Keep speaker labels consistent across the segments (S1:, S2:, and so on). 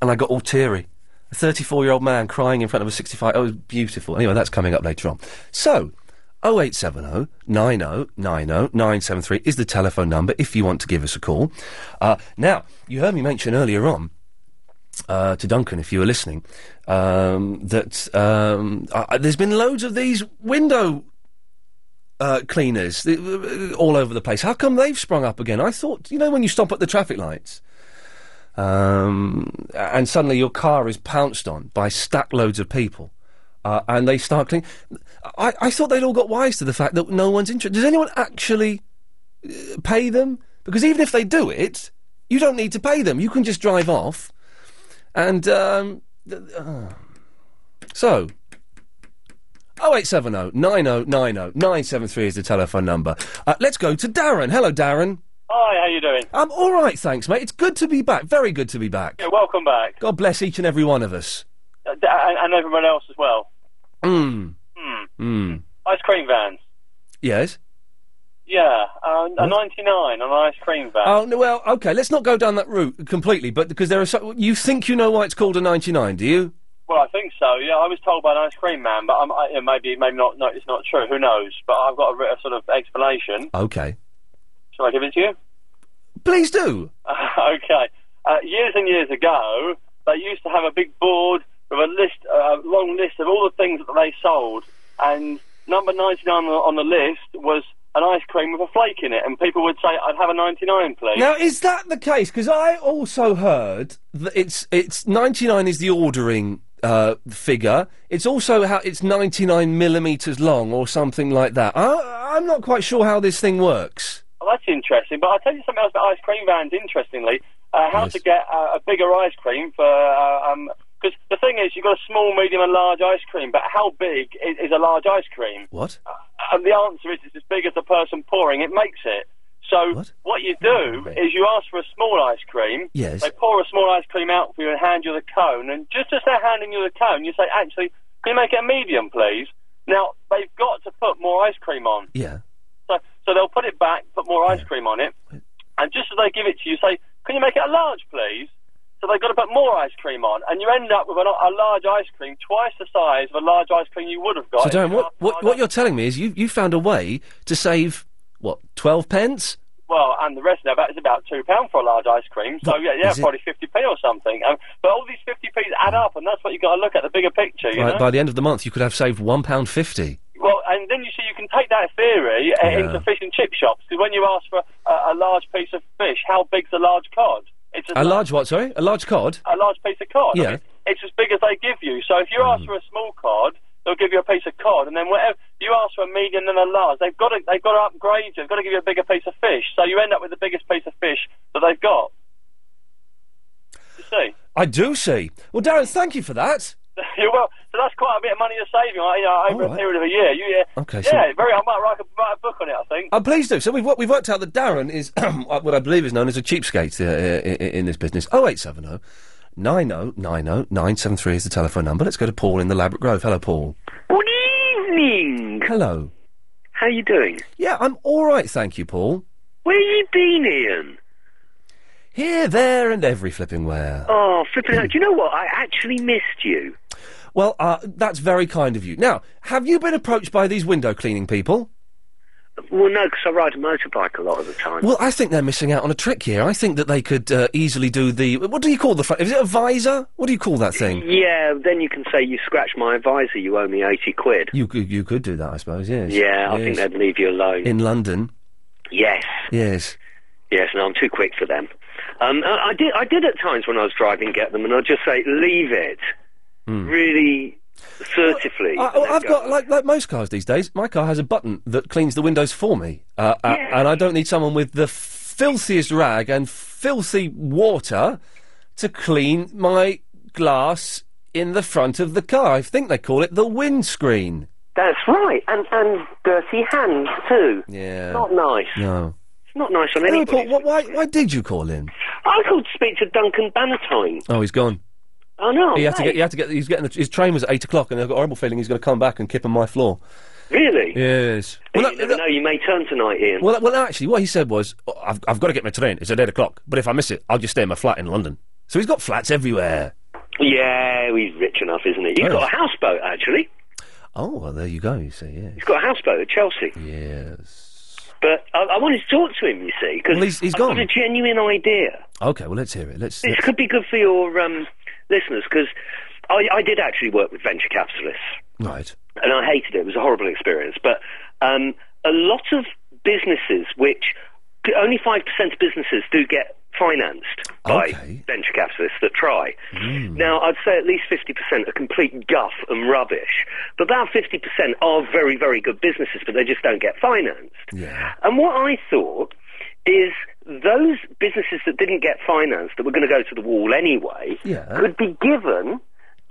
S1: and I got all teary. A 34 year old man crying in front of a 65. Oh, it was beautiful. Anyway, that's coming up later on. So, 0870 90 90 973 is the telephone number if you want to give us a call. Uh, now, you heard me mention earlier on uh, to Duncan, if you were listening, um, that um, I, I- there's been loads of these window uh, cleaners th- uh, all over the place. How come they've sprung up again? I thought, you know, when you stop at the traffic lights um, and suddenly your car is pounced on by stack loads of people. Uh, and they start cleaning. I, I thought they'd all got wise to the fact that no one's interested. Does anyone actually uh, pay them? Because even if they do it, you don't need to pay them. You can just drive off. And um, th- uh. so, 0870 9090 973 is the telephone number. Uh, let's go to Darren. Hello, Darren.
S2: Hi, how you doing?
S1: I'm all right, thanks, mate. It's good to be back. Very good to be back.
S2: Yeah, welcome back,
S1: God bless each and every one of us.
S2: Uh, d- and, and everyone else as well.
S1: Mm.
S2: Hmm.
S1: Mm.
S2: Ice cream vans.
S1: Yes.
S2: Yeah, uh, a 99 on an ice cream van.
S1: Oh no, well, okay. Let's not go down that route completely, but because there are so you think you know why it's called a 99, do you?
S2: Well, I think so. Yeah, I was told by an ice cream man, but I'm, I, yeah, maybe maybe not. No, it's not true. Who knows? But I've got a, re- a sort of explanation.
S1: Okay.
S2: Shall I give it to you?
S1: Please do.
S2: okay. Uh, years and years ago, they used to have a big board with a list, a long list of all the things that they sold, and number 99 on the, on the list was an ice cream with a flake in it, and people would say, "I'd have a 99, please."
S1: Now, is that the case? Because I also heard that it's it's 99 is the ordering uh, figure. It's also how it's 99 millimeters long or something like that. I, I'm not quite sure how this thing works.
S2: Well, that's interesting. But I'll tell you something else about ice cream vans, interestingly. Uh, how to get uh, a bigger ice cream for. uh, um 'cause the thing is, you've got a small, medium, and large ice cream, but how big is, is a large ice cream?
S1: What?
S2: And the answer is it's as big as the person pouring it makes it. So what, you do is you ask for a small ice cream.
S3: Yes.
S2: They pour a small ice cream out for you and hand you the cone. And just as they're handing you the cone, you say, actually, can you make it a medium, please? Now, they've got to put more ice cream on.
S1: Yeah.
S2: So, so they'll put it back, put more ice cream on it, and just as they give it to you, say, "Can you make it a large, please?" So they've got to put more ice cream on, and you end up with an, a large ice cream twice the size of a large ice cream you would have got.
S1: So, Darren, what, what, what you're telling me is you, you found a way to save, what, 12 pence?
S2: Well, and the rest of that is about two pound for a large ice cream. So yeah, yeah,
S1: is it- Mm.
S2: probably fifty p or something. Um, but all these fifty p's add up, and that's what you have got to look at the bigger picture. You
S1: Right,
S2: know?
S1: by the end of the month, you could have saved £1.50.
S2: Well, and then you see you can take that theory uh,
S1: Yeah.
S2: into fish and chip shops. 'cause when you ask for a, a large piece of fish, how big's a large cod? It's as
S1: A large what, sorry? A large cod?
S2: a large piece of cod.
S1: Yeah. Mm.
S2: It's as big as they give you. So if you ask for a small cod, they'll give you a piece of cod, and then whatever you ask for a medium and a large, they've got to they've got to upgrade you. They've got to give you a bigger piece of fish. So you end up with the biggest piece of fish that they've got. You see.
S1: I do see. Well, Darren, thank you for that.
S2: Yeah, well, so that's quite a bit of money you're saving like, you know, over a period of a year. You, yeah,
S1: Okay, so-
S2: yeah, very. I might write a, write a book on it. I think.
S1: Oh, please do. So we've, wo- we've worked out that Darren is uh, what I believe is known as a cheapskate uh, in, in this business. 0870 9090 973 is the telephone number. Let's go to Paul in the Labrick Grove. Hello, Paul.
S4: Good evening.
S1: Hello.
S4: How you doing?
S1: Yeah, I'm all right, thank you, Paul.
S4: Where you been, Ian?
S1: Here, there, and every flipping where.
S4: Oh, flipping out. Do you know what? I actually missed you.
S1: Well, uh, that's very kind of you. Now, have you been approached by these window cleaning people?
S4: Well, no, because I ride a motorbike a lot of the time.
S1: Well, I think they're missing out on a trick here. I think that they could uh, easily do the. What do you call the front? Is it a visor? What do you call that thing?
S4: yeah, then you can say you scratch my visor, you owe me 80 quid.
S1: You could, you could do that, I suppose. Yes.
S4: yeah, I
S1: Yes.
S4: think they'd leave you alone.
S1: in London.
S4: yes,
S1: Yes.
S4: yes, no, I'm too quick for them. Um, I, I did I did at times when I was driving get them, and I'd just say, leave it. Really assertively.
S1: Hmm. I,
S4: and they'd
S1: I've
S4: go,
S1: got like like most cars these days. My car has a button that cleans the windows for me, uh, uh, and I don't need someone with the filthiest rag and filthy water to clean my glass in the front of the car. I think they call it the windscreen.
S4: That's right, and, and dirty hands, too.
S1: Yeah.
S4: Not nice.
S1: No.
S4: It's not nice on
S1: Anyway,
S4: anybody.
S1: Paul, wh- why why did you call in?
S4: I called to speak to Duncan Bannatyne.
S1: Oh, he's gone.
S4: Oh no,
S1: he had to
S4: mate.
S1: get. He had to get. He's getting. The, his train was at eight o'clock, and I've got a horrible feeling he's going to come back and kip on my floor.
S4: Really?
S1: Yes.
S4: Well, you never know. You may turn tonight, Ian.
S1: Well, well, actually, what he said was, "Oh, I've, I've got to get my train. It's at eight o'clock. But if I miss it, I'll just stay in my flat in London. So he's got flats everywhere.
S4: Yeah, he's rich enough, isn't he? He's
S1: Oh.
S4: got a houseboat, actually.
S1: Oh, well, there you go, you see, yeah.
S4: He's got a houseboat at Chelsea.
S1: Yes.
S4: But I, I wanted to talk to him, you see, because
S1: Well, he's- he's
S4: I've
S1: gone.
S4: got a genuine idea.
S1: Okay, well, let's hear it. Let's.
S4: This could be good for your um, listeners, because I, I did actually work with venture capitalists,
S1: Right.
S4: and I hated it. It was a horrible experience. But um, a lot of businesses, which only 5% of businesses do get financed by venture capitalists that try. Now, I'd say at least 50% are complete guff and rubbish, but about 50% are very, very good businesses, but they just don't get financed.
S1: Yeah.
S4: And what I thought is those businesses that didn't get financed, that were going to go to the wall anyway, could be given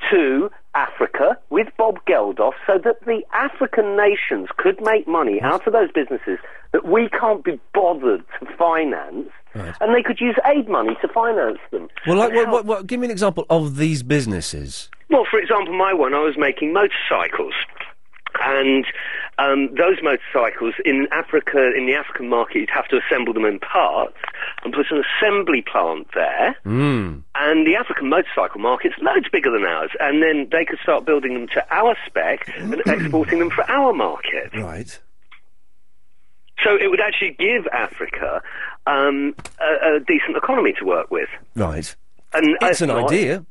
S4: to Africa with Bob Geldof so that the African nations could make money out of those businesses that we can't be bothered to finance. And they could use aid money to finance them.
S1: Well, like, what, what, what, give me an example of these businesses.
S4: Well, for example, my one, I was making motorcycles. And um, those motorcycles in Africa, in the African market, you'd have to assemble them in parts and put an assembly plant there.
S1: Mm.
S4: And the African motorcycle market's loads bigger than ours. And then they could start building them to our spec and exporting them for our market.
S1: Right.
S4: So it would actually give Africa um, a, a decent economy to work with.
S1: Right.
S4: And uh,
S1: It's
S4: if
S1: an
S4: not-
S1: idea.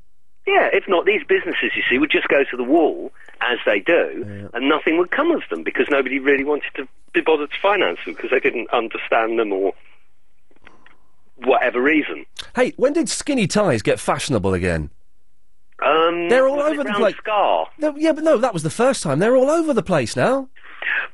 S4: Yeah, if not, these businesses, you see, would just go to the wall as they do, and nothing would come of them because nobody really wanted to be bothered to finance them because they didn't understand them or whatever reason.
S1: Hey, when did skinny ties get fashionable again?
S4: Um,
S1: They're all
S4: was it
S1: over the
S4: round
S1: place.
S4: Scar.
S1: No, yeah, but no, that was the first time. They're all over the place now.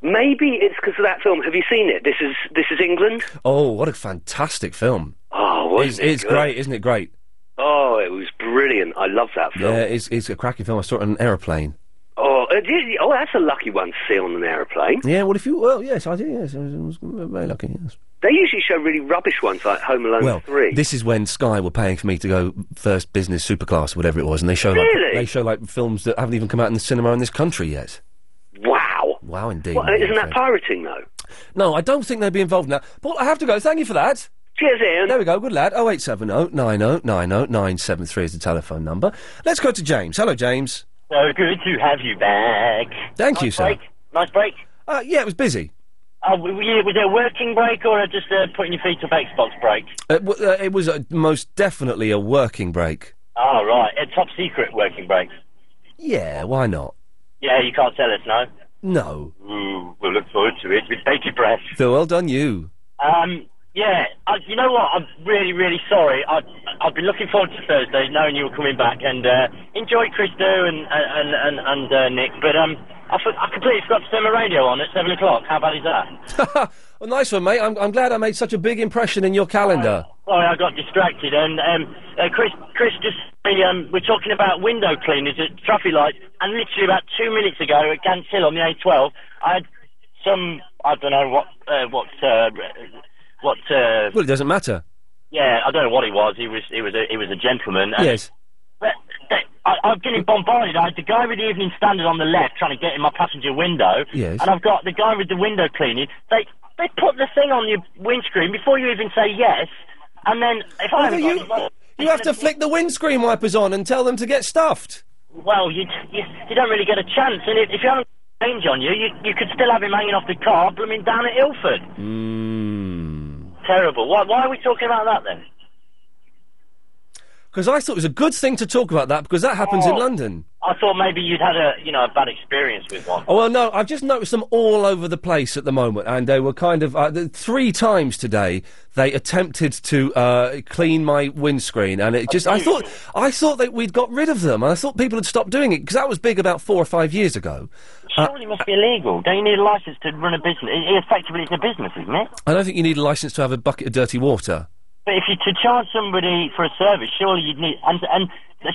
S4: Maybe it's because of that film. Have you seen it? This is this is England.
S1: Oh, what a fantastic film!
S4: Oh, wasn't
S1: it's,
S4: it
S1: it's
S4: good?
S1: great, isn't it? Great.
S4: Oh, it was brilliant. I love that film.
S1: Yeah, it's it's a cracking film. I saw it on an aeroplane.
S4: Oh, uh, did- oh, that's a lucky one to see on an aeroplane.
S1: Yeah, well, if you well, yes, I did. Yes, I was, I was very lucky. Yes.
S4: They usually show really rubbish ones like Home Alone
S1: Well,
S4: Oh, Three.
S1: this is when Sky were paying for me to go first business superclass, whatever it was, and they show like
S4: Really?
S1: they show like films that haven't even come out in the cinema in this country yet.
S4: Wow.
S1: Wow, indeed.
S4: Well, isn't that
S1: Okay.
S4: pirating though?
S1: No, I don't think they'd be involved in that. Paul, I have to go. Thank you for that.
S4: Cheers, Ian.
S1: There we go. Good lad. Oh, 0870 90 90 973 is the telephone number. Let's go to James. Hello, James.
S3: So good to have you back.
S1: Thank you, sir.
S3: Nice break.
S1: Uh, yeah, it was busy.
S3: Uh, w- w- yeah, was it a working break or just uh, putting your feet up Xbox break?
S1: Uh, w- uh, it was uh, most definitely a working break.
S3: Oh, right. A top secret working break.
S1: Yeah, why not?
S3: Yeah, you can't tell us, no?
S1: No.
S3: Ooh, we'll look forward to it with bated breath.
S1: So well done, you.
S3: Um, yeah, I, you know what? I'm really, really sorry. I, I've been looking forward to Thursday, knowing you were coming back, and uh, enjoy Chris Do and and and, and uh, Nick. But um, I, for, I completely forgot to turn my radio on at seven o'clock. How bad is that?
S1: Well, nice one, mate. I'm, I'm glad I made such a big impression in your calendar.
S3: Sorry, Oh, I got distracted. And um, uh, Chris, Chris, just um, we're talking about window cleaners at traffic lights, and literally about two minutes ago at Gantill on the A12, I had some I don't know what uh, what uh, what uh,
S1: Well, it doesn't matter.
S3: Yeah, I don't know what he was. He was he was a, he was a gentleman. And
S1: Yes.
S3: But they- I, I'm getting bombarded. I had the guy with the Evening Standard on the left trying to get in my passenger window.
S5: Yes.
S3: And I've got the guy with the window cleaning. They they put the thing on your windscreen before you even say yes, and then if I
S1: Well,
S3: haven't
S1: you,
S3: got-
S1: you have to flick the windscreen wipers on and tell them to get stuffed.
S3: well, you, you you don't really get a chance. And if, if you haven't got change on you, you you could still have him hanging off the car, blooming down at Ilford.
S1: Hmm.
S3: Terrible. Why why are we talking about that then?
S1: Because I thought it was a good thing to talk about that because that happens in
S3: Oh.
S1: London.
S3: I thought maybe you'd had a you know a bad experience with one.
S1: Oh well, no, I've just noticed them all over the place at the moment, and they were kind of uh, th- three times today they attempted to uh, clean my windscreen, and it just I thought I thought that we'd got rid of them, and I thought people had stopped doing it because that was big about four or five years ago. Uh,
S3: Surely must be illegal. Don't you need a license to run a business? It- it Effectively, it's a business, isn't it?
S1: I don't think you need a license to have a bucket of dirty water.
S3: But if you to charge somebody for a service, surely you'd need and and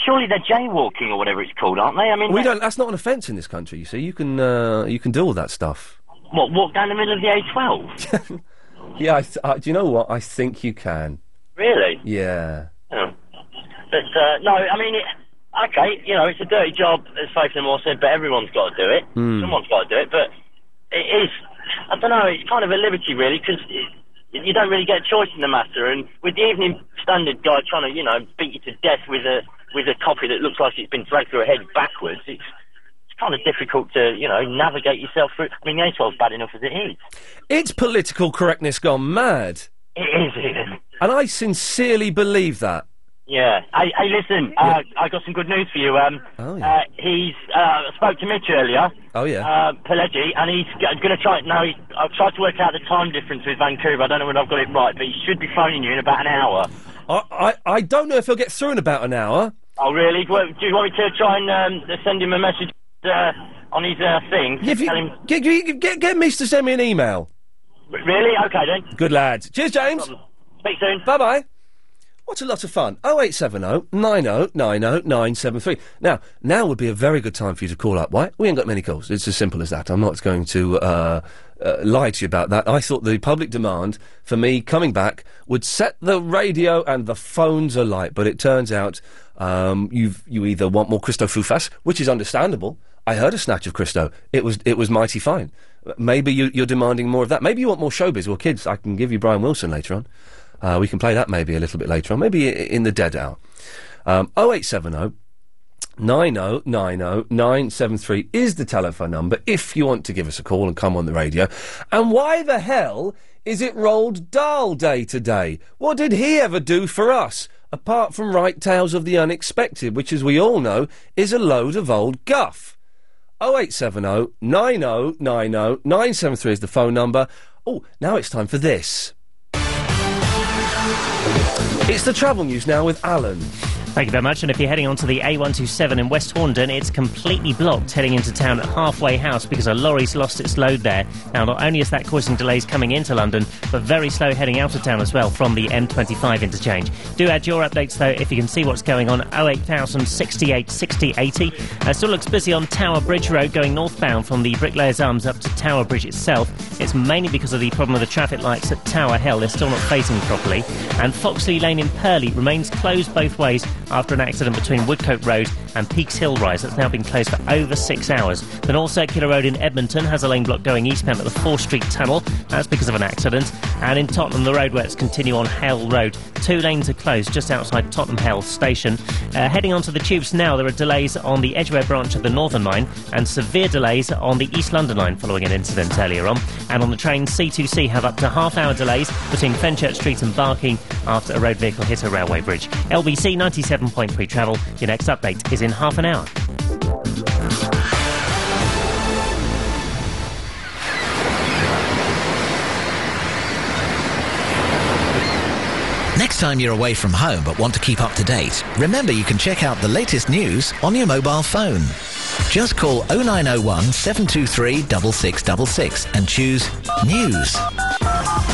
S3: surely they're jaywalking or whatever it's called, aren't they? I mean,
S1: we don't. That's not an offence in this country. You see, you can uh, you can do all that stuff.
S3: what walk down the middle of the A12?
S1: Yeah, I th- uh, do you know what? I think you can.
S3: really?
S1: Yeah.
S3: Oh. But uh, no, I mean, it, okay, you know, it's a dirty job, as Faith and Moore said, but everyone's got to do it.
S1: Hmm.
S3: Someone's got to do it, but it is. I don't know. It's kind of a liberty, really, because you don't really get a choice in the matter. And with the Evening Standard guy trying to, you know, beat you to death with a with a copy that looks like it's been dragged through a head backwards, it's it's kind of difficult to, you know, navigate yourself through. I mean, the A12's bad enough as it is.
S1: It's political correctness gone mad.
S3: It is, Ian.
S1: And I sincerely believe that.
S3: Yeah. Hey, hey listen, uh, I got some good news for you. Um,
S1: Oh,
S3: uh, he's uh, I spoke to Mitch earlier.
S1: Oh, yeah.
S3: Uh, Pelleggi, and he's going to try. No, he, I've tried to work out the time difference with Vancouver. I don't know whether I've got it right, but he should be phoning you in about an hour.
S1: I, I, I don't know if he'll get through in about an hour.
S3: Oh, really? Do do you want me to try and um, send him a message uh, on his uh, thing?
S1: If you,
S3: Tell him.
S1: get, get, get, get Miss to send me an email.
S3: Really? Okay then.
S1: Good lads. Cheers, James.
S3: Speak soon.
S1: Bye bye. What a lot of fun. 0870 90 90 973. Now, now would be a very good time for you to call up. Why? We ain't got many calls. It's as simple as that. I'm not going to uh, uh, lie to you about that. I thought the public demand for me coming back would set the radio and the phones alight, but it turns out um, you've, you either want more Christo Fufas, which is understandable. I heard a snatch of Christo. It was, it was mighty fine. Maybe you, you're demanding more of that. Maybe you want more showbiz. Well, kids, I can give you Brian Wilson later on. Uh, we can play that maybe a little bit later on, maybe i- in the dead hour. Um, 0870 oh, 9090 973 is the telephone number if you want to give us a call and come on the radio. And why the hell is it Roald Dahl Day today? What did he ever do for us? Apart from write tales of the unexpected, which, as we all know, is a load of old guff. 0870 9090 oh, 973 is the phone number. Oh, now it's time for this. It's the travel news now with Alan.
S6: Thank you very much. And if you're heading onto the A127 in West Horndon, it's completely blocked heading into town at Halfway House because a lorry's lost its load there. Now, not only is that causing delays coming into London, but very slow heading out of town as well from the M25 interchange. Do add your updates though if you can see what's going on 08068 6080. Uh, still looks busy on Tower Bridge Road going northbound from the Bricklayers Arms up to Tower Bridge itself. It's mainly because of the problem with the traffic lights at Tower Hill. They're still not facing properly. And Foxley Lane in Purley remains closed both ways after an accident between Woodcote Road and Peaks Hill Rise that's now been closed for over six hours. The North Circular Road in Edmonton has a lane block going eastbound at the 4th Street Tunnel. That's because of an accident. And in Tottenham, the roadworks continue on Hale Road. Two lanes are closed just outside Tottenham Hale Station. Uh, heading onto the tubes now, there are delays on the Edgware branch of the Northern Line and severe delays on the East London Line following an incident earlier on. And on the train, C2C have up to half hour delays between Fenchurch Street and Barking after a road vehicle hit a railway bridge. LBC 97.3 travel. Your next update is in half an hour.
S7: Next time you're away from home but want to keep up to date, remember you can check out the latest news on your mobile phone. Just call 0901 723 6666 and choose News.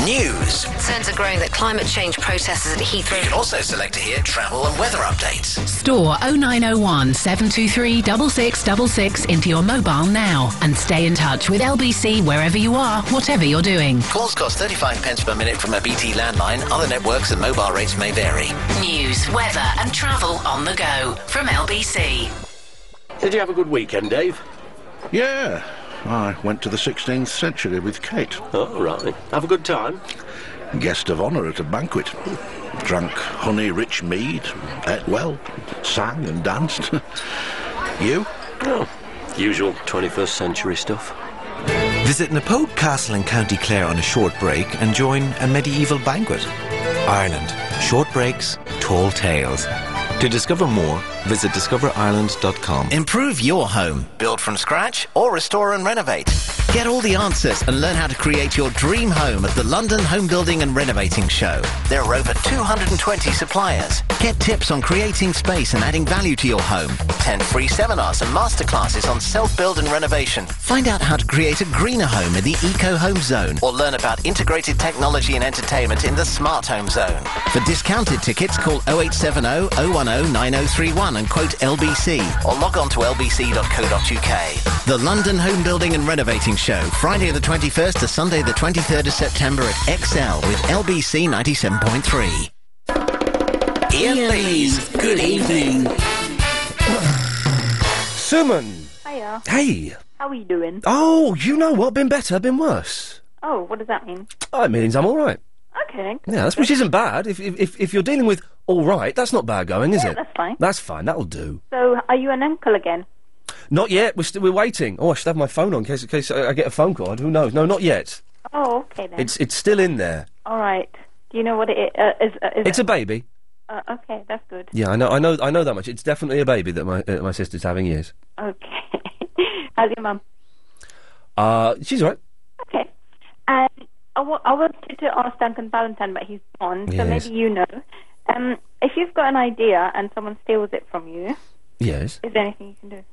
S7: News.
S8: Concerns are growing that climate change protesters at Heathrow.
S7: You can also select to hear travel and weather updates.
S9: Store 0901 723 6666 into your mobile now and stay in touch with LBC wherever you are, whatever you're doing.
S7: Calls cost 35 pence per minute from a BT landline. Other networks and mobile rates may vary.
S9: News, weather, and travel on the go from LBC.
S10: Did you have a good weekend, Dave? Yeah. I went to the 16th century with Kate. Oh, right. Have a good time? Guest of honour at a banquet. Drank honey rich mead, ate well, sang and danced. you? Oh, usual 21st century stuff.
S4: Visit Napote Castle in County Clare on a short break and join a medieval banquet. Ireland. Short breaks, tall tales. To discover more, visit discoverireland.com.
S7: Improve your home. Build from scratch or restore and renovate. Get all the answers and learn how to create your dream home at the London Home Building and Renovating Show. There are over 220 suppliers. Get tips on creating space and adding value to your home. 10 free seminars and masterclasses on self-build and renovation. Find out how to create a greener home in the Eco Home Zone or learn about integrated technology and entertainment in the Smart Home Zone. For discounted tickets, call 0870 010 9031 and quote LBC or log on to lbc.co.uk. The London Home Building and Renovating Show, Friday the 21st to Sunday the 23rd of September at XL with LBC 97.3.
S11: Ian Lee's Good Evening.
S1: Suman.
S12: Hiya.
S1: Hey. Ah.
S12: How are you doing?
S1: Oh, you know what? Been better, been worse.
S12: Oh, what does that mean?
S1: Oh, it means I'm all right.
S12: Okay.
S1: Yeah, that's, which isn't bad. If, if- if if you're dealing with all right, that's not bad going, is
S12: Yeah,
S1: it?
S12: that's fine.
S1: That's fine. That'll do.
S12: So, are you an uncle again?
S1: Not yet. We're st- we're waiting. Oh, I should have my phone on in case in case I, I get a phone call. Who knows? No, not yet.
S12: Oh, okay then.
S1: It's it's still in there.
S12: All right. Do you know what it is? Uh, is, uh, is
S1: It's
S12: it-
S1: a baby.
S12: Uh, okay, that's good.
S1: Yeah, I know. I know. I know that much. It's definitely a baby that my uh, my sister's having. Yes.
S12: Okay. How's your mum?
S1: Uh, she's all right.
S12: Okay. Um, I wa- I wanted to ask Duncan Valentine, but he's gone, so
S1: Yes.
S12: maybe you know. Um, if you've got an idea and someone steals it from you,
S1: Yes.
S12: is there anything you can do?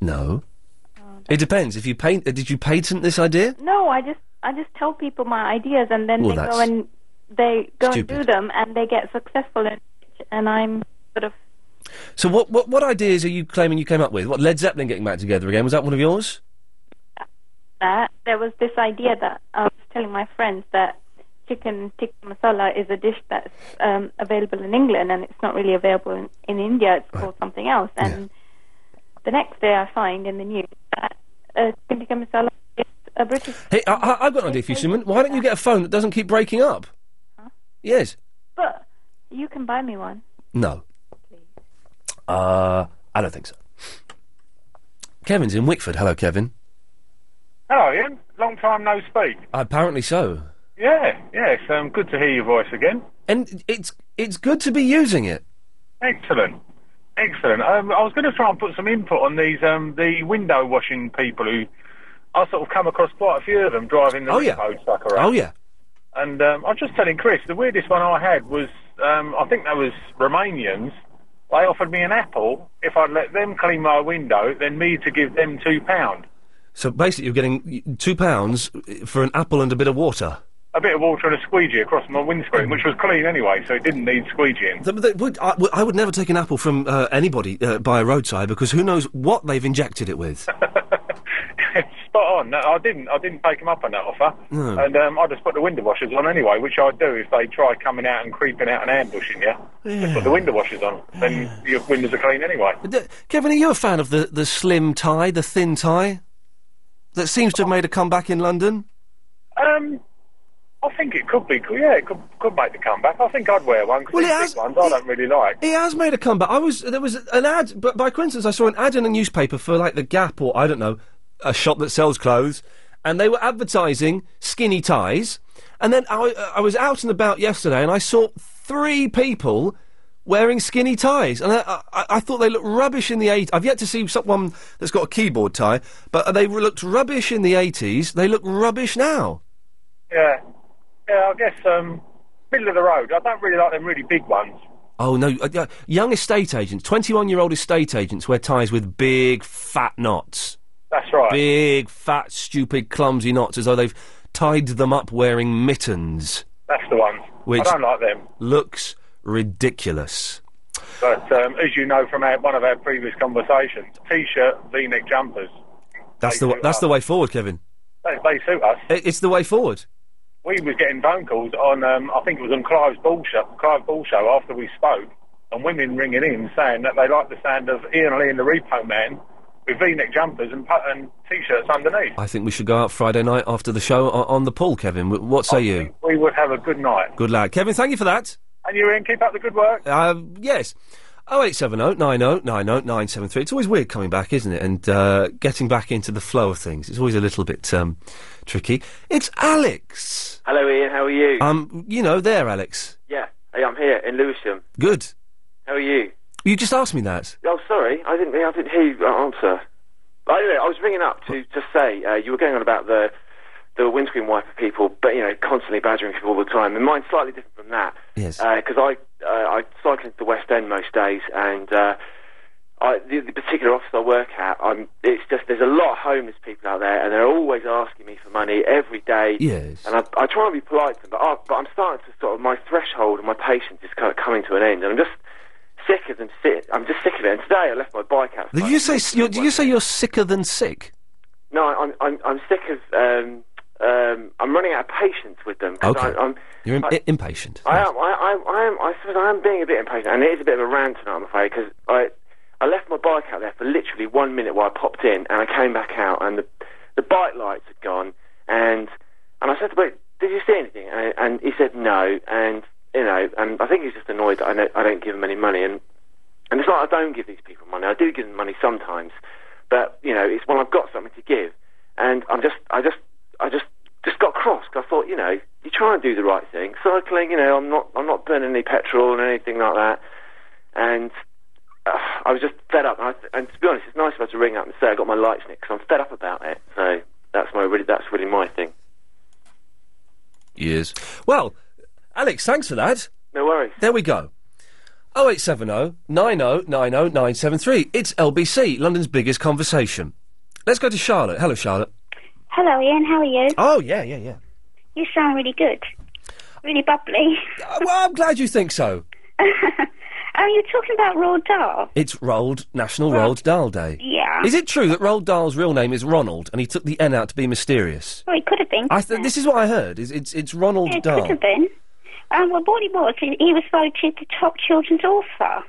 S1: No.
S12: Oh,
S1: It depends. If you paint, uh, did you patent this idea?
S12: No, I just I just tell people my ideas, and then
S1: Well,
S12: they
S1: that's
S12: go and they go
S1: stupid.
S12: and do them, and they get successful, in it, and I'm sort of
S1: So what what what ideas are you claiming you came up with? What Led Zeppelin getting back together again was that one of yours?
S12: that. There was this idea that I was telling my friends that chicken tikka masala is a dish that's um, available in England, and it's not really available in, in India. It's called something else. And the next day, I find in the news that uh, chicken tikka masala is a British.
S1: Hey, I, I, I've got an idea for you, Simon. Why don't you get a phone that doesn't keep breaking up? Yes.
S12: But you can buy me one.
S1: No. Uh, I don't think so. Kevin's in Wickford. Hello, Kevin.
S13: Hello, Ian. Long time no speak.
S1: Apparently so.
S13: Yeah, yeah. It's um, good to hear your voice again.
S1: And it's it's good to be using it.
S13: Excellent, excellent. Um, I was going to try and put some input on these um, the window washing people who I sort of come across quite a few of them driving the
S1: Oh, yeah.
S13: road stuck around.
S1: Oh yeah.
S13: And um, I was just telling Chris the weirdest one I had was um, I think that was Romanians. They offered me an apple if I'd let them clean my window, then me to give them two pound,
S1: So basically, you're getting y- two pounds for an apple and a bit of water.
S13: a bit of water and a squeegee across my windscreen, which was clean anyway, so it didn't need squeegeeing.
S1: Th- but they would- I, would- I would never take an apple from uh, anybody uh, by a roadside because who knows what they've injected it with.
S13: Spot on. No, I didn't. I didn't take him up on that offer,
S1: No.
S13: and um, I just put the window washers on anyway, which I do if they try coming out and creeping out and ambushing you. Just put the window washers on, then your windows are clean anyway.
S1: Kevin, are you a fan of the, the slim tie, the thin tie? That seems to have made a comeback in London?
S13: Um, I think it could be. cool. Yeah, it could could make the comeback. I think I'd wear one. Cause
S1: Well, it
S13: these
S1: has-
S13: big ones I don't really like.
S1: He has made a comeback. I was there was an ad, but by coincidence, I saw an ad in a newspaper for like the Gap or I don't know, a shop that sells clothes, and they were advertising skinny ties. And then I, I was out and about yesterday, and I saw three people wearing skinny ties, and I, I, I thought they looked rubbish in the 80s. I've yet to see someone that's got a keyboard tie, but they looked rubbish in the eighties. They look rubbish now.
S13: Yeah, yeah. I guess um, middle of the road. I don't really like them really big ones.
S1: Oh no! uh, yeah, Young estate agents, twenty-one-year-old estate agents wear ties with big fat knots.
S13: That's right.
S1: Big fat, stupid, clumsy knots, as though they've tied them up wearing mittens.
S13: That's the ones.
S1: Which-
S13: I don't like them.
S1: Looks ridiculous.
S13: But um, as you know from our, one of our previous conversations, t-shirt, v-neck jumpers,
S1: That's the that's the way forward, Kevin.
S13: they, they suit us.
S1: It- It's the way forward.
S13: We was getting phone calls on, um, I think it was on Clive's Ball Show, Clive Ball Show after we spoke, and women ringing in saying that they like the sound of Ian Lee and the Repo Man with v-neck jumpers and, pu- and t-shirts underneath.
S1: I think we should go out Friday night after the show o- on the pool, Kevin. W- What say you?
S13: We would have a good night.
S1: Good lad, Kevin. Thank you for that.
S13: And you, Ian, keep up the good work.
S1: Uh, yes. 0870 90 90 973. It's always weird coming back, isn't it? And uh, getting back into the flow of things. It's always a little bit um, tricky. It's Alex.
S14: Hello, Ian. How are you?
S1: Um, you know, there, Alex.
S14: yeah, hey, I'm here in Lewisham.
S1: Good.
S14: How are you?
S1: You just asked me that.
S14: Oh, sorry, I didn't. I didn't hear you answer. But anyway, I was ringing up to just say uh, you were going on about the the windscreen wiper people, but you know, constantly badgering people all the time. And mine's slightly different from that.
S1: Yes.
S14: Because I uh, I cycle into the West End most days, and uh, I, the, the particular office I work at, I'm, it's just there's a lot of homeless people out there, and they're always asking me for money every day.
S1: Yes.
S14: And I, I try and be polite to them, but, I, but I'm starting to sort of my threshold and my patience is kind of coming to an end, and I'm just sick of them. Sit, I'm just sick of it. And today I left my bike out.
S1: Did you say s- you're, did you say you're sicker than sick?
S14: No, I'm I'm I'm sick of um um I'm running out of patience with them. 'cause
S1: Okay.
S14: I, I'm,
S1: You're im-
S14: I-
S1: i- impatient.
S14: I am. I, I, I am. I suppose I am being a bit impatient, and it is a bit of a rant tonight, I'm afraid, because I, I left my bike out there for literally one minute while I popped in, and I came back out, and the, the bike lights had gone, and and I said to the bloke, did you see anything? And, and he said no. And you know, and I think he's just annoyed that I don't, I don't give him any money. And and it's not I don't give these people money. I do give them money sometimes, but you know, it's when I've got something to give. And I'm just, I just, I just, just got cross 'cause I thought, you know, you try and do the right thing. Cycling, you know, I'm not, I'm not burning any petrol and anything like that. And uh, I was just fed up. And, I, and to be honest, it's nice of her to ring up and say I got my lights nicked 'cause I'm fed up about it. So that's my, really, that's really my thing.
S1: Years. Well, Alex, thanks for that.
S14: No worries.
S1: There we go. 0870 90 90 973. It's LBC, London's biggest conversation. Let's go to Charlotte. Hello, Charlotte.
S15: Hello, Ian. How are you?
S1: Oh, yeah, yeah, yeah.
S15: You sound really good. Really bubbly.
S1: Uh, well, I'm glad you think so.
S15: Oh, you're talking about Roald Dahl.
S1: It's Roald, National Roald Dahl Day.
S15: Yeah.
S1: Is it true that Roald Dahl's real name is Ronald and he took the N out to be mysterious?
S15: Well, it could have been.
S1: I th- this is what I heard. Is it's, it's Ronald
S15: Yeah, it
S1: Dahl.
S15: could have been. Um, well, what he was, he, he was voted the top children's author.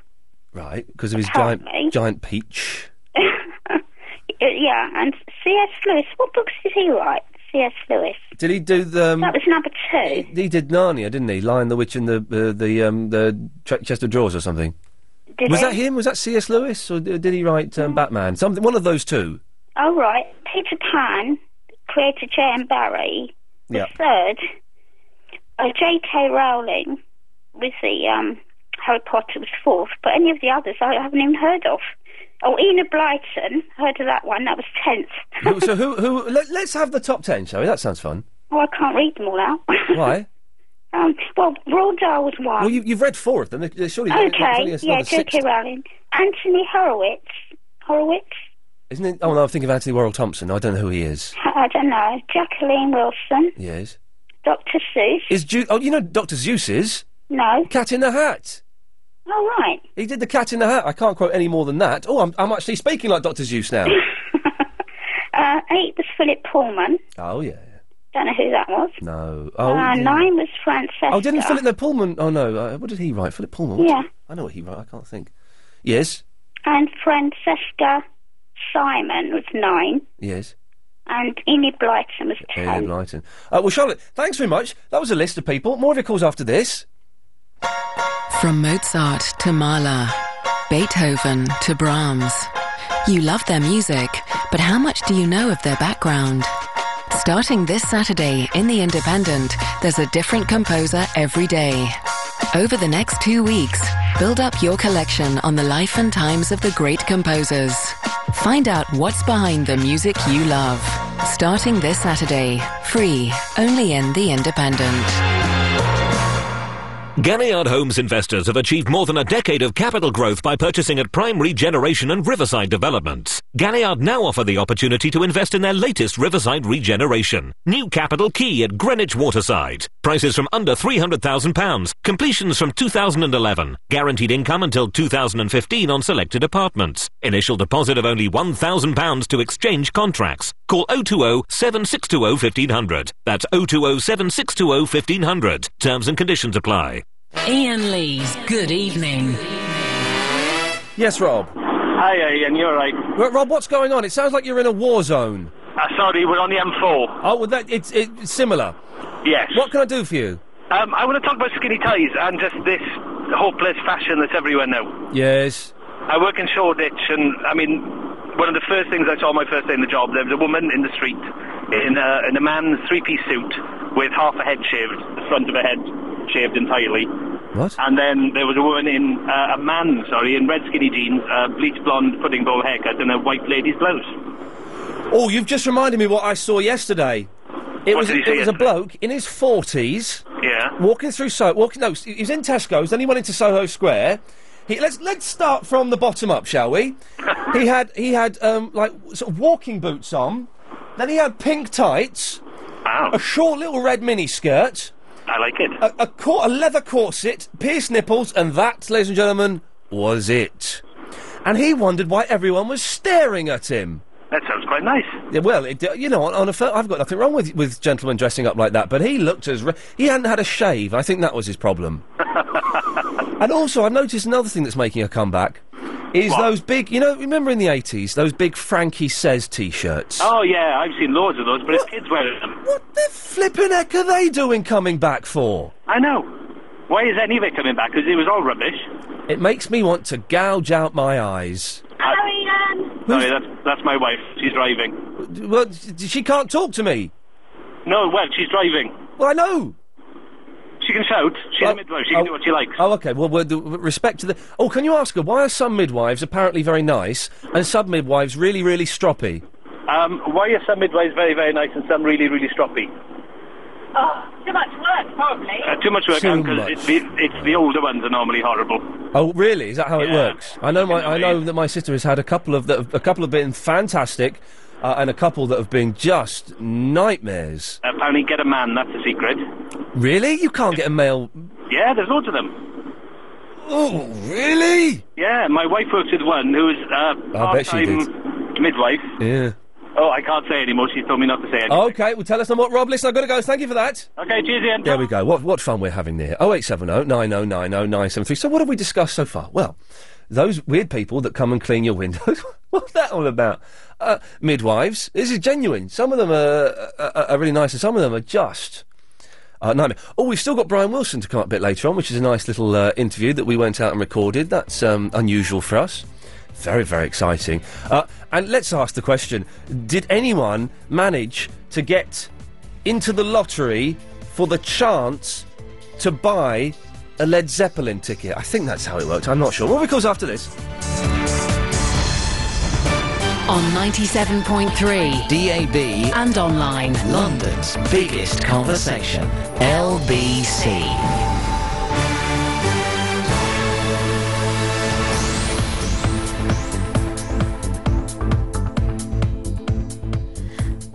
S1: Right, because of his
S15: Apparently.
S1: giant giant peach.
S15: Uh, yeah, and C.S. Lewis. What books did he write? C.S. Lewis.
S1: Did he do the? Um,
S15: that was number two.
S1: he did Narnia, didn't he? Lion, the Witch, and the uh, the um, the Ch- chest of drawers or something.
S15: Did
S1: was
S15: he?
S1: that him? Was that C.S. Lewis, or d- did he write um, Batman? Something, one of those two.
S15: All Oh, right. Peter Pan, creator J.M. Barrie.
S1: Yeah.
S15: Third, uh, J.K. Rowling was the um, Harry Potter was fourth, but any of the others I haven't even heard of. Oh, Enid Blyton, heard of that one? That was tenth.
S1: who, so who who? Let, let's have the top ten, shall we? That sounds fun.
S15: Oh, I can't read them all out.
S1: Why?
S15: Um, well, Roald Dahl was one.
S1: well, you, you've read four of them. There- There's surely there's only
S15: okay,
S1: another
S15: yeah,
S1: six.
S15: J.K. Rowling, Anthony Horowitz, Horowitz.
S1: Isn't it? Oh no, I'm thinking of Anthony Worrell Thompson. I don't know who he is.
S15: I don't know. Jacqueline Wilson,
S1: Yes.
S15: Dr. Seuss.
S1: Is Ju- oh you know Doctor Zeus is
S15: No.
S1: Cat in the Hat.
S15: All right.
S1: He did the Cat in the Hat. I can't quote any more than that. Oh, I'm, I'm actually speaking like Doctor Zeus now.
S15: Uh, eight was Philip Pullman.
S1: oh yeah.
S15: Don't know who that was.
S1: No. Oh. yeah.
S15: uh, Nine was Francesca.
S1: Oh, didn't Philip the Pullman? Oh no, uh, what did he write? Philip Pullman. what-
S15: Yeah.
S1: I know what he wrote. I can't think. Yes,
S15: And Francesca Simon was nine.
S1: yes.
S15: And Enid Blyton was ten.
S1: Caleb Lighton. Uh, well, Charlotte, thanks very much. That was a list of people. More of your calls after this.
S16: From Mozart to Mahler, Beethoven to Brahms. You love their music, but how much do you know of their background? Starting this Saturday in The Independent, there's a different composer every day. Over the next two weeks, build up your collection on the life and times of the great composers. Find out what's behind the music you love. Starting this Saturday, free, only in The Independent.
S17: Galliard Homes investors have achieved more than a decade of capital growth by purchasing at prime regeneration and riverside developments. Galliard now offer the opportunity to invest in their latest riverside regeneration. New capital key at Greenwich Waterside. Prices from under £300,000. Completions from 2011. Guaranteed income until 2015 on selected apartments. Initial deposit of only £1,000 to exchange contracts. Call 020 7620 1500. That's 020 7620 1500. Terms and conditions apply.
S16: Ian Lee's Good Evening.
S1: Yes, Rob.
S18: Hey, Ian, you're right.
S1: Ro- Rob, what's going on? It sounds like you're in a war zone.
S18: Uh, sorry, we're on the M4.
S1: Oh, well, that, it's, it's similar.
S18: Yes.
S1: What can I do for you?
S18: Um, I want to talk about skinny ties and just this hopeless fashion that's everywhere now.
S1: Yes.
S18: I work in Shoreditch, and I mean, one of the first things I saw my first day in the job, there was a woman in the street in a, in a man's three-piece suit with half a head shaved, the front of a head shaved entirely.
S1: What?
S18: And then there was a woman in, uh, a man, sorry, in red skinny jeans, uh, bleach blonde pudding bowl haircut, and a white lady's blouse.
S1: Oh, you've just reminded me what I saw yesterday. It
S18: What
S1: was
S18: did you
S1: it
S18: see
S1: was a
S18: yesterday?
S1: bloke in his forties.
S18: Yeah.
S1: Walking through Soho. Walking. No, he was in Tesco's. Then he went into Soho Square. He, let's let's start from the bottom up, shall we? he had he had um, like sort of walking boots on. Then he had pink tights. A short little red mini skirt.
S18: I like it.
S1: A, a, cor- a leather corset, pierced nipples, and that, ladies and gentlemen, was it. And he wondered why everyone was staring at him.
S18: That sounds quite nice.
S1: Yeah, well, it, uh, you know, on, on a fir- I've got nothing wrong with with gentlemen dressing up like that, but he looked as re- he hadn't had a shave. I think that was his problem. and also, I've noticed another thing that's making a comeback. Is those big, you know, remember in the 80s, those big Frankie Says t shirts?
S18: Oh yeah, I've seen loads of those, but it's kids wearing them.
S1: What the flippin' heck are they doing coming back for?
S18: I know. Why is any of it coming back? Because it was all rubbish.
S1: It makes me want to gouge out my eyes.
S19: Sorry, um,
S18: Sorry, that's that's my wife. She's driving.
S1: Well, she can't talk to me.
S18: No, well, she's driving.
S1: Well, I know.
S18: She can shout. She's a midwife. She can do what she likes.
S1: Oh, okay. Well, with the- with respect to the. Oh, can you ask her why are some midwives apparently very nice and some midwives really, really stroppy?
S18: Um, why are some midwives very, very nice and some really, really stroppy?
S20: Oh, too much work, probably.
S18: Uh, too much work,
S1: Too
S18: because it's the, it's the older ones are normally horrible.
S1: Oh, really? Is that how it works? I know. My, I know that my sister has had a couple of that. have- A couple have been fantastic, uh, and a couple that have been just nightmares.
S18: Apparently, get a man. That's the secret.
S1: Really? You can't get a male.
S18: Yeah, there's loads of them.
S1: Oh, really?
S18: Yeah, my wife works with one who's uh,
S1: I bet she
S18: part-time midwife.
S1: Yeah.
S18: Oh, I can't say anymore. She's told me not to say anything.
S1: Okay. Well, tell us on what Rob. Listen, I've got to go. Thank you for that.
S18: Okay, cheers, Ian.
S1: There we go. What what fun we're having there. 0870 9090 973. So what have we discussed so far? Well, those weird people that come and clean your windows. What's that all about? Uh, midwives. This is genuine. Some of them are, are, are really nice and some of them are just uh, nightmare. Oh, we've still got Brian Wilson to come up a bit later on, which is a nice little uh, interview that we went out and recorded. That's um, unusual for us. Very, very exciting. Uh, and let's ask the question Did anyone manage to get into the lottery for the chance to buy a Led Zeppelin ticket? I think that's how it worked. I'm not sure. More because after this.
S21: On 97.3
S7: DAB
S21: and online.
S7: London's biggest conversation, LBC.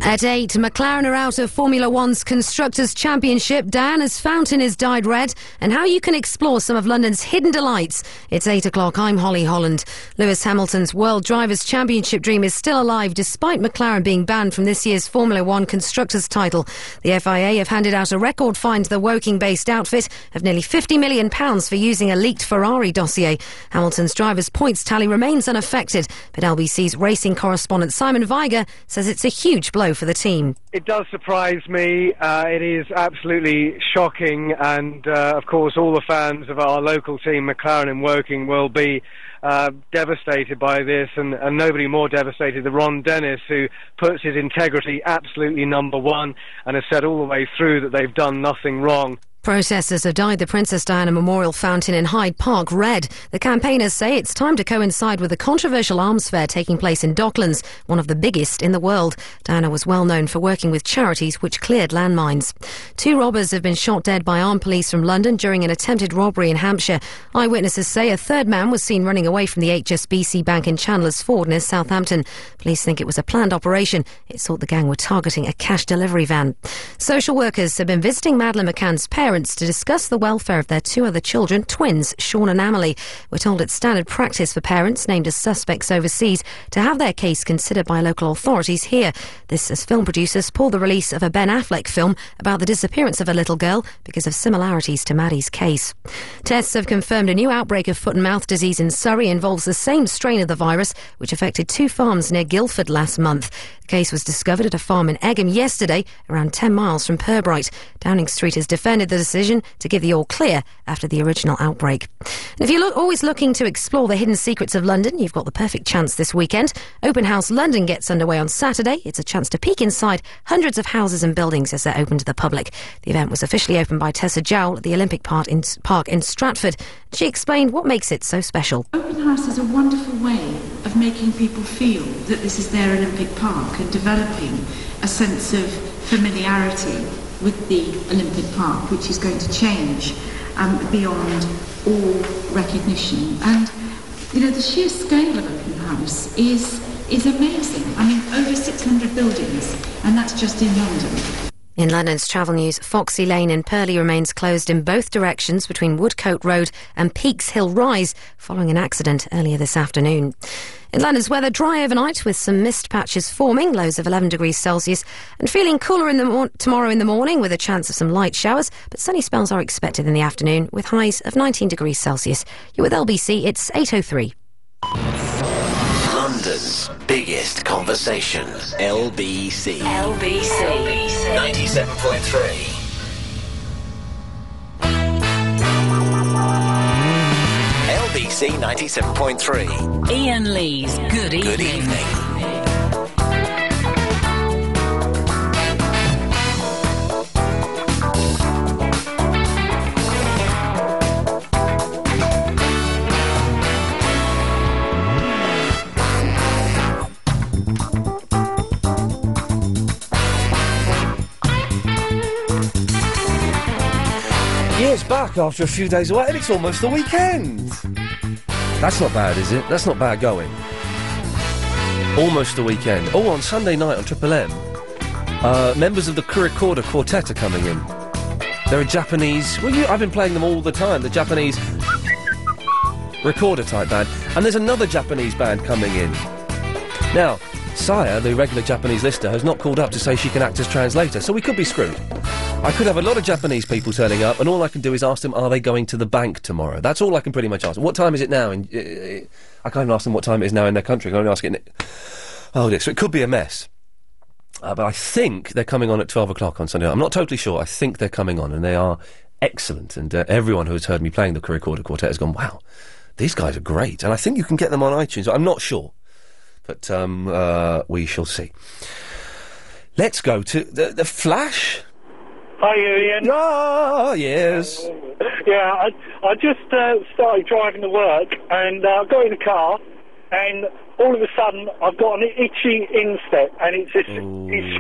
S8: At eight, McLaren are out of Formula One's Constructors' Championship. Dan, as fountain is dyed red, and how you can explore some of London's hidden delights. It's eight o'clock. I'm Holly Holland. Lewis Hamilton's World Drivers' Championship dream is still alive despite McLaren being banned from this year's Formula One Constructors' title. The FIA have handed out a record fine to the Woking based outfit of nearly £50 million for using a leaked Ferrari dossier. Hamilton's driver's points tally remains unaffected, but LBC's racing correspondent Simon Weiger says it's a huge blow for the team.
S22: It does surprise me. Uh, it is absolutely shocking, and uh, of course, all the fans of our local team, McLaren and Woking, will be uh, devastated by this, and, and nobody more devastated than Ron Dennis, who puts his integrity absolutely number one and has said all the way through that they've done nothing wrong.
S8: Protesters have dyed the Princess Diana Memorial Fountain in Hyde Park red. The campaigners say it's time to coincide with the controversial arms fair taking place in Docklands, one of the biggest in the world. Diana was well known for working with charities which cleared landmines. Two robbers have been shot dead by armed police from London during an attempted robbery in Hampshire. Eyewitnesses say a third man was seen running away from the HSBC Bank in Chandler's Ford near Southampton. Police think it was a planned operation. It thought the gang were targeting a cash delivery van. Social workers have been visiting Madeline McCann's parents to discuss the welfare of their two other children, twins, Sean and Amelie. We're told it's standard practice for parents named as suspects overseas to have their case considered by local authorities here. This as film producers pulled the release of a Ben Affleck film about the disappearance of a little girl because of similarities to Maddie's case. Tests have confirmed a new outbreak of foot and mouth disease in Surrey involves the same strain of the virus which affected two farms near Guildford last month. The case was discovered at a farm in Egham yesterday, around 10 miles from Purbright. Downing Street has defended the decision to give the all clear after the original outbreak. And if you're lo- always looking to explore the hidden secrets of London, you've got the perfect chance this weekend. Open House London gets underway on Saturday. It's a chance to peek inside hundreds of houses and buildings as they're open to the public. The event was officially opened by Tessa Jowell at the Olympic Park in, Park in Stratford. She explained what makes it so special.
S23: Open House is a wonderful way of making people feel that this is their Olympic Park and developing a sense of familiarity with the Olympic Park, which is going to change um, beyond all recognition. And, you know, the sheer scale of Open House is, is amazing. I mean, over 600 buildings, and that's just in London.
S8: In London's travel news, Foxy Lane in Purley remains closed in both directions between Woodcote Road and Peaks Hill Rise following an accident earlier this afternoon. In London's weather, dry overnight with some mist patches forming, lows of 11 degrees Celsius, and feeling cooler in the mor- tomorrow in the morning with a chance of some light showers, but sunny spells are expected oh in the afternoon with highs of 19 degrees Celsius. You're with LBC, it's 8.03.
S7: London's biggest conversation. LBC.
S11: LBC.
S7: 97.3. LBC 97.3.
S11: Ian Lee's Good Evening.
S7: Good evening.
S1: Years back after a few days away, and it's almost the weekend. That's not bad, is it? That's not bad going. Almost the weekend. Oh, on Sunday night on Triple M, uh, members of the Kurikoda Quartet are coming in. They're a Japanese. Well, you, I've been playing them all the time. The Japanese recorder type band, and there's another Japanese band coming in. Now, Saya, the regular Japanese lister, has not called up to say she can act as translator, so we could be screwed. I could have a lot of Japanese people turning up, and all I can do is ask them, are they going to the bank tomorrow? That's all I can pretty much ask. What time is it now? In, uh, I can't even ask them what time it is now in their country. I can only ask it. In, oh dear, so it could be a mess. Uh, but I think they're coming on at 12 o'clock on Sunday. night. I'm not totally sure. I think they're coming on, and they are excellent. And uh, everyone who has heard me playing the Kurikorda Quartet has gone, wow, these guys are great. And I think you can get them on iTunes. I'm not sure. But um, uh, we shall see. Let's go to the, the Flash.
S24: Hi, Ian.
S1: Ah, yes.
S24: Yeah, I, I just uh, started driving to work and uh, I got in the car and all of a sudden I've got an itchy instep and it's just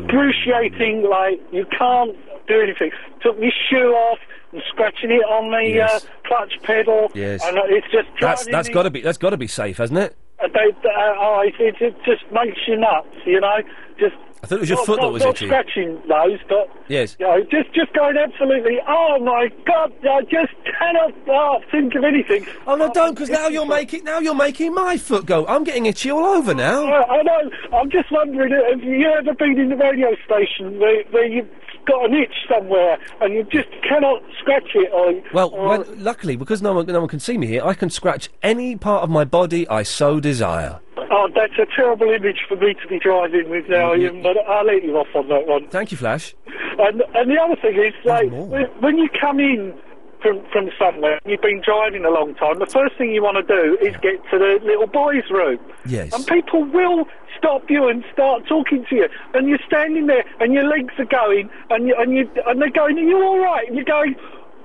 S24: excruciating, like you can't do anything. Took my shoe off and scratching it on the
S1: Yes.
S24: uh, clutch pedal.
S1: Yes.
S24: And uh, it's just
S1: That's
S24: driving
S1: that's
S24: me-
S1: got to be that's got to be safe, hasn't it?
S24: uh, they, uh, oh, it, it, it just makes you nuts, you know. Just
S1: I thought it was your
S24: not,
S1: foot that
S24: not-
S1: was
S24: not
S1: itchy.
S24: scratching those, but
S1: Yes.
S24: you know, just just going absolutely. Oh my God! I just cannot oh, think of anything.
S1: Oh no, don't! Because now you're making now you're making my foot go. I'm getting itchy all over now.
S24: I know. I'm just wondering, uh, have you ever been in the radio station where, where you've got an itch somewhere and you just cannot scratch it? Or
S1: Well,
S24: or,
S1: when, luckily, because no one, no one can see me here, I can scratch any part of my body I so desire.
S24: oh, that's a terrible image for me to be driving with now, Ian. But I'll let you off on that one.
S1: Thank you, Flash.
S24: And and the other thing is, like, when, when you come in from from somewhere, and you've been driving a long time. The first thing you want to do is get to the little boys' room.
S1: Yes.
S24: And people will stop you and start talking to you, and you're standing there, and your legs are going, and you, and you and they're going, "Are you all right?" And you're going,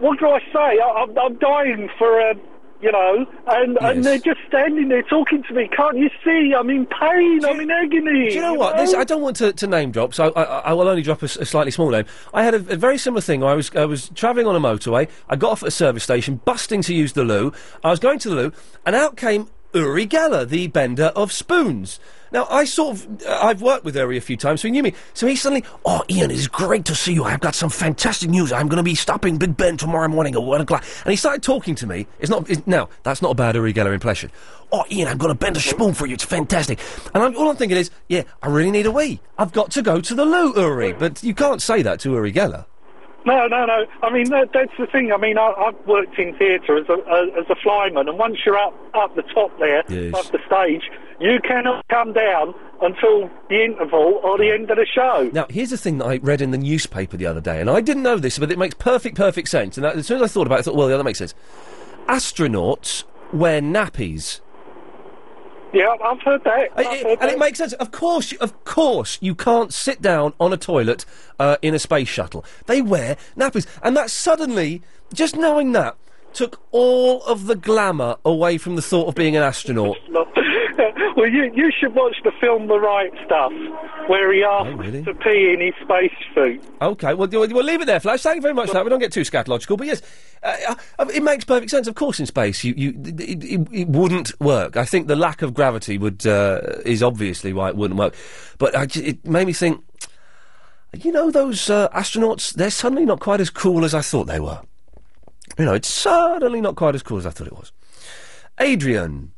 S24: "What do I say? I, I'm, I'm dying for um, a." You know, and, and they're just standing there talking to me. Can't you see? I'm in pain. I'm in agony.
S1: Do you know what? This, I don't want to, to name drop, so I, I, I will only drop a, s- a slightly small name. I had a, a very similar thing. Where I was I was travelling on a motorway. I got off at a service station, busting to use the loo. I was going to the loo, and out came Uri Geller, the bender of spoons. Now I sort of uh, I've worked with Uri a few times, so he knew me. So he suddenly, oh Ian, it's great to see you. I've got some fantastic news. I'm going to be stopping Big Ben tomorrow morning at one o'clock. And he started talking to me. It's not it's, now that's not a bad Uri Geller impression. Oh, Ian, I'm going to bend a spoon for you. It's fantastic. And I'm, all I'm thinking is, yeah, I really need a wee. I've got to go to the loo, Uri. But you can't say that to Uri Geller.
S24: No, no, no. I mean, that, that's the thing. I mean, I, I've worked in theatre as a, a as a flyman, and once you're up up the top there,
S1: Yes.
S24: up the stage, you cannot come down until the interval or the end of the show.
S1: Now, here's the thing that I read in the newspaper the other day, and I didn't know this, but it makes perfect, perfect sense. And that, as soon as I thought about it, I thought, well, yeah, that makes sense. Astronauts wear nappies.
S24: Yeah, I've heard that.
S1: I've heard and it makes sense. Of course, you- of course, you can't sit down on a toilet uh, in a space shuttle. They wear nappies, and that suddenly, just knowing that, took all of the glamour away from the thought of being an astronaut.
S24: well, you you should watch the film The Right Stuff, where he
S1: Oh,
S24: asks to pee in his space suit.
S1: Okay, well, we'll we'll leave it there, Flash. Thank you very much for that. We don't get too scatological, but yes, uh, uh, it makes perfect sense. Of course, in space, you, you it, it, it wouldn't work. I think the lack of gravity would uh, is obviously why it wouldn't work. But I, ju- it made me think, you know, those uh, astronauts, they're suddenly not quite as cool as I thought they were. You know, it's certainly not quite as cool as I thought it was. Adrian.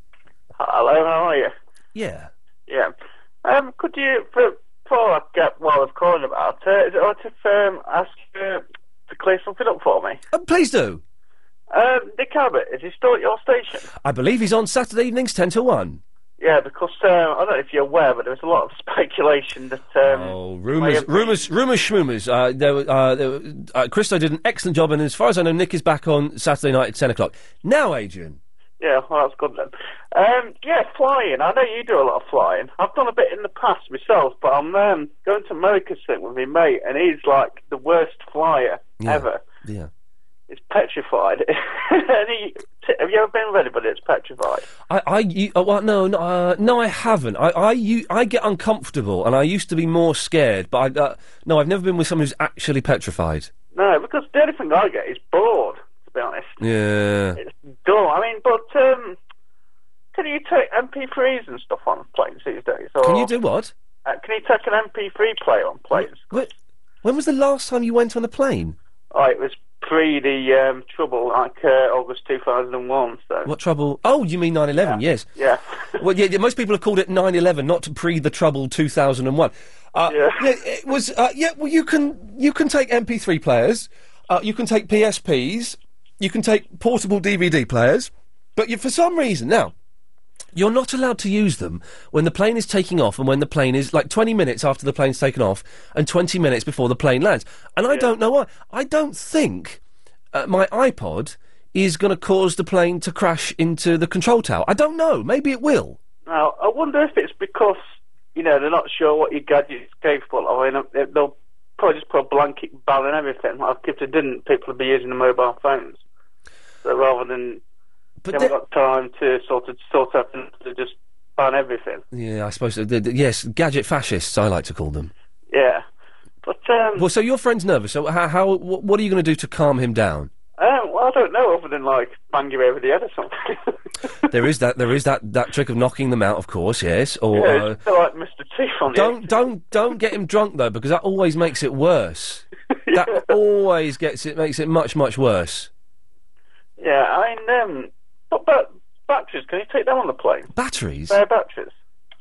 S25: Hello, how are you?
S1: Yeah.
S25: Yeah. Um, could you, for, before I get while I'm calling about it, is it alright if um, I ask you to clear something up for me?
S1: Uh, please do.
S25: Um, Nick Abbott, is he still at your station?
S1: I believe he's on Saturday evenings, 10 to 1.
S25: Yeah, because um, I don't know if you're aware, but there was a lot of speculation that um,
S1: Oh, rumors, rumors, rumors, schmoomers. Uh, there, were- uh, there, were- uh, Christo did an excellent job, and as far as I know, Nick is back on Saturday night at ten o'clock. Now, Adrian,
S25: Yeah, well, that's good then. Um, yeah, flying. I know you do a lot of flying. I've done a bit in the past myself, but I'm um, going to America soon with my mate, and he's like the worst flyer
S1: Yeah.
S25: ever.
S1: Yeah.
S25: He's petrified. and he, t- have you ever been with anybody that's petrified?
S1: I, I, you, uh, well, no, no, uh, no, I haven't. I, I, you, I get uncomfortable, and I used to be more scared, but I, uh, no, I've never been with someone who's actually petrified.
S25: No, because the only thing I get is bored, to be honest.
S1: Yeah.
S25: Dull. I mean, but um, can you take MP3s and stuff on planes these days? Or,
S1: Can you do what?
S25: Uh, can you take an MP3 player on planes?
S1: Wh- When was the last time you went on a plane?
S25: Oh, it was pre the um, trouble, like uh, August 2001. So
S1: What trouble? Oh, you mean 9 11, yes.
S25: Yeah.
S1: well, yeah, yeah, most people have called it 9 11, not pre the trouble 2001. Uh, yeah. It was, uh, yeah, well, you can, you can take MP3 players, uh, you can take PSPs, you can take portable DVD players, but you, for some reason, now, you're not allowed to use them when the plane is taking off and when the plane is like 20 minutes after the plane's taken off and 20 minutes before the plane lands. And I don't know why. I don't think uh, my iPod is going to cause the plane to crash into the control tower. I don't know. Maybe it will.
S25: now I wonder if it's because you know they're not sure what your gadget's capable of. I mean, they- they'll probably just put a blanket ban on everything. Like if they didn't, people would be using the mobile phones. So rather than
S1: but
S25: they haven't got time to sort of sort out and to just ban everything.
S1: Yeah, I suppose. th- th- yes, gadget fascists, I like to call them.
S25: Yeah. But um,
S1: Well, so your friend's nervous. So, how, how wh- what are you going to do to calm him down?
S25: um, well, I don't know other than like bang you over the head or something.
S1: there is that. There is that, that trick of knocking them out, of course. Yes, or
S25: yeah,
S1: uh,
S25: it's still like Mr. Teeth on the
S1: Don't don't don't get him drunk though, because that always makes it worse. That always gets it makes it much much worse.
S25: Yeah, I mean, um, but, but batteries, can you take them on the plane?
S1: Batteries.
S25: Spare batteries.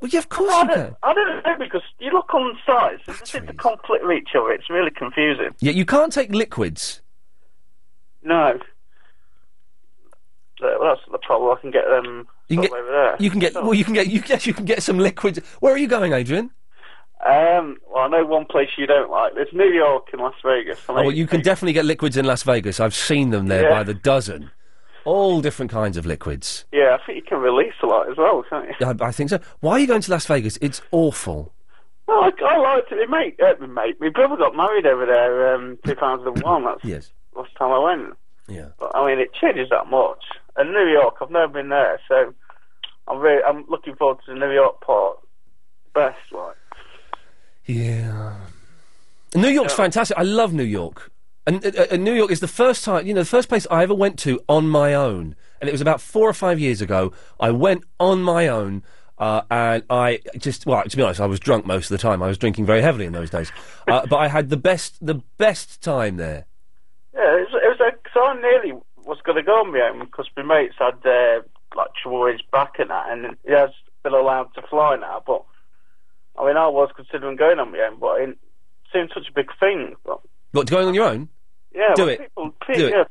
S1: Well, yeah, of course
S25: I
S1: you
S25: don't,
S1: can.
S25: I don't know because you look on size, and this is the conflict with each other. It's really confusing.
S1: Yeah, you can't take liquids.
S25: No. So, Uh, well, that's the problem. I can get um, them
S1: You can
S25: sort of over there.
S1: get you can get well you can get you yes you can get some liquids. Where are you going, Adrian?
S25: Um, well, I know one place you don't like. There's New York and Las Vegas. I
S1: Oh,
S25: mean,
S1: well, you can definitely get liquids in Las Vegas. I've seen them there
S25: Yeah.
S1: by the dozen. All different kinds of liquids.
S25: Yeah, I think you can release a lot as well, can't you?
S1: I, I think so. Why are you going to Las Vegas? It's awful.
S25: No, I, I liked it. My mate, uh, my mate, my brother got married over there um, 2001. That's
S1: Yes.
S25: the last time I went.
S1: Yeah.
S25: But I mean, it changes that much. And New York, I've never been there, so I'm really, I'm looking forward to the New York part. Best, like.
S1: Yeah. New York's fantastic. I love New York. And, uh, uh, and New York is the first time, you know, the first place I ever went to on my own. And it was about four or five years ago. I went on my own. Uh, and I just, well, to be honest, I was drunk most of the time. I was drinking very heavily in those days. Uh, but I had the best, the best time there.
S25: Yeah, it was, it was like, so I nearly was going to go on my own because my mates had uh, like trouble with his back and that, and he has been allowed to fly now. But I mean, I was considering going on my own, but it seemed such a big thing. But
S1: What, going on your own?
S25: yeah,
S1: Do
S25: well,
S1: it.
S25: People,
S1: Do
S25: pe-
S1: it.
S25: yeah,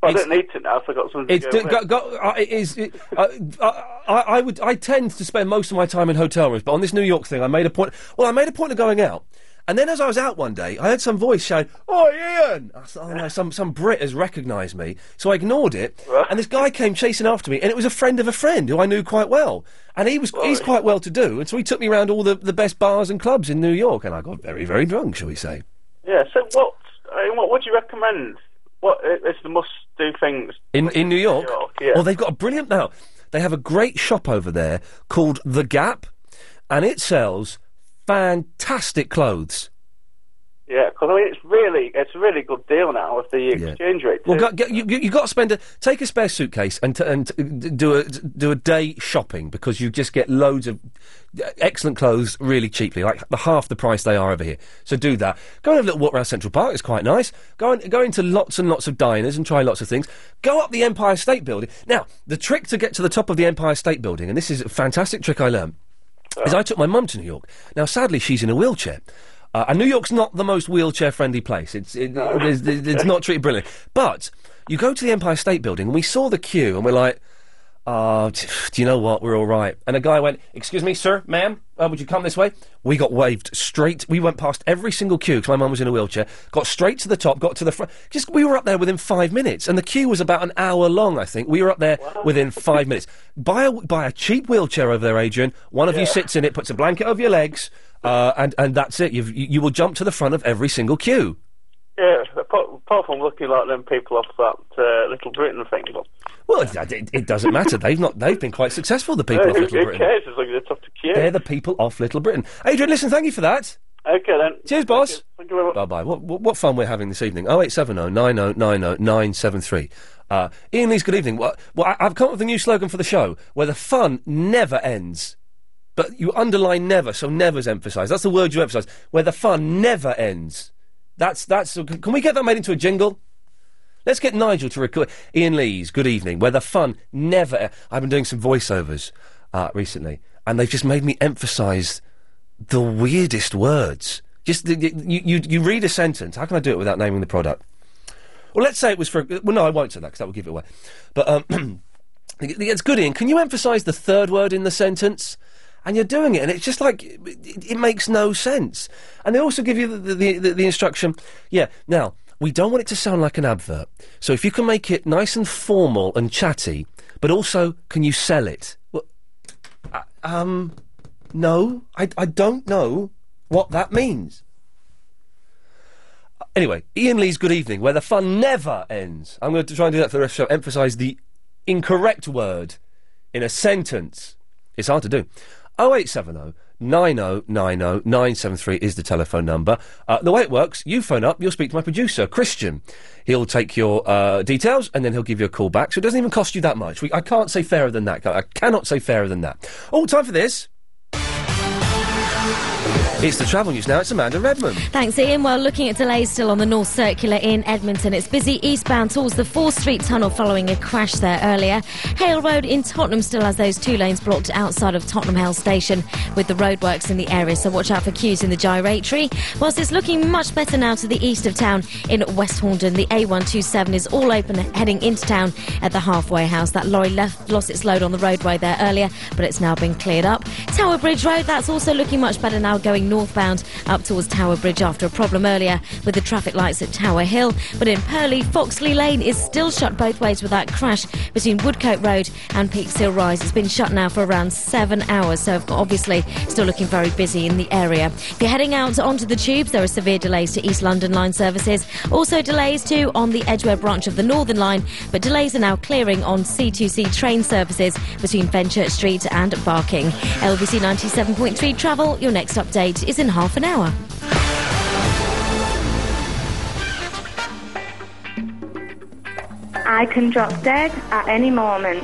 S25: but I
S1: It's-
S25: don't need to now. if I got something.
S1: It's
S25: to
S1: d-
S25: go
S1: go, go,
S25: with.
S1: uh, it is. It, uh, I, I I would. I tend to spend most of my time in hotel rooms, but on this New York thing, I made a point. Well, I made a point of going out, and then as I was out one day, I heard some voice shouting, "Oh, Ian!" I thought, "Oh no, some some Brit has recognised me," so I ignored it. And this guy came chasing after me, and it was a friend of a friend who I knew quite well, and he was he's quite well to do, and so he took me around all the, the best bars and clubs in New York, and I got very very drunk, shall we say?
S25: Yeah. So what? I mean, what would you recommend? What i- is the must-do things?
S1: In in New York.
S25: yeah.
S1: Well, they've got a brilliant now. They have a great shop over there called The Gap, and it sells fantastic clothes.
S25: Yeah, because I mean, it's really it's a really good deal now with the exchange rate.
S1: Well, go, go, you you you got to spend a take a spare suitcase and t- and t- d- do a do a day shopping because you just get loads of uh, excellent clothes really cheaply, like the half the price they are over here. So do that. Go and have a little walk around Central Park; it's quite nice. Go and go into lots and lots of diners and try lots of things. Go up the Empire State Building. Now, the trick to get to the top of the Empire State Building, and this is a fantastic trick I learned is I took my mum to New York. Now, sadly, she's in a wheelchair. Uh, and New York's not the most wheelchair friendly place. It's, it, it's, it's not treated brilliantly. But you go to the Empire State Building, and we saw the queue, and we're like, oh, t- do you know what? We're all right. And a guy went, excuse me, sir, ma'am, uh, would you come this way? We got waved straight. We went past every single queue because my mum was in a wheelchair. Got straight to the top, got to the front. Just we were up there within five minutes, and the queue was about an hour long. I think we were up there within five minutes. Buy a buy a cheap wheelchair over there, Adrian. One of you sits in it, puts a blanket over your legs, uh, and and that's it. You've, you you will jump to the front of every single queue.
S25: Yeah, apart, apart from looking like them people off that uh, Little Britain thing. But,
S1: Well, it, it, it doesn't matter. They've not. They've been quite successful. The people
S25: Yeah,
S1: of
S25: who,
S1: Little
S25: who
S1: Britain.
S25: cares as long as it's up to queue?
S1: They're the people off Little Britain. Adrian, listen. Thank you for that.
S25: Okay then.
S1: Cheers, boss.
S25: Thank you very much.
S1: Bye bye. What, what, what fun we're having this evening. 0870 90 90 973. Uh, Ian Lee's good evening. Well, well, I, I've come up with a new slogan for the show where the fun never ends. But you underline never, so never's emphasised. That's the word you emphasise. Where the fun never ends. That's, that's, can we get that made into a jingle? Let's get Nigel to record. Ian Lee's Good Evening, where the fun never. e- I've been doing some voiceovers uh, recently, and they've just made me emphasise the weirdest words. Just the, the, you, you, you read a sentence. How can I do it without naming the product? Well, let's say it was for. Well, no, I won't say that because that will give it away. But um, it's good, Ian. Can you emphasise the third word in the sentence? And you're doing it, and it's just like it, it- it makes no sense. And they also give you the, the, the, the instruction. Yeah. Now we don't want it to sound like an advert. So if you can make it nice and formal and chatty, but also can you sell it? Well, I- um, no, I, I don't know what that means. Anyway, Ian Lee's Good Evening, where the fun never ends. I'm going to try and do that for the rest of the show. Emphasise the incorrect word in a sentence. It's hard to do. 0870 9090 973 is the telephone number. Uh, the way it works, you phone up, you'll speak to my producer, Christian. He'll take your uh, details and then he'll give you a call back. So it doesn't even cost you that much. We, I can't say fairer than that. I cannot say fairer than that. Oh, time for this. It's the travel news now. It's Amanda Redmond.
S21: Thanks, Ian. Well, looking at delays still on the North Circular in Edmonton. It's busy eastbound towards the 4th Street Tunnel following a crash there earlier. Hale Road in Tottenham still has those two lanes blocked outside of Tottenham Hale Station with the roadworks in the area, so watch out for queues in the gyratory. Whilst it's looking much better now to the east of town in West Horndon, the A127 is all open heading into town at the halfway house. That lorry left lost its load on the roadway there earlier, but it's now been cleared up. Tower Bridge Road, that's also looking much better now going northbound up towards Tower Bridge after a problem earlier with the traffic lights at Tower Hill. But in Purley, Foxley Lane is still shut both ways with that crash between Woodcote Road and Peaks Hill Rise. It's been shut now for around seven hours, so obviously still looking very busy in the area. If you're heading out onto the tubes, there are severe delays to East London line services. Also delays too on the Edgware branch of the Northern line, but delays are now clearing on C2C train services between Fenchurch Street and Barking. LBC 97.3 travel, your next update is in half an hour.
S5: I can drop dead at any moment.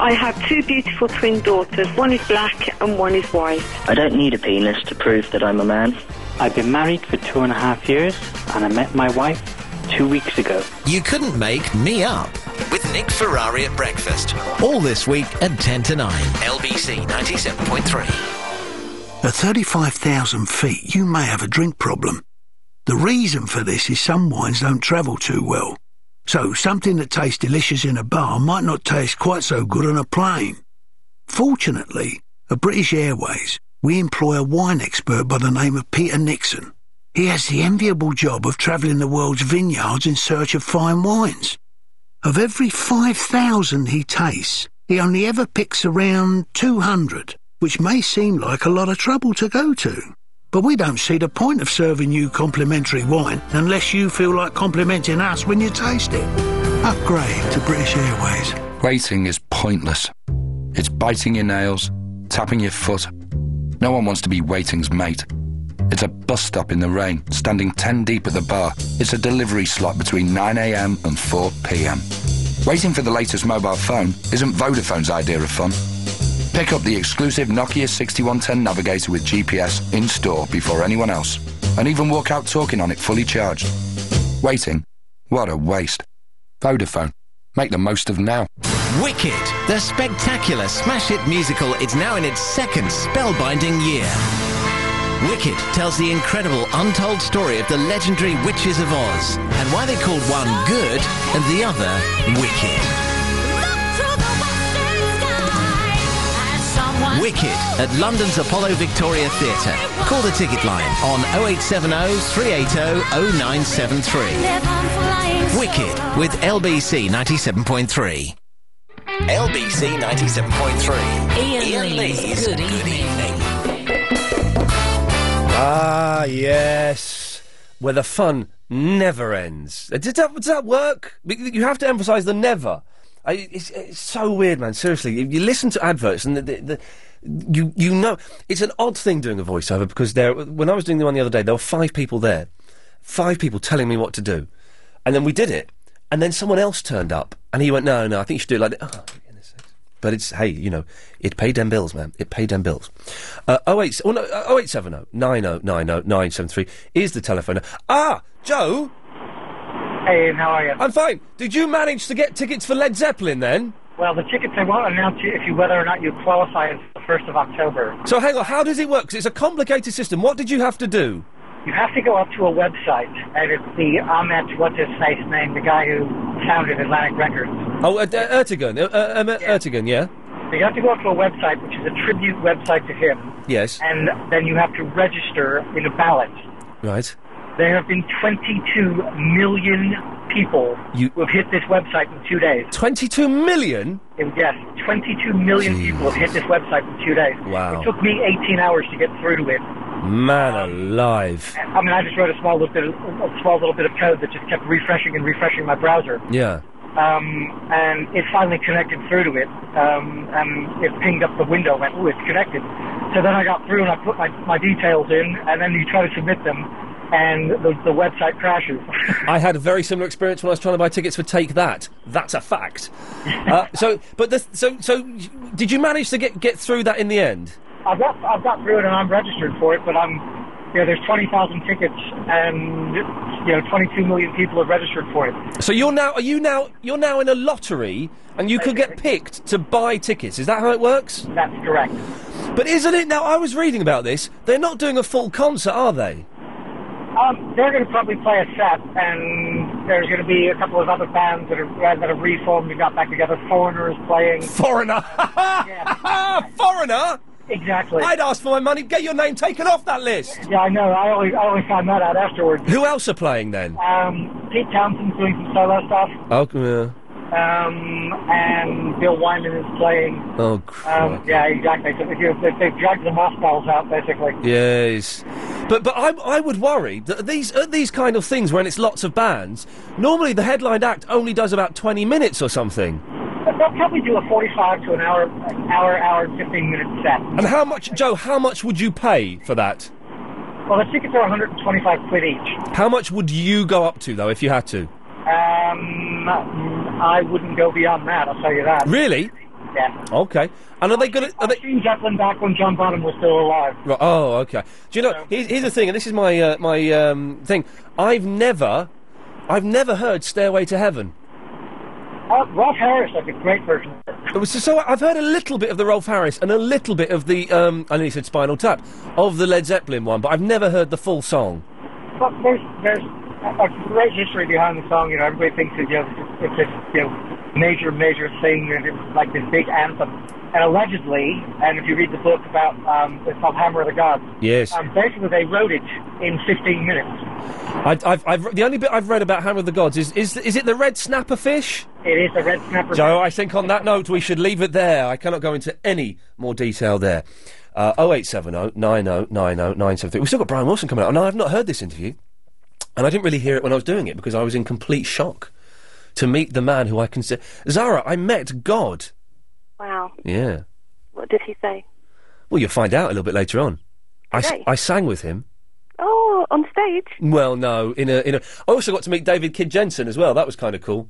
S5: I have two beautiful twin daughters. One is black and one is white.
S26: I don't need a penis to prove that I'm a man. I've been married for two and a half years, and I met my wife two weeks ago.
S7: You couldn't make me up. With Nick Ferrari at breakfast. All this week at 10 to 9. LBC 97.3.
S10: At 35,000 feet, you may have a drink problem. The reason for this is some wines don't travel too well. So, something that tastes delicious in a bar might not taste quite so good on a plane. Fortunately, at British Airways, we employ a wine expert by the name of Peter Nixon. He has the enviable job of travelling the world's vineyards in search of fine wines. Of every 5,000 he tastes, he only ever picks around 200, which may seem like a lot of trouble to go to. But we don't see the point of serving you complimentary wine unless you feel like complimenting us when you taste it. Upgrade to British Airways.
S27: Waiting is pointless. It's biting your nails, tapping your foot. No one wants to be waiting's mate. It's a bus stop in the rain, standing 10 deep at the bar. It's a delivery slot between 9am and 4pm. Waiting for the latest mobile phone isn't Vodafone's idea of fun. Pick up the exclusive Nokia 6110 Navigator with GPS in store before anyone else, and even walk out talking on it fully charged. Waiting? What a waste. Vodafone. Make the most of now.
S7: Wicked, the spectacular smash hit musical, is now in its second spellbinding year. Wicked tells the incredible untold story of the legendary Witches of Oz and why they called one good and the other wicked. Wicked at London's Apollo Victoria Theatre. Call the ticket line on 0870 380 0973. Wicked with LBC 97.3. LBC 97.3.
S11: Ian, Lee's Good Evening.
S1: Ah, yes. Where the fun never ends. Uh, Does that, does that work? Be- You have to emphasise the never. I, it's, it's so weird, man. Seriously, you, you listen to adverts and the, the, the, you, you know. It's an odd thing doing a voiceover because there, when I was doing the one the other day, there were five people there. Five people telling me what to do. And then we did it. And then someone else turned up and he went, no, no, I think you should do it like that. Oh, but it's hey, you know, it paid them bills, man. It paid them bills. Uh, 08, oh no, uh, 0870 9090 973 is the telephone. Ah, Joe.
S28: Hey, Ian, how are you?
S1: I'm fine. Did you manage to get tickets for Led Zeppelin then?
S28: Well, the tickets they won't announce you if you whether or not you qualify is the first of October.
S1: So hang on, how does it work? 'Cause it's a complicated system. What did you have to do?
S28: You have to go up to a website, and it's the Ahmet, what's his face name, the guy who founded Atlantic Records.
S1: Oh, uh, uh, Ertigun, uh, uh, um, uh, Ertigun, yeah,
S28: So you have to go up to a website which is a tribute website to him,
S1: yes,
S28: and then you have to register in a ballot.
S1: right.
S28: There have been 22 million people
S1: You-
S28: who have hit this website in two days.
S1: 22 million?
S28: Yes, 22 million people have hit this website in two days.
S1: Wow.
S28: It took me 18 hours to get through to it.
S1: Man alive.
S28: I mean, I just wrote a small little bit, of, a small little bit of code that just kept refreshing and refreshing my browser,
S1: Yeah.
S28: um, and it finally connected through to it, um, and it pinged up the window, went, "Ooh, it's connected." So then I got through and I put my, my details in, and then you try to submit them, and the, the website crashes.
S1: I had a very similar experience when I was trying to buy tickets for Take That. That's a fact. uh, so, but the, so, so, y- did you manage to get get through that in the end?
S28: I've got I've got through it and I'm registered for it, but I'm you know there's 20,000 tickets and you know 22 million people have registered for it.
S1: So you're now are you now you're now in a lottery and you could get picked to buy tickets. Is that how it works?
S28: That's correct.
S1: But isn't it now I was reading about this. They're not doing a full concert, are they?
S28: Um, they're going to probably play a set, and there's going to be a couple of other bands that are that have reformed and got back together. Foreigner is playing.
S1: Foreigner. Foreigner?
S28: Exactly.
S1: I'd ask for my money. Get your name taken off that list.
S28: Yeah, I know. I only I only found that out afterwards.
S1: Who else are playing then?
S28: Um, Pete Townsend's doing some solo stuff,
S1: Oh, uh,
S28: um, and Bill Wyman is playing.
S1: oh, crap.
S28: Um, yeah, exactly. So if you, if they've dragged the mothballs out, basically.
S1: Yes, but but I, I would worry that these at these kind of things when it's lots of bands, normally the headline act only does about twenty minutes or something.
S28: But they'll probably do a 45 to an hour, an hour, hour and 15 minute set.
S1: And how much, Joe? How much would you pay for that?
S28: Well, the tickets are 125 quid each.
S1: How much would you go up to though if you had to?
S28: Um, I wouldn't go beyond that. I'll tell you that.
S1: Really?
S28: Yeah.
S1: Okay. And are they going to? Are they?
S28: Seen Zeppelin back when John Bonham was still alive.
S1: Right, oh, okay. Do you know? Here's, here's the thing, and this is my uh, my um, thing. I've never, I've never heard "Stairway to Heaven."
S28: Uh, Rob Harris, like a great version.
S1: It was so I've heard a little bit of the Rolf Harris and a little bit of the um, I nearly said Spinal Tap of the Led Zeppelin one, but I've never heard the full song.
S28: But there's there's a a great history behind the song. You know, everybody thinks that you know it's this you know major major thing and it's like this big anthem. And allegedly, and if you read the book about um, it's called Hammer of the Gods.
S1: Yes.
S28: Um, basically, they wrote it in 15 minutes.
S1: I, I've, I've, the only bit I've read about Hammer of the Gods is is is it the red snapper fish?
S28: It is a red snapper.
S1: Joe, I think on that note we should leave it there. I cannot go into any more detail there. Uh, 0870 9090 973. We've still got Brian Wilson coming out. No, I've not heard this interview. And I didn't really hear it when I was doing it because I was in complete shock to meet the man who I consider. Zara, I met God.
S5: Wow.
S1: Yeah.
S5: What did he say?
S1: Well, you'll find out a little bit later on. I, s-
S5: Today?
S1: I sang with him.
S5: Oh, on stage?
S1: Well, no, in a in a. I also got to meet David Kid Jensen as well. That was kind of cool.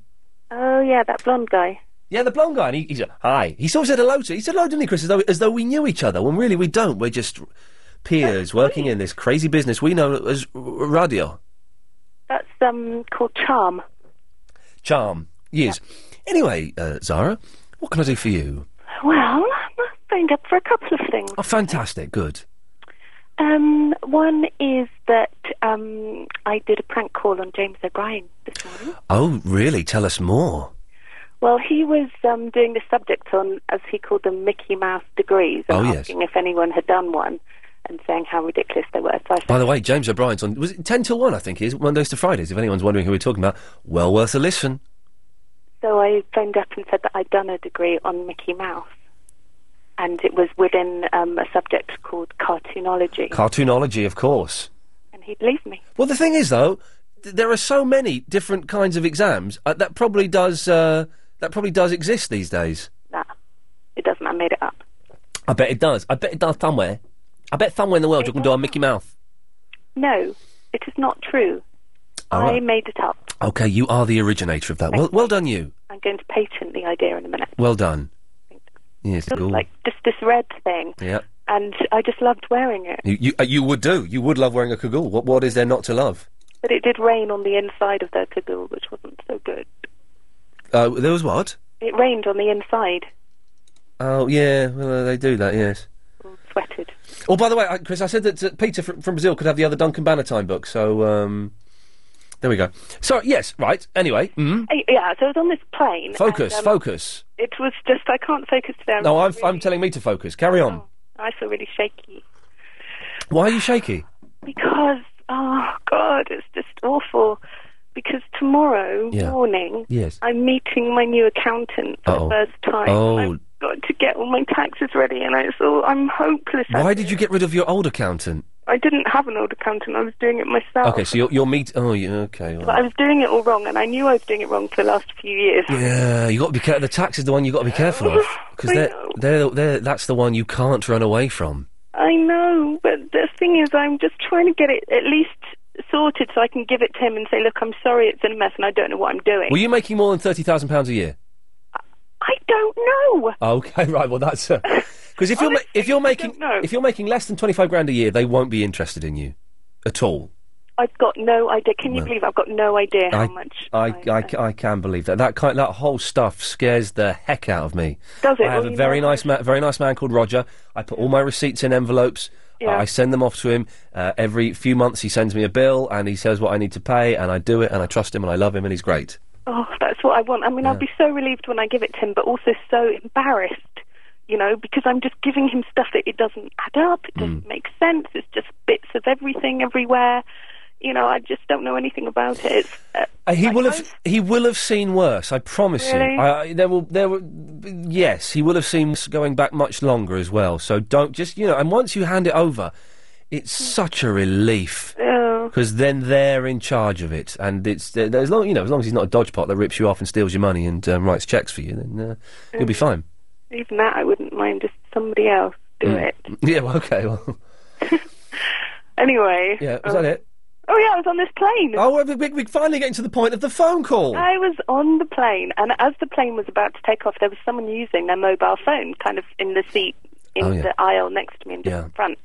S5: Oh, yeah, that blonde guy.
S1: Yeah, the blonde guy. And he, he said hi. He sort of said hello to. He said hello, didn't he, Chris? As though as though we knew each other. When really we don't. We're just peers working in this crazy business we know as r- radio
S5: That's um called Charm.
S1: charm. Yes. Anyway, uh, Zara, what can I do for you?
S5: Well, I'm phoned up for a couple of things.
S1: Oh, fantastic. Good.
S5: Um, one is that um, I did a prank call on James O'Brien this morning.
S1: Oh, really? Tell us more.
S5: Well, he was um, doing the subject on, as he called them, Mickey Mouse degrees, and
S1: Oh, yes.
S5: asking if anyone had done one, and saying how ridiculous they were. So I
S1: By the way, James O'Brien's on. Was it 10 till 1, I think, it is Mondays to Fridays. If anyone's wondering who we're talking about, well worth a listen.
S5: So I phoned up and said that I'd done a degree on Mickey Mouse, and it was within um, a subject called cartoonology,
S1: Cartoonology, of course.
S5: and he believed me.
S1: Well, the thing is, though, th- there are so many different kinds of exams uh, that probably does uh, that probably does exist these days.
S5: Nah, it doesn't. I made it up.
S1: I bet it does. I bet it does somewhere. I bet somewhere in the world you can do a Mickey Mouth.
S5: No, it is not true.
S1: All
S5: I
S1: right.
S5: made it up.
S1: Okay, you are the originator of that. Well, well done, you.
S5: I'm going to patent the idea in a minute.
S1: Well done. Yes, cool.
S5: Like just this red thing,
S1: yeah.
S5: and I just loved wearing it.
S1: You you, uh, you would do. You would love wearing a cagoule. What what is there not to love?
S5: But it did rain on the inside of their cagoule, which wasn't so good.
S1: Uh, there was what?
S5: It rained on the inside.
S1: Oh yeah, well uh, they do that. Yes.
S5: Sweated.
S1: Oh, by the way, I, Chris, I said that uh, Peter from, from Brazil could have the other Duncan Bannatyne book. So um, there we go. So yes, right. Anyway, mm,
S5: Eh, Yeah, so I was on this plane.
S1: focus,
S5: and, um,
S1: focus.
S5: It was just I can't focus today. I'm Oh.
S1: No, I'm, I'm telling me to focus. Carry on.
S5: I feel really shaky
S1: Why are you shaky?
S5: because oh god, it's just awful. Because tomorrow
S1: Yeah.
S5: morning,
S1: Yes.
S5: I'm meeting my new accountant for
S1: Uh-oh.
S5: the first time.
S1: Oh.
S5: I've got to get all my taxes ready, and it's all I'm hopeless. at
S1: Why
S5: it.
S1: did you get rid of your old accountant?
S5: I didn't have an old accountant. I was doing it myself.
S1: Okay, so you're, you're meet. Oh, yeah, okay. all
S5: But I
S1: right.
S5: was doing it all wrong, and I knew I was doing it wrong for the last few years.
S1: Yeah, you got to be careful. The tax is the one you got to be careful of because they're, they're, they're, that's the one you can't run away from.
S5: I know, but the thing is, I'm just trying to get it at least sorted so I can give it to him and say, look, I'm sorry, it's in a mess, and I don't know what I'm doing.
S1: Were you making more than thirty thousand pounds a year?
S5: I don't know.
S1: Okay, right. Well, that's because if you're ma- if you're making if you're making less than twenty five grand a year, they won't be interested in you at all.
S5: I've got no idea. Can you
S1: No.
S5: believe I've got no idea how
S1: I,
S5: much?
S1: I, I, ca- I can believe that that kind that whole stuff scares the heck out of me.
S5: Does it?
S1: I have
S5: Well,
S1: a
S5: you
S1: very nice ma- very nice man called Roger. I put all my receipts in envelopes.
S5: Yeah.
S1: I send them off to him uh, every few months. He sends me a bill and he says what I need to pay, and I do it, and I trust him, and I love him, and he's great.
S5: Oh, that's what I want. I mean, I'll be so relieved when I give it to him, but also so embarrassed, you know, because I'm just giving him stuff that it doesn't add up, it
S1: Mm.
S5: doesn't make sense. It's just bits of everything everywhere. You know, I just don't know anything about it. It's, uh,
S1: Uh, he will have he will have seen worse. I promise
S5: Really?
S1: you. I, I- there will there will, yes, he will have seen worse going back much longer as well. So don't just you know. And once you hand it over, it's
S5: Hmm.
S1: such a relief
S5: oh,
S1: because then they're in charge of it, and it's th- as long you know as long as he's not a dodgepot that rips you off and steals your money and um, writes checks for you, then uh,
S5: Hmm.
S1: you'll be fine.
S5: even that I wouldn't mind. Just somebody else do
S1: Mm.
S5: it.
S1: Yeah. Well, okay. Well.
S5: Anyway.
S1: Yeah. Was
S5: um,
S1: that it?
S5: Oh yeah, I was on this plane.
S1: Oh, we're, we we're finally getting to the point of the phone call.
S5: I was on the plane, and as the plane was about to take off, there was someone using their mobile phone, kind of in the seat in
S29: Oh, yeah.
S5: the aisle next to me in the
S29: Yeah.
S5: front.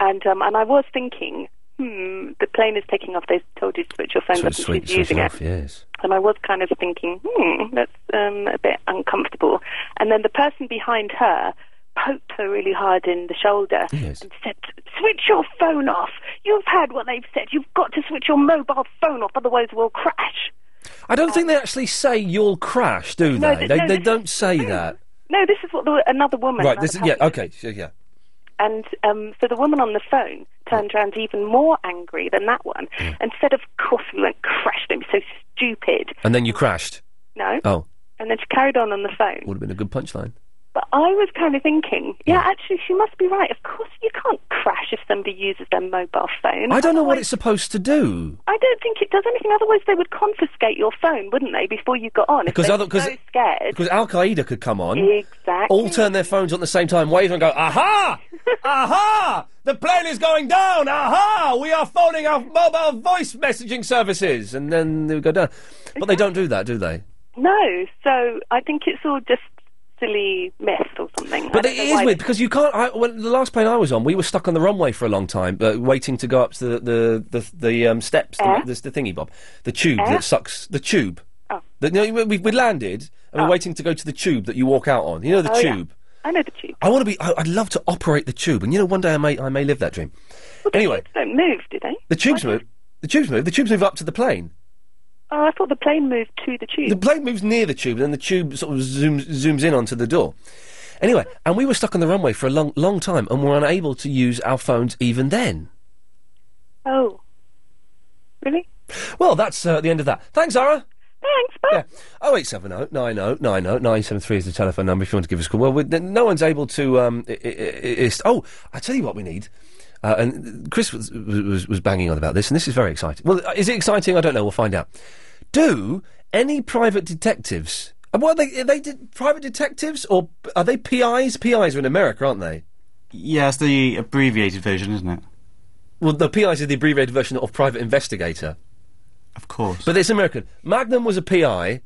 S5: And um, and I was thinking, hmm, the plane is taking off. They told you to switch your phone
S1: Sort
S5: off,
S1: of
S5: and
S1: sweet-
S5: she's using
S1: sweet
S5: it.
S1: off, yes.
S5: And I was kind of thinking, hmm, that's um, a bit uncomfortable. And then the person behind her poked her really hard in the shoulder and said, switch your phone off. You've heard what they've said. You've got to switch your mobile phone off, otherwise we'll crash.
S1: I don't think they actually say you'll crash, do
S5: No,
S1: they?
S5: th-
S1: they
S5: no,
S1: they
S5: this-
S1: don't say that.
S5: No, this is what the, another woman.
S1: Right.
S5: another
S1: This is yeah.
S5: passenger-
S1: Okay. so, Yeah.
S5: And um, so the woman on the phone
S1: Hmm.
S5: turned around even more angry than that one and said, "Of course we went crashed. Don't be so stupid."
S1: And then you crashed.
S5: No.
S1: Oh,
S5: And then she carried on on the phone.
S1: would have been a good punchline.
S5: But I was kind of thinking, yeah, actually, she must be right. Of course, you can't crash if somebody uses their mobile phone.
S1: I don't know what it's supposed to do.
S5: I don't think it does anything. Otherwise, they would confiscate your phone, wouldn't they, before you got on? If
S1: Because
S5: they
S1: other-
S5: were
S1: 'cause-
S5: so scared.
S1: Because Al Qaeda could come on,
S5: Exactly.
S1: all turn their phones on at the same time, wave and go, aha! aha! The plane is going down! Aha! We are phoning our mobile voice messaging services! And then they would go down. But they don't do that, do they?
S5: No, so I think it's all just silly myth or something.
S1: But
S5: I don't
S1: it
S5: know
S1: is
S5: why
S1: weird because you can't. I, well, the last plane I was on, we were stuck on the runway for a long time, uh, waiting to go up to the the the, the um, steps, the-
S5: Eh?
S1: the, the, thingy bob, the tube
S5: Eh?
S1: that sucks the tube. Oh. The, no, we, we we landed and we're waiting to go to the tube that you walk out on. You know the
S5: Oh, yeah.
S1: tube.
S5: I know the tube.
S1: I want to be. I, I'd love to operate the tube, and you know, one day I may I may live that dream. anyway,
S5: They don't move, do they?
S1: the tubes move. The tubes move. The tubes move up to the plane.
S5: Oh, I thought the plane moved to the tube.
S1: The plane moves near the tube, and then the tube sort of zooms zooms in onto the door. Anyway, and we were stuck on the runway for a long, long time, and were unable to use our phones even then.
S5: Oh. Really?
S1: Well, that's uh, the end of that. Thanks, Ara. Thanks, bye. Yeah. Oh eight seven oh nine oh nine oh nine seven three is the telephone number if you want to give us a call. Well, we n- no one's able to. Um, i- i- i- ist- oh, I tell you what we need. Uh, and Chris was, was was banging on about this, and this is very exciting. Well, is it exciting? I don't know. We'll find out. Do any private detectives? uh, What are they? Are they de- private detectives or are they PIs? PIs are in America, aren't they?
S29: Yeah, it's the abbreviated version, isn't it?
S1: Well, the PIs is the abbreviated version of private investigator. Of course. But it's American. Magnum was a PI,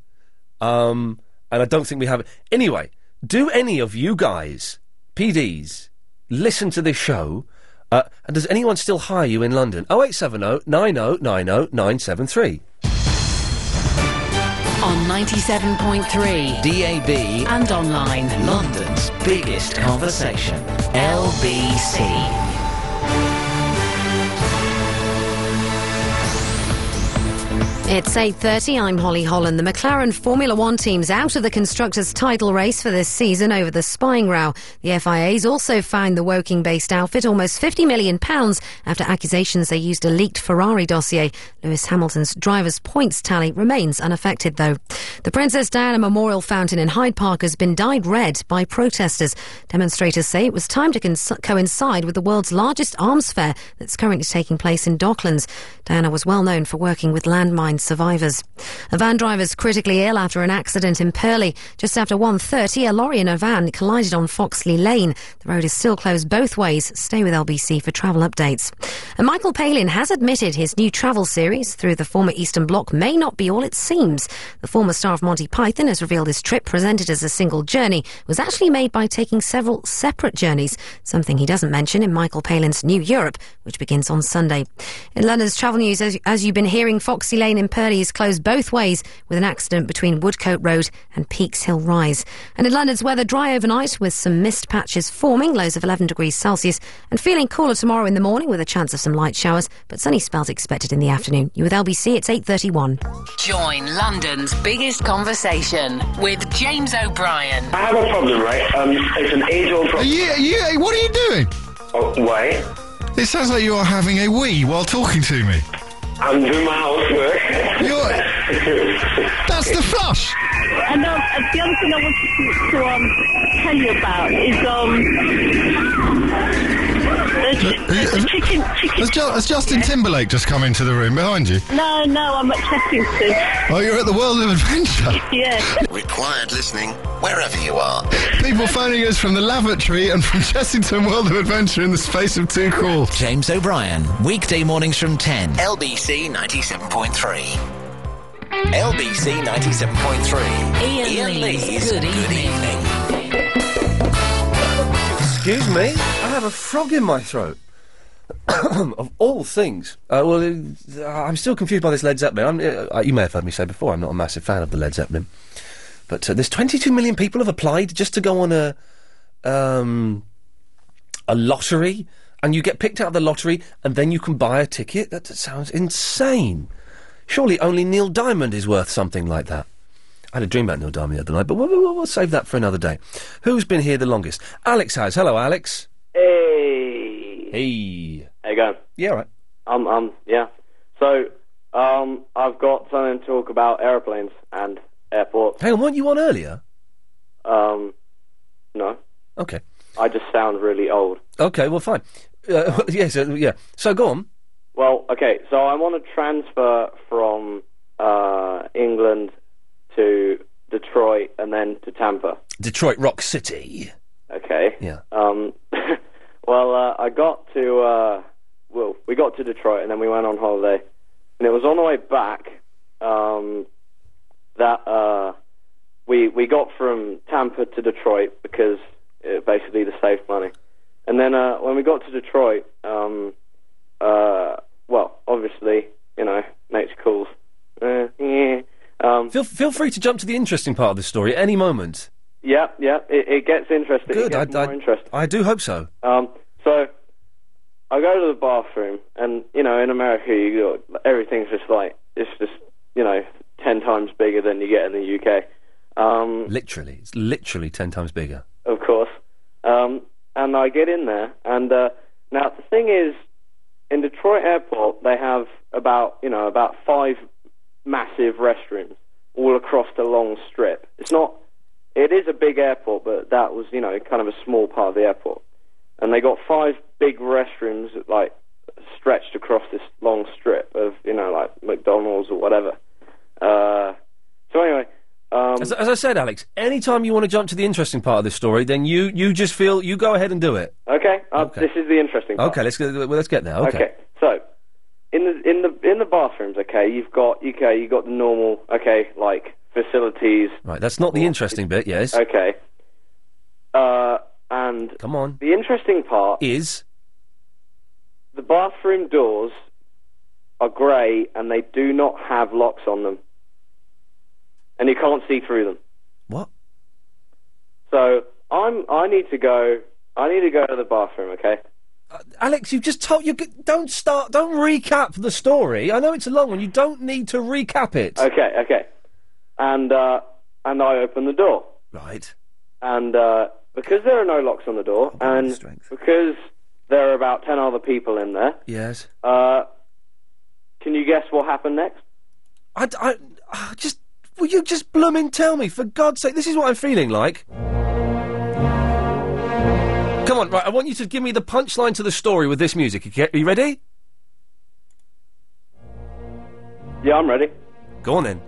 S1: um, and I don't think we have it. Anyway, do any of you guys, PDs, listen to this show? Uh, and does anyone still hire you in London? 0870 9090 973.
S11: On 97.3
S7: DAB
S11: and online.
S7: London's biggest conversation. LBC.
S8: It's 8.30, I'm Holly Holland. The McLaren Formula One team's out of the Constructors' title race for this season over the spying row. The FIA's also fined the Woking-based outfit almost £50 million after accusations they used a leaked Ferrari dossier. Lewis Hamilton's driver's points tally remains unaffected, though. The Princess Diana Memorial Fountain in Hyde Park has been dyed red by protesters. Demonstrators say it was timed to cons- coincide with the world's largest arms fair that's currently taking place in Docklands. Diana was well known for working with landmine survivors. A van driver's critically ill after an accident in Purley. Just after 1.30, a lorry and a van collided on Foxley Lane. The road is still closed both ways. Stay with LBC for travel updates. And Michael Palin has admitted his new travel series through the former Eastern Bloc may not be all it seems. The former star of Monty Python has revealed his trip, presented as a single journey, was actually made by taking several separate journeys, something he doesn't mention in Michael Palin's New Europe, which begins on Sunday. In London's travel news, as, as you've been hearing, Foxy Lane in Purley is closed both ways with an accident between Woodcote Road and Peaks Hill Rise. And in London's weather, dry overnight with some mist patches forming, lows of 11 degrees Celsius, and feeling cooler tomorrow in the morning with a chance of some light showers, but sunny spells expected in the afternoon. You with LBC, it's 8.31.
S11: Join London's biggest conversation with James O'Brien.
S30: I have a problem, right? Um, it's an age-old problem.
S12: Yeah, yeah, what are you doing?
S30: Oh, wait.
S12: It sounds like you are having a wee while talking to me.
S30: I'm doing my housework.
S12: That's the flush.
S13: And um, the other thing I wanted to, to um, tell you about is um, the, the chicken, chicken.
S12: Has, Ju- has Justin Timberlake just come into the room behind you?
S13: No, no, I'm at Chessington.
S12: Oh, you're at the World of Adventure.
S13: Yeah.
S7: Required listening wherever you are.
S12: People phoning us from the lavatory and from Chessington World of Adventure in the space of two calls.
S7: James O'Brien, weekday mornings from 10. LBC 97.3. LBC 97.3.
S11: Ian, Lee's, Good Evening.
S1: Excuse me, I have a frog in my throat. of all things, uh, well, uh, I'm still confused by this Led Zeppelin. I'm, uh, you may have heard me say before, I'm not a massive fan of the Led Zeppelin, but uh, there's 22 million people have applied just to go on a um, a lottery, and you get picked out of the lottery, and then you can buy a ticket. That, that sounds insane. Surely only Neil Diamond is worth something like that. I had a dream about Neil Diamond the other night, but we'll, we'll, we'll save that for another day. Who's been here the longest? Alex has. Hello, Alex.
S30: Hey.
S1: Hey.
S30: How you going?
S1: Yeah, right.
S30: Um, um, yeah. So, um, I've got something to talk about aeroplanes and airports.
S1: Hang on, weren't you on earlier?
S30: Um, no.
S1: Okay.
S30: I just sound really old.
S1: Okay, well, fine. Uh, yes, uh, yeah. So go on.
S30: Well, okay, so I want to transfer from uh, England to Detroit and then to Tampa.
S1: Detroit Rock City.
S30: Okay.
S1: Yeah.
S30: Um, well, uh, I got to uh, well, we got to Detroit and then we went on holiday, and it was on the way back um, that uh, we we got from Tampa to Detroit because uh, basically to save money, and then uh, when we got to Detroit, um, uh, well, obviously you know makes calls. Uh, yeah. Um,
S1: Feel, feel free to jump to the interesting part of the story at any moment.
S30: yeah, yeah. It, it gets interesting.
S1: Good,
S30: It
S1: I,
S30: gets more
S1: I,
S30: interesting.
S1: I do hope so.
S30: Um, so I go to the bathroom, and you know, in America, you got, everything's just like it's just you know, ten times bigger than you get in the UK. Um,
S1: Literally, it's literally ten times bigger.
S30: of course. Um, and I get in there, and uh, now the thing is, in Detroit Airport, they have about you know about five massive restrooms all across the long strip. It's not, it is a big airport, but that was you know kind of a small part of the airport, and they got five big restrooms like stretched across this long strip of you know like McDonald's or whatever. Uh, so anyway. Um,
S1: As, as I said, Alex, anytime you want to jump to the interesting part of this story, then you you just feel you go ahead and do it.
S30: Okay, uh,
S1: Okay.
S30: this is the interesting part.
S1: Okay, let's go. Well, let's get there. Okay.
S30: so in the in the in the bathrooms, okay, you've got okay, you've got the normal okay, like facilities.
S1: Right, that's not the interesting bit. Yes.
S30: Okay. Uh, and
S1: come on.
S30: The interesting part
S1: is
S30: the bathroom doors are grey and they do not have locks on them, and you can't see through them.
S1: What?
S30: So I'm I need to go. I need to go to the bathroom. Okay.
S1: Alex, you've just told you g- don't start. Don't recap the story. I know it's a long one. You don't need to recap it.
S30: Okay, okay. And uh, and I open the door.
S1: Right.
S30: And uh, because there are no locks on the door, and because there are about ten other people in there,
S1: Yes.
S30: uh, can you guess what happened next?
S1: I, I, I just will you just blooming tell me for God's sake? This is what I'm feeling like. Come on, right. I want you to give me the punchline to the story with this music. Okay, are you ready?
S30: Yeah, I'm ready.
S1: Go on then.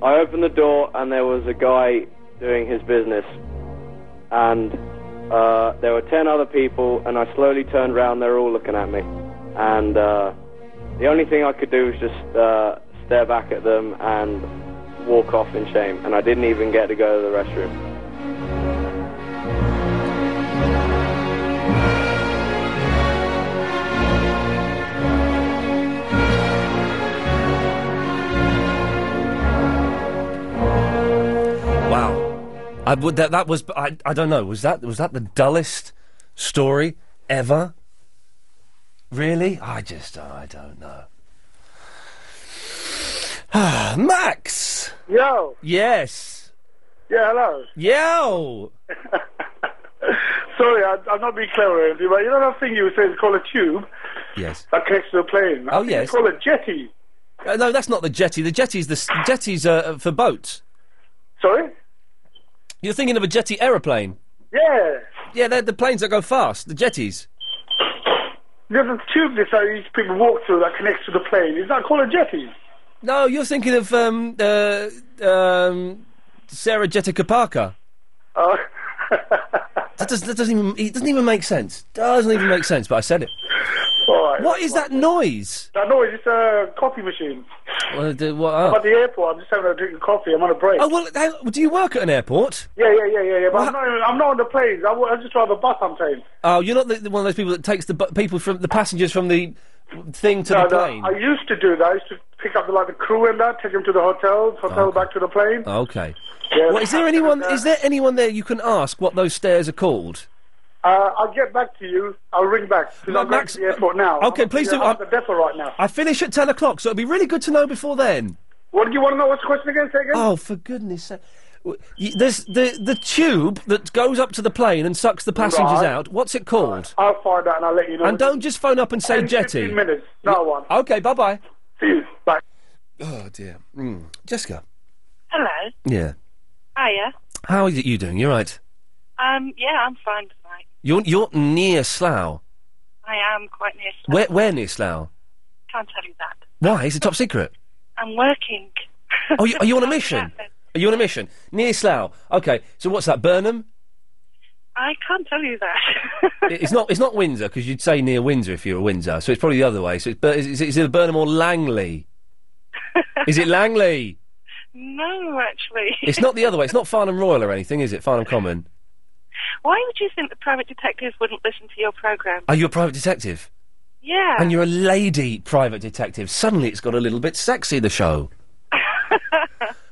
S30: I opened the door, and there was a guy doing his business, and uh, there were ten other people, and I slowly turned around. They're all looking at me, and uh, the only thing I could do was just uh, stare back at them and walk off in shame. And I didn't even get to go to the restroom.
S1: Wow. I would that that was I, I don't know was that was that the dullest story ever? Really? I just I don't know. Ah, Max.
S24: Yo.
S1: Yes.
S24: Yeah, hello.
S1: Yo.
S24: Sorry, I, I'm not being clever, Andy, but you know that thing you were saying it's called a tube
S1: Yes.
S24: that connects to a plane? I
S1: Oh,
S24: think
S1: yes.
S24: It's called a jetty.
S1: Uh, no, that's not the jetty. The jetty's the s- jetty's uh, for boats.
S24: Sorry.
S1: You're thinking of a jetty aeroplane.
S24: Yeah.
S1: Yeah, they're the planes that go fast. The jetties.
S24: There's a tube that uh, these people walk through that connects to the plane. Is that called a jetty?
S1: No, you're thinking of um uh, um Sarah Jessica Parker.
S24: Oh.
S1: that, does, that doesn't even it doesn't even make sense. Doesn't even make sense. But I said it. what is that noise?
S24: That noise is a coffee machine.
S1: Well, the- what-
S24: I'm
S1: oh.
S24: at the airport. I'm just having a drink of coffee. I'm on a break.
S1: Oh, well, hell, do you work at an airport?
S24: Yeah, yeah, yeah, yeah, yeah. But I'm not, even, I'm not on the planes. I, wa- I just drive a bus sometimes.
S1: Oh, you're not the, the one of those people that takes the bu- people from the passengers from the thing to
S24: No,
S1: the
S24: no,
S1: plane.
S24: I used to do that. I used to pick up like the crew and that, take them to the hotels, hotel back to the plane.
S1: Oh, Okay.
S24: Yeah,
S1: Well, is there anyone? Is there anyone there you can ask what those stairs are called?
S24: Uh, I'll get back to you. I'll ring back because I'm going to the airport now.
S1: uh, okay,
S24: I'm-
S1: please
S24: yeah,
S1: do.
S24: I'm
S1: I-
S24: at the depot right now.
S1: I finish at ten o'clock, so it'd be really good to know before then.
S24: What do you want to know? What's the question again? Say again.
S1: Oh, for goodness' sake! W- y- There's the the tube that goes up to the plane and sucks the passengers
S24: Right.
S1: out. What's it called?
S24: I'll find out and I'll let you know.
S1: And don't just phone up and say
S24: 10,
S1: jetty.
S24: 15 minutes. No one.
S1: Okay, bye bye.
S24: See you. Bye.
S1: Oh dear, mm. Jessica.
S5: Hello.
S1: Yeah.
S5: Hiya.
S1: How are y- you doing? You're right.
S5: Um, yeah, I'm fine tonight.
S1: You're you're near Slough.
S5: I am quite near. Slough.
S1: Where where near Slough?
S5: Can't tell you that.
S1: Why? It's a top secret.
S5: I'm working.
S1: Oh, you, are you on a mission? Are you on a mission near Slough? Okay. So what's that? Burnham?
S5: I can't tell you that.
S1: It- it's not. It's not Windsor because you'd say near Windsor if you were Windsor. So it's probably the other way. So it's, Bur- is, it- is it Burnham or Langley? is it Langley?
S5: no, actually.
S1: It's not the other way. It's not Farnham Royal or anything, is it? Farnham Common.
S5: Why would you think the private detectives wouldn't listen to your program?
S1: Are you a private detective?
S5: Yeah.
S1: And you're a lady private detective. Suddenly, it's got a little bit sexy. The show.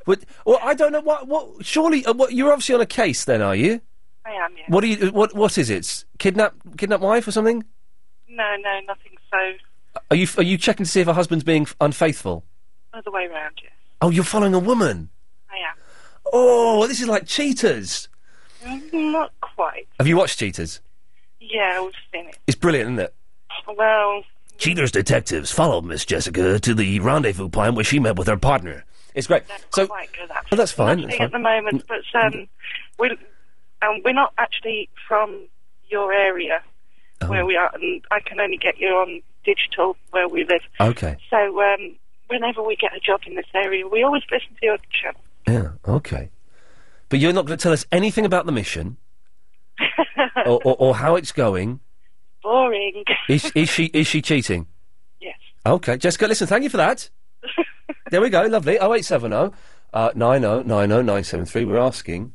S1: but, well, I don't know what. What? Surely, uh, what, you're obviously on a case, then, are you?
S5: I am. Yeah.
S1: What are you? What? What is it? Kidnap? Kidnap wife or something?
S5: No, no, nothing. So
S1: Are you? Are you checking to see if her husband's being f- unfaithful?
S19: Other way round, yes.
S1: Oh, you're following a woman.
S19: I am.
S1: Oh, this is like Cheaters.
S19: Mm, Not quite.
S1: Have you watched Cheaters?
S19: Yeah, we've seen it.
S1: It's brilliant, isn't it?
S19: Well,
S1: Cheaters detectives followed Miss Jessica to the rendezvous point where she met with her partner. It's great. So,
S19: quite good actually.
S1: well, that's fine.
S19: Nothing
S1: That's
S19: at the
S1: fine. Mm-hmm.
S19: moment, but um, we um, we're not actually from your area
S1: Oh.
S19: where we are, and I can only get you on digital where we live.
S1: Okay.
S19: So um, whenever we get a job in this area, we always listen to your channel.
S1: Yeah. Okay. But you're not going to tell us anything about the mission or, or, or how it's going.
S19: Boring.
S1: Is, is she is she cheating?
S19: Yes.
S1: Okay, Jessica. Listen, thank you for that. there we go. Lovely. Oh eight seven zero nine zero nine zero nine seven three. We're asking.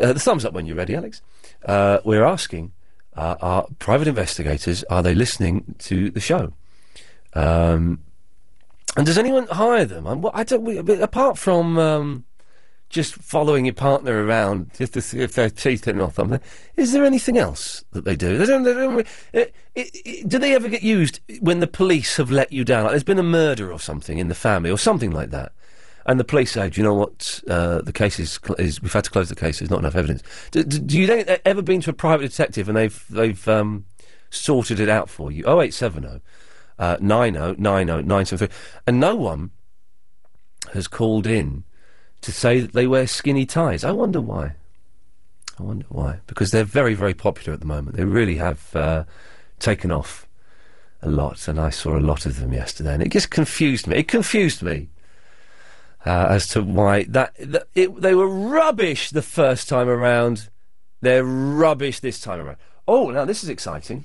S1: Uh, the thumbs up when you're ready, Alex. Uh, we're asking uh, our private investigators: Are they listening to the show? Um, and does anyone hire them? i well, I don't. We, but apart from um, just following your partner around just to see if they're cheating or something, is there anything else that they do? They don't. They don't re- uh, i- i- do they ever get used when the police have let you down? Like there's been a murder or something in the family or something like that, and the police say, "Do you know what? Uh, the case is, cl- is we've had to close the case. There's not enough evidence." Do, do, do you think they've ever been to a private detective and they've they've um, sorted it out for you? Oh eight seven zero uh, 9090973. And no one has called in to say that they wear skinny ties. I wonder why. I wonder why. Because they're very, very popular at the moment. They really have uh, taken off a lot, and I saw a lot of them yesterday, and it just confused me. It confused me. Uh, as to why that, that it, they were rubbish the first time around, they're rubbish this time around. Oh, now this is exciting.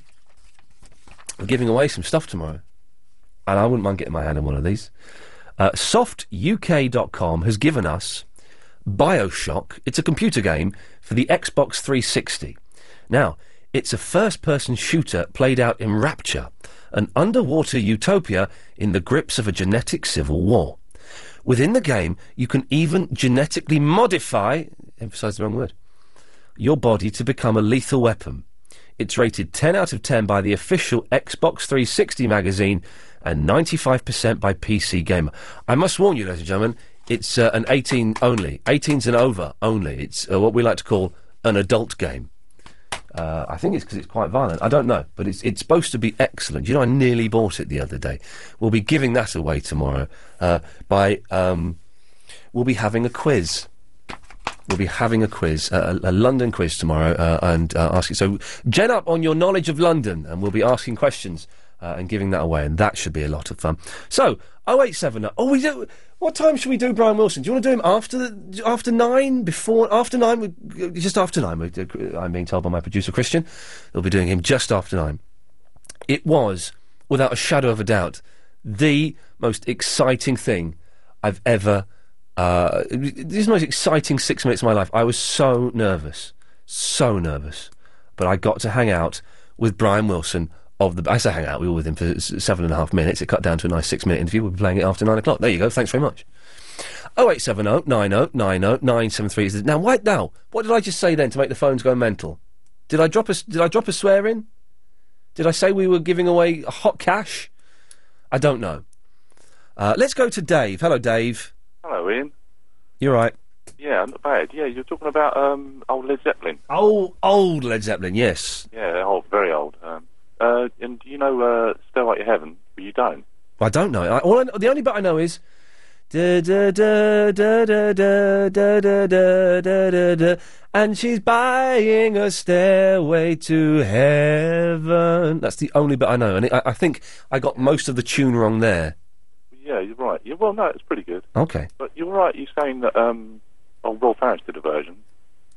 S1: We're giving away some stuff tomorrow. And I wouldn't mind getting my hand on one of these. Uh, softuk.com has given us Bioshock. It's a computer game for the Xbox 360. Now, it's a first person shooter played out in Rapture, an underwater utopia in the grips of a genetic civil war. Within the game, you can even genetically modify, emphasise the wrong word, your body to become a lethal weapon. It's rated 10 out of 10 by the official Xbox 360 magazine and 95% by PC Gamer. I must warn you, ladies and gentlemen, it's uh, an 18 only. 18s and over only. It's uh, what we like to call an adult game. Uh, I think it's because it's quite violent. I don't know, but it's it's supposed to be excellent. You know, I nearly bought it the other day. We'll be giving that away tomorrow. Uh, by um, we'll be having a quiz. We'll be having a quiz, a, a a London quiz tomorrow, uh, and uh, asking. So, gen up on your knowledge of London, and we'll be asking questions uh, and giving that away, and that should be a lot of fun. So, 087. Oh, we do. What time should we do Brian Wilson? Do you want to do him after the, after nine? Before after nine? We, just after nine. We, uh, I'm being told by my producer Christian, they'll be doing him just after nine. It was, without a shadow of a doubt, the most exciting thing I've ever. Uh, this is the most exciting six minutes of my life. I was so nervous, so nervous, but I got to hang out with Brian Wilson of the. I say hang out. We were with him for s- seven and a half minutes. It cut down to a nice six minute interview. We'll be playing it after nine o'clock. There you go. Thanks very much. Oh, 0870 90 90 973 is the- Now, right now, what did I just say then to make the phones go mental? Did I drop a, s- did I drop a swear in? Did I say we were giving away hot cash? I don't know. Uh, let's go to Dave. Hello, Dave.
S21: Hello, Ian.
S1: You're right.
S21: Yeah, not bad. Yeah, you're talking about um, old Led Zeppelin.
S1: Oh, old Led Zeppelin, yes.
S21: Yeah, they're old, very old. Um, uh, and do you know uh, Stairway to Heaven? Well, you don't.
S1: I don't know. I, all I, kn- the only bit I know is. Da, da, da, da, da, da, da, da, da, da, da, da, and she's buying a stairway to heaven. That's the only bit I know, and it, I, I think I got most of the tune wrong there.
S21: Yeah, you're right. Yeah, well, no, it's pretty good.
S1: Okay.
S21: But you're right. You're saying that um, old Rolf Harris did a version.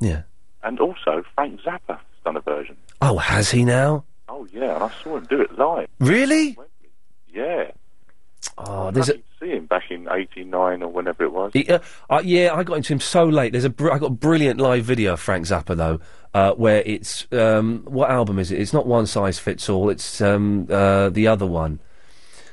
S1: Yeah.
S21: And also Frank Zappa's done a version.
S1: Oh, has he now?
S21: Oh yeah, and I saw him do it live.
S1: Really?
S21: Yeah.
S1: Oh, there's a.
S21: See him back in '89 or whenever it was.
S1: He, uh, uh, yeah, I got into him so late. There's a br- I got a brilliant live video of Frank Zappa though, uh, where it's um, what album is it? It's not one size fits all. It's um, uh, the other one.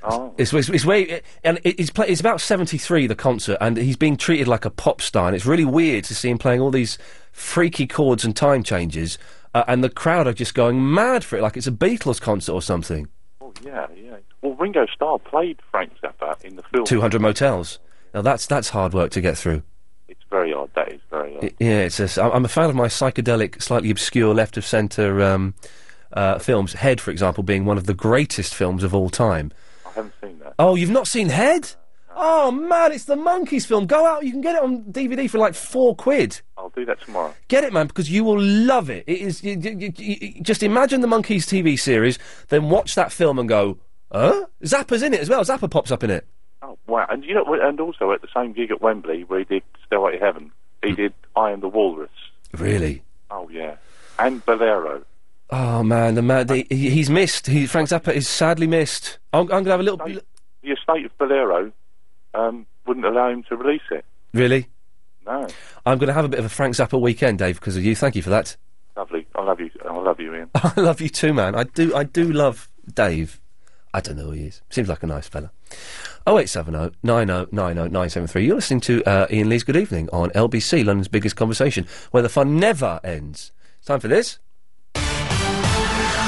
S21: Oh.
S1: It's, it's, it's way and it, it's play, it's about seventy three the concert, and he's being treated like a pop star, and it's really weird to see him playing all these freaky chords and time changes, uh, and the crowd are just going mad for it, like it's a Beatles concert or something.
S21: Oh yeah, yeah. Well,
S31: Ringo Starr played Frank Zappa in the film.
S1: 200 motels. Now that's that's hard work to get through.
S31: It's very odd. That is very odd.
S1: I- yeah, it's a, I'm I'm a fan of my psychedelic, slightly obscure left of centre um, uh, films. Head, for example, being one of the greatest films of all time.
S31: I haven't seen that.
S1: Oh, you've not seen Head? Oh man, it's the monkeys film. Go out, you can get it on DVD for like four quid.
S31: I'll do that tomorrow.
S1: Get it, man, because you will love it. It is. You, you, you- you- just imagine the monkeys TV series, then watch that film and go, huh? Zappa's in it as well. Zappa pops up in it.
S31: Oh, wow. And you know, and also at the same gig at Wembley where he did Stairway to Heaven, he did I Am the Walrus.
S1: Really?
S31: Oh yeah, and Bolero.
S1: Oh man, the man, the, he, he's missed. He, Frank Zappa is sadly missed. I'm, I'm gonna have a little.
S31: Estate- the estate of Bolero um, wouldn't allow him to release it.
S1: Really?
S31: No,
S1: I'm gonna have a bit of a Frank Zappa weekend, Dave, because of you. Thank you for that.
S31: lovely. I love you. I love you, Ian.
S1: I love you too, man. I do. I do love Dave. I don't know who he is. Seems like a nice fella. Oh, 0870 90 90 973. You're listening to uh, Ian Lee's Good Evening on LBC, London's biggest conversation, where the fun never ends. It's time for this.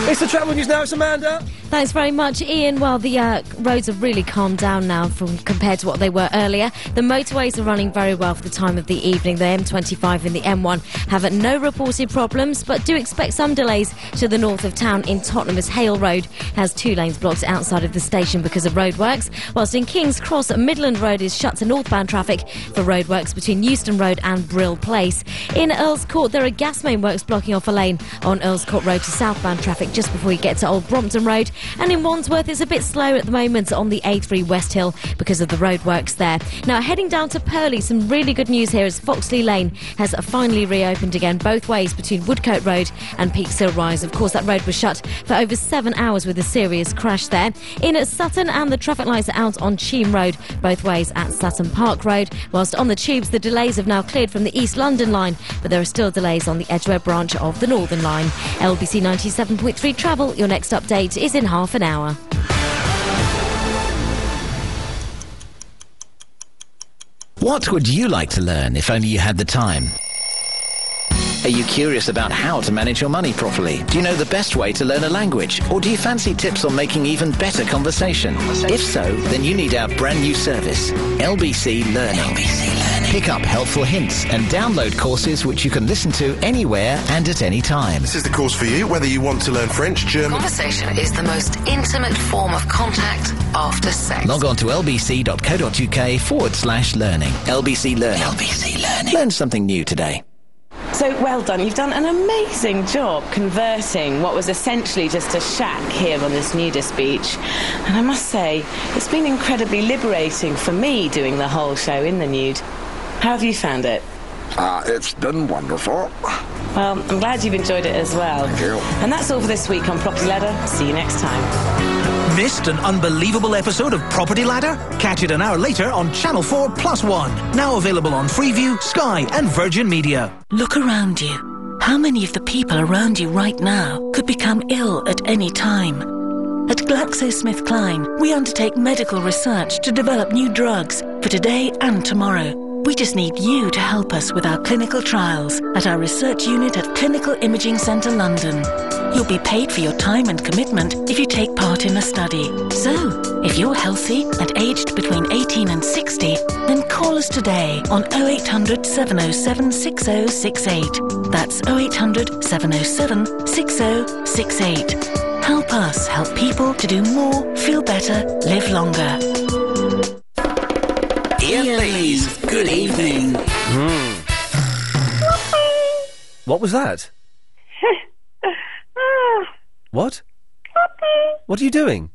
S1: It's the travel news now. It's Amanda.
S21: Thanks very much, Ian. Well, the uh, roads have really calmed down now from compared to what they were earlier. The motorways are running very well for the time of the evening. The M25 and the M1 have no reported problems, but do expect some delays to the north of town in Tottenham as Hale Road has two lanes blocked outside of the station because of roadworks. Whilst in King's Cross, Midland Road is shut to northbound traffic for roadworks between Euston Road and Brill Place. In Earls Court, there are gas main works blocking off a lane on Earls Court Road to southbound traffic just before you get to Old Brompton Road. And in Wandsworth, it's a bit slow at the moment on the A3 West Hill because of the roadworks there. Now, heading down to Purley, some really good news here as Foxley Lane has finally reopened again both ways between Woodcote Road and Peakshill Rise. Of course, that road was shut for over seven hours with a serious crash there. In at Sutton, and the traffic lights are out on Cheam Road, both ways at Sutton Park Road. Whilst on the tubes, the delays have now cleared from the East London line, but there are still delays on the Edgware branch of the Northern line. LBC 97.3 travel, your next update is in half an hour.
S7: What would you like to learn if only you had the time? Are you curious about how to manage your money properly? Do you know the best way to learn a language? Or do you fancy tips on making even better conversation? If so, then you need our brand new service, LBC Learning. Pick up helpful hints and download courses which you can listen to anywhere and at any time. This
S32: is the course for you, whether you want to learn French, German.
S11: Conversation is the most intimate form of contact after sex.
S7: Log on to lbc.co.uk forward slash learning. LBC Learning. LBC Learning. Learn something new today.
S33: So well done. You've done an amazing job converting what was essentially just a shack here on this nudist beach. And I must say, it's been incredibly liberating for me doing the whole show in the nude. How have you found it?
S20: Uh, it's been wonderful.
S33: Well, I'm glad you've enjoyed it as well. Thank you. And that's all for this week on Property Ladder. See you next time.
S34: Missed an unbelievable episode of Property Ladder? Catch it an hour later on Channel 4 Plus One. Now available on Freeview, Sky, and Virgin Media.
S23: Look around you. How many of the people around you right now could become ill at any time? At GlaxoSmithKline, we undertake medical research to develop new drugs for today and tomorrow. We just need you to help us with our clinical trials at our research unit at Clinical Imaging Centre London. You'll be paid for your time and commitment if you take part in the study. So, if you're healthy and aged between 18 and 60, then call us today on 0800 707 6068. That's 0800 707 6068. Help us help people to do more, feel better, live longer.
S7: Ian Lee's Good Evening.
S1: Hmm. What was that?
S35: Ah,
S1: What? What are you doing?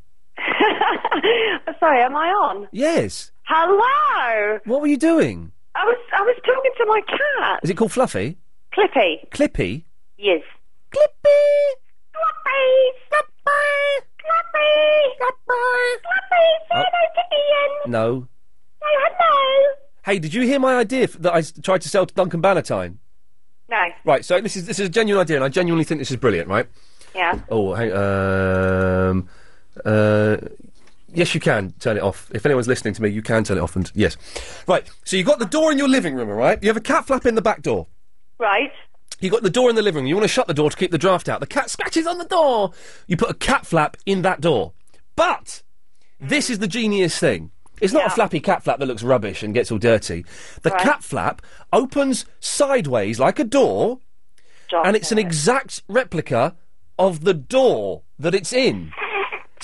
S35: Sorry, am I on?
S1: Yes.
S35: Hello.
S1: What were you doing?
S35: I was I was talking to my cat,
S1: Is it called Fluffy?
S35: Clippy.
S1: Clippy?
S35: Yes.
S1: Oh. No. Hey, did you hear my idea f- that I s- tried to sell to Duncan Bannatyne?
S35: No.
S1: Right, so this is this is a genuine idea, and I genuinely think this is brilliant, right?
S35: Yeah.
S1: Oh, hang, um, uh, yes, you can turn it off. If anyone's listening to me, you can turn it off. And yes, right. So you've got the door in your living room, all right? You have a cat flap in the back door.
S35: Right.
S1: You got the door in the living room. You want to shut the door to keep the draft out. The cat scratches on the door. You put a cat flap in that door. But This is the genius thing. It's not a flappy cat flap that looks rubbish and gets all dirty. The cat flap opens sideways like a door, and it's an exact replica of the door that it's in.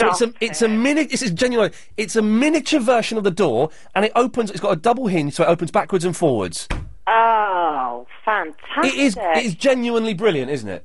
S1: So it's a it's a mini this is genuine it's a miniature version of the door and it opens it's got a double hinge so it opens backwards and forwards.
S35: Oh, fantastic.
S1: It is it is genuinely brilliant, isn't it?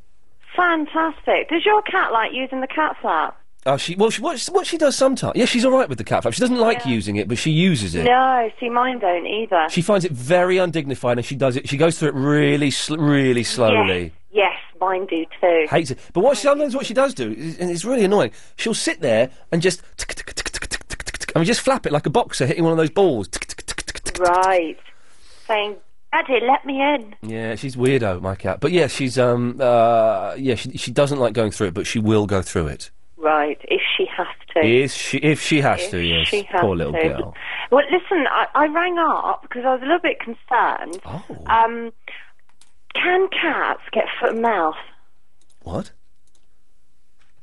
S35: Fantastic. Does your cat like using the cat flap?
S1: Oh, she well, she, what, she- what she does sometimes. Yeah, she's all right with the cat flap. She doesn't like using it, but she uses it.
S35: No, see, mine don't either.
S1: She finds it very undignified, and she does it. She goes through it really, sl- really slowly.
S35: Yes, mine do too.
S1: Hates it. But what she, sometimes what she does do, is, and it's really annoying. She'll sit there and just tick, tick, tick, tick, tick, tick, tick, tick, and just flap it like a boxer hitting one of those balls. Tick, tick.
S35: Right. Saying, Daddy, let me in.
S1: Yeah, she's weirdo, my cat. But yeah, she's um uh yeah she she doesn't like going through it, but she will go through it.
S35: Right, if she has to.
S1: Is she if she has
S35: If
S1: to? Yes,
S35: she has
S1: poor little
S35: to.
S1: girl.
S35: Well, listen, I, I rang up because I was a little bit concerned.
S1: Oh.
S35: Um, can cats get foot and mouth?
S1: What?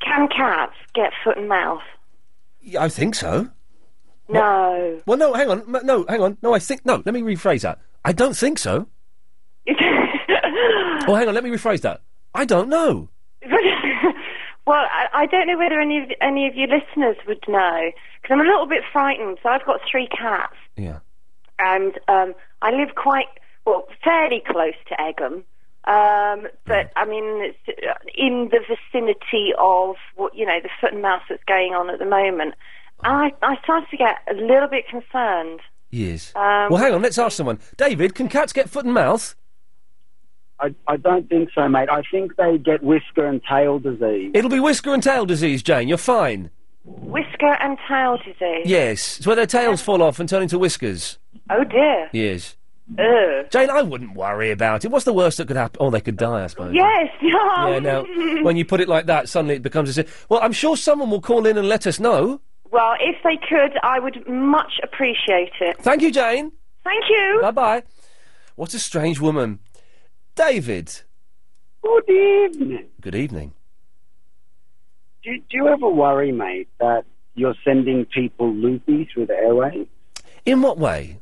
S35: Can cats get foot and mouth?
S1: Yeah, I think so.
S35: No.
S1: Well, no, hang on. M- No, hang on. No, I think. No, let me rephrase that. I don't think so. oh, hang on. Let me rephrase that. I don't know.
S35: well, I, I don't know whether any of, any of your listeners would know because I'm a little bit frightened. So I've got three cats.
S1: Yeah.
S35: And um, I live quite, well, fairly close to Egham. Um, but I mean, it's uh, in the vicinity of what you know the foot and mouth that's going on at the moment. And I, I started to get a little bit concerned.
S1: Yes.
S35: Um,
S1: well, hang on. Let's ask someone. David, can cats get foot and mouth?
S36: I, I don't think so, mate. I think they get whisker and tail disease.
S1: It'll be whisker and tail disease, Jane. You're fine.
S35: Whisker and tail disease.
S1: Yes. It's where their tails fall off and turn into whiskers.
S35: Oh dear.
S1: Yes.
S35: Ugh.
S1: Jane, I wouldn't worry about it. What's the worst that could happen? Oh, they could die, I suppose.
S35: Yes. Oh.
S1: Yeah, now, when you put it like that, suddenly it becomes a. si- Well, I'm sure someone will call in and let us know.
S35: Well, if they could, I would much appreciate it.
S1: Thank you, Jane.
S35: Thank you.
S1: Bye bye. What a strange woman. David.
S36: Good evening.
S1: Good evening.
S36: Do, do you ever worry, mate, that you're sending people loopy through the airways?
S1: In what way?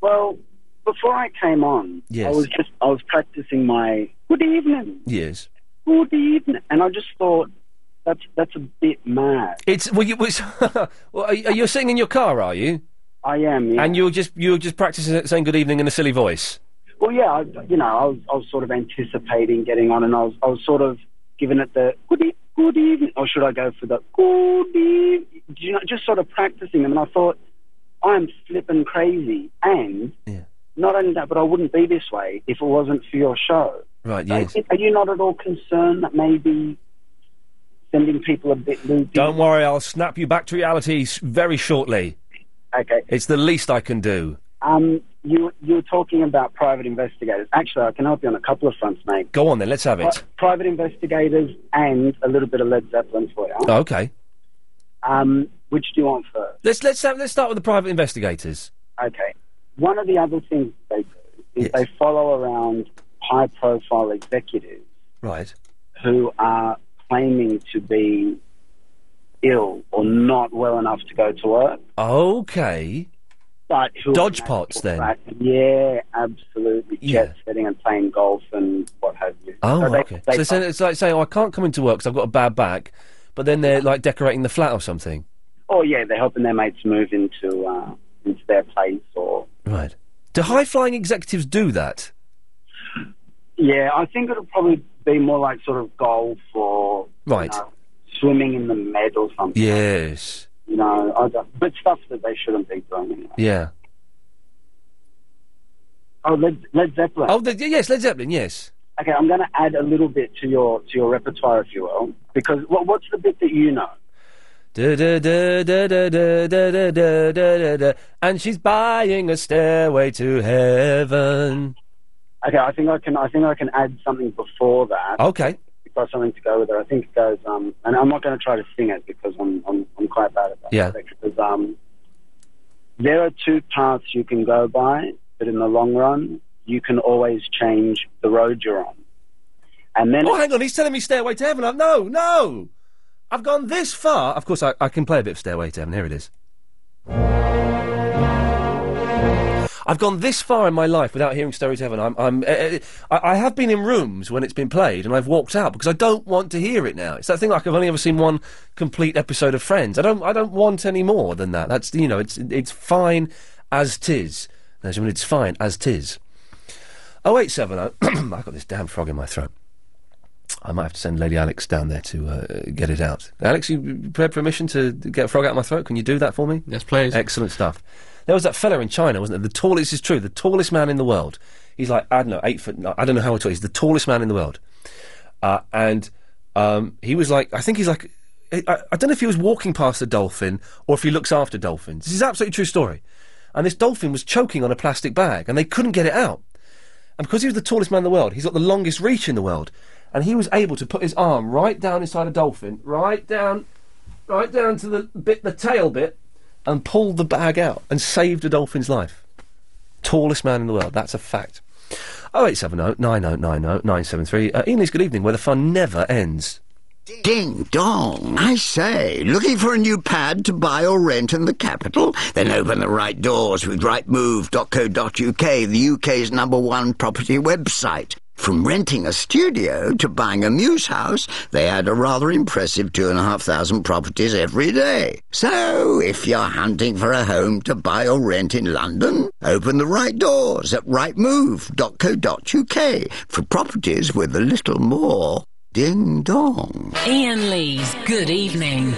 S36: Well, before I came on,
S1: Yes.
S36: I was just I was practicing my good evening,
S1: Yes.
S36: good evening, and I just thought that's that's a bit mad.
S1: It's well, you, well, it's- well, are, you- you're sitting in your car, are you?
S36: I am. Yeah.
S1: And you're just you're just practicing it, saying good evening in a silly voice.
S36: Well, yeah, I, you know, I was, I was sort of anticipating getting on, and I was, I was sort of giving it the good, e- good evening, or should I go for the good evening? You know, just sort of practicing them, and I thought, I'm flipping crazy, and not only that, but I wouldn't be this way if it wasn't for your show.
S1: Right. Yes.
S36: Are you not at all concerned that maybe sending people a bit loopy?
S1: Don't worry, I'll snap you back to reality s- very shortly.
S36: Okay.
S1: It's the least I can do.
S36: Um, you, you were talking about private investigators. Actually, I can help you on a couple of fronts, mate.
S1: Go on then. Let's have it.
S36: Pri- private investigators and a little bit of Led Zeppelin for you.
S1: Oh, okay.
S36: Um, which do you want first?
S1: Let's let's have, let's start with the private investigators.
S36: Okay. One of the other things they do is they follow around high profile executives
S1: Right.
S36: who are claiming to be ill or not well enough to go to work.
S1: Okay.
S36: But who
S1: Dodge pots then.
S36: Right. Yeah, absolutely. Jet setting and playing golf and what have you.
S1: Oh,
S36: So they-
S1: okay.
S36: they-
S1: so it's, it's like saying, oh, I can't come into work because I've got a bad back, but then they're like decorating the flat or something.
S36: oh, yeah, they're helping their mates move into uh, into their place or
S1: Right. Do high flying executives do that?
S36: Yeah, I think it'll probably be more like sort of golf or
S1: Right.
S36: you know, swimming in the med or something.
S1: Yes.
S36: You know, I don't, but stuff that they shouldn't be doing. you know.
S1: Yeah.
S36: Oh, Led, Led Zeppelin.
S1: Oh, the, yes, Led Zeppelin. Yes.
S36: Okay, I'm going to add a little bit to your to your repertoire, if you will, because what, what's the bit that you know?
S1: Da, da, da, da, da, da, da, da, da, da, da, da. And she's buying a stairway to heaven.
S36: Okay, I think I can I think I can add something before that.
S1: Okay.
S36: If I've got something to go with it. I think it goes. Um, and I'm not going to try to sing it because I'm I'm, I'm quite bad at that.
S1: Yeah.
S36: Because um, there are two paths you can go by, but in the long run, you can always change the road you're on. And then
S1: Oh, hang on. He's telling me stairway to heaven. I'm, no, no. I've gone this far. Of course, I, I can play a bit of Stairway to Heaven. Here it is. I've gone this far in my life without hearing Stairway to Heaven. I'm, I'm, uh, uh, I, I have been in rooms when it's been played and I've walked out because I don't want to hear it now. It's that thing like I've only ever seen one complete episode of Friends. I don't, I don't want any more than that. That's you know, it's it's fine as tis. Ladies and gentlemen, It's fine as tis. Oh eight seven oh. I've got this damn frog in my throat. I might have to send Lady Alex down there to uh, get it out. Alex, you prepared permission to get a frog out of my throat? Can you do that for me? Yes, please. Excellent stuff. There was that fella in China, wasn't there? The tallest is true. The tallest man in the world. He's like I don't know, eight foot. I don't know how tall. He's the tallest man in the world, uh, and um, he was like I think he's like I, I I don't know if he was walking past a dolphin or if he looks after dolphins. This is absolutely true story. And this dolphin was choking on a plastic bag, and they couldn't get it out. And because he was the tallest man in the world, he's got the longest reach in the world. And he was able to put his arm right down inside a dolphin, right down, right down to the bit, the tail bit, and pulled the bag out and saved a dolphin's life. Tallest man in the world. That's a fact. 0870 9090 973. Uh, Ian Lee's Good Evening, where the fun never ends.
S20: Ding dong. I say, looking for a new pad to buy or rent in the capital? Then open the right doors with rightmove.co.uk, the UK's number one property website. From renting a studio to buying a muse house, they add a rather impressive 2,500 properties every day. So, if you're hunting for a home to buy or rent in London, open the right doors at rightmove.co.uk for properties with a little more. Ding dong.
S11: Ian Lee's Good Evening.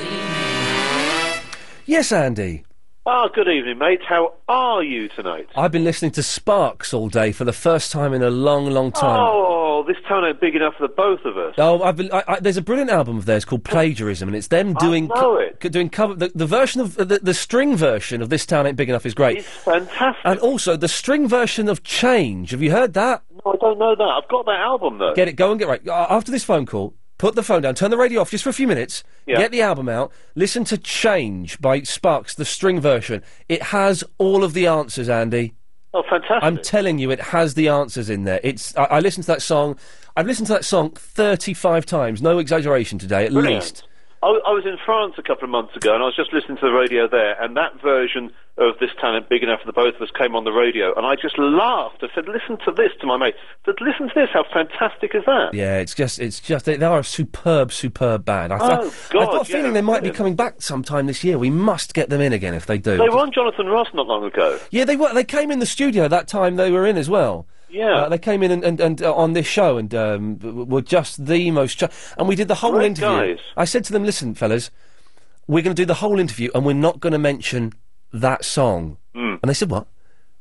S1: Yes, Andy.
S37: Ah, good evening, mate. How are you tonight?
S1: I've been listening to Sparks all day for the first time in a long, long time.
S37: Oh, this town ain't big enough for the both of us.
S1: Oh, I've been, I, I, there's a brilliant album of theirs called Plagiarism, and it's them doing
S37: know it.
S1: co- doing cover the, the version of the, the string version of This Town Ain't Big Enough is great. It's
S37: fantastic.
S1: And also the string version of Change. Have you heard that?
S37: No, I don't know that. I've got that album though.
S1: Get it. Go and get right. Uh, After this phone call, put the phone down, turn the radio off just for a few minutes.
S37: Yeah.
S1: Get the album out. Listen to Change by Sparks, the string version. It has all of the answers, Andy.
S37: Oh, fantastic!
S1: I'm telling you, it has the answers in there. It's. I, I listened to that song. I've listened to that song 35 times. No exaggeration today, at
S37: Brilliant.
S1: least.
S37: I, I was in France a couple of months ago, and I was just listening to the radio there, and that version of this talent big enough for the both of us came on the radio, and I just laughed. I said, "Listen to this," to my mate. I said, "Listen to this. How fantastic is that?"
S1: Yeah, it's just, it's just, they, they are a superb, superb band. I,
S37: Oh,
S1: I've got a
S37: God,
S1: feeling
S37: yeah,
S1: they might
S37: brilliant.
S1: be coming back sometime this year. We must get them in again if they do.
S37: They were on Jonathan Ross not long ago.
S1: Yeah, they were. They came in the studio that time they were in as well.
S37: Yeah.
S1: Uh, they came in and, and, and uh, on this show and um, w- w- were just the most. Ch- and we did the whole
S37: Great
S1: interview.
S37: guys.
S1: I said to them, "Listen, fellas, we're going to do the whole interview and we're not going to mention that song."
S37: Mm.
S1: And they said, "What?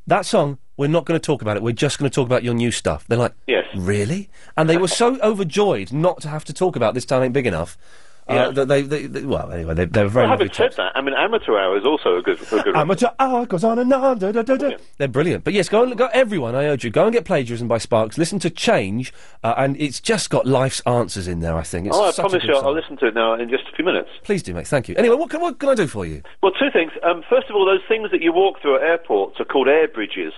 S1: That song? We're not going to talk about it. We're just going to talk about your new stuff." They're like,
S37: Yes.
S1: really?" And they were so overjoyed not to have to talk about this town ain't big enough.
S37: Yeah.
S1: Uh, that they, they, they, well, anyway, they, they were very
S37: Well,
S1: lovely
S37: having said that, I mean, Amateur Hour is also a good, a good
S1: Amateur hour goes on and on. Da, da, da, da. They're brilliant. But yes, go and go. Everyone, I urge you, go and get plagiarism by Sparks. Listen to Change, uh, and it's just got life's answers in there. I think. It's
S37: oh, I
S1: such a
S37: promise
S1: good
S37: you,
S1: song.
S37: I'll listen to it now in just a few minutes.
S1: Please do, mate. Thank you. Anyway, what can, what can I do for you?
S37: Well, two things. Um, first of all, those things that you walk through at airports are called air bridges.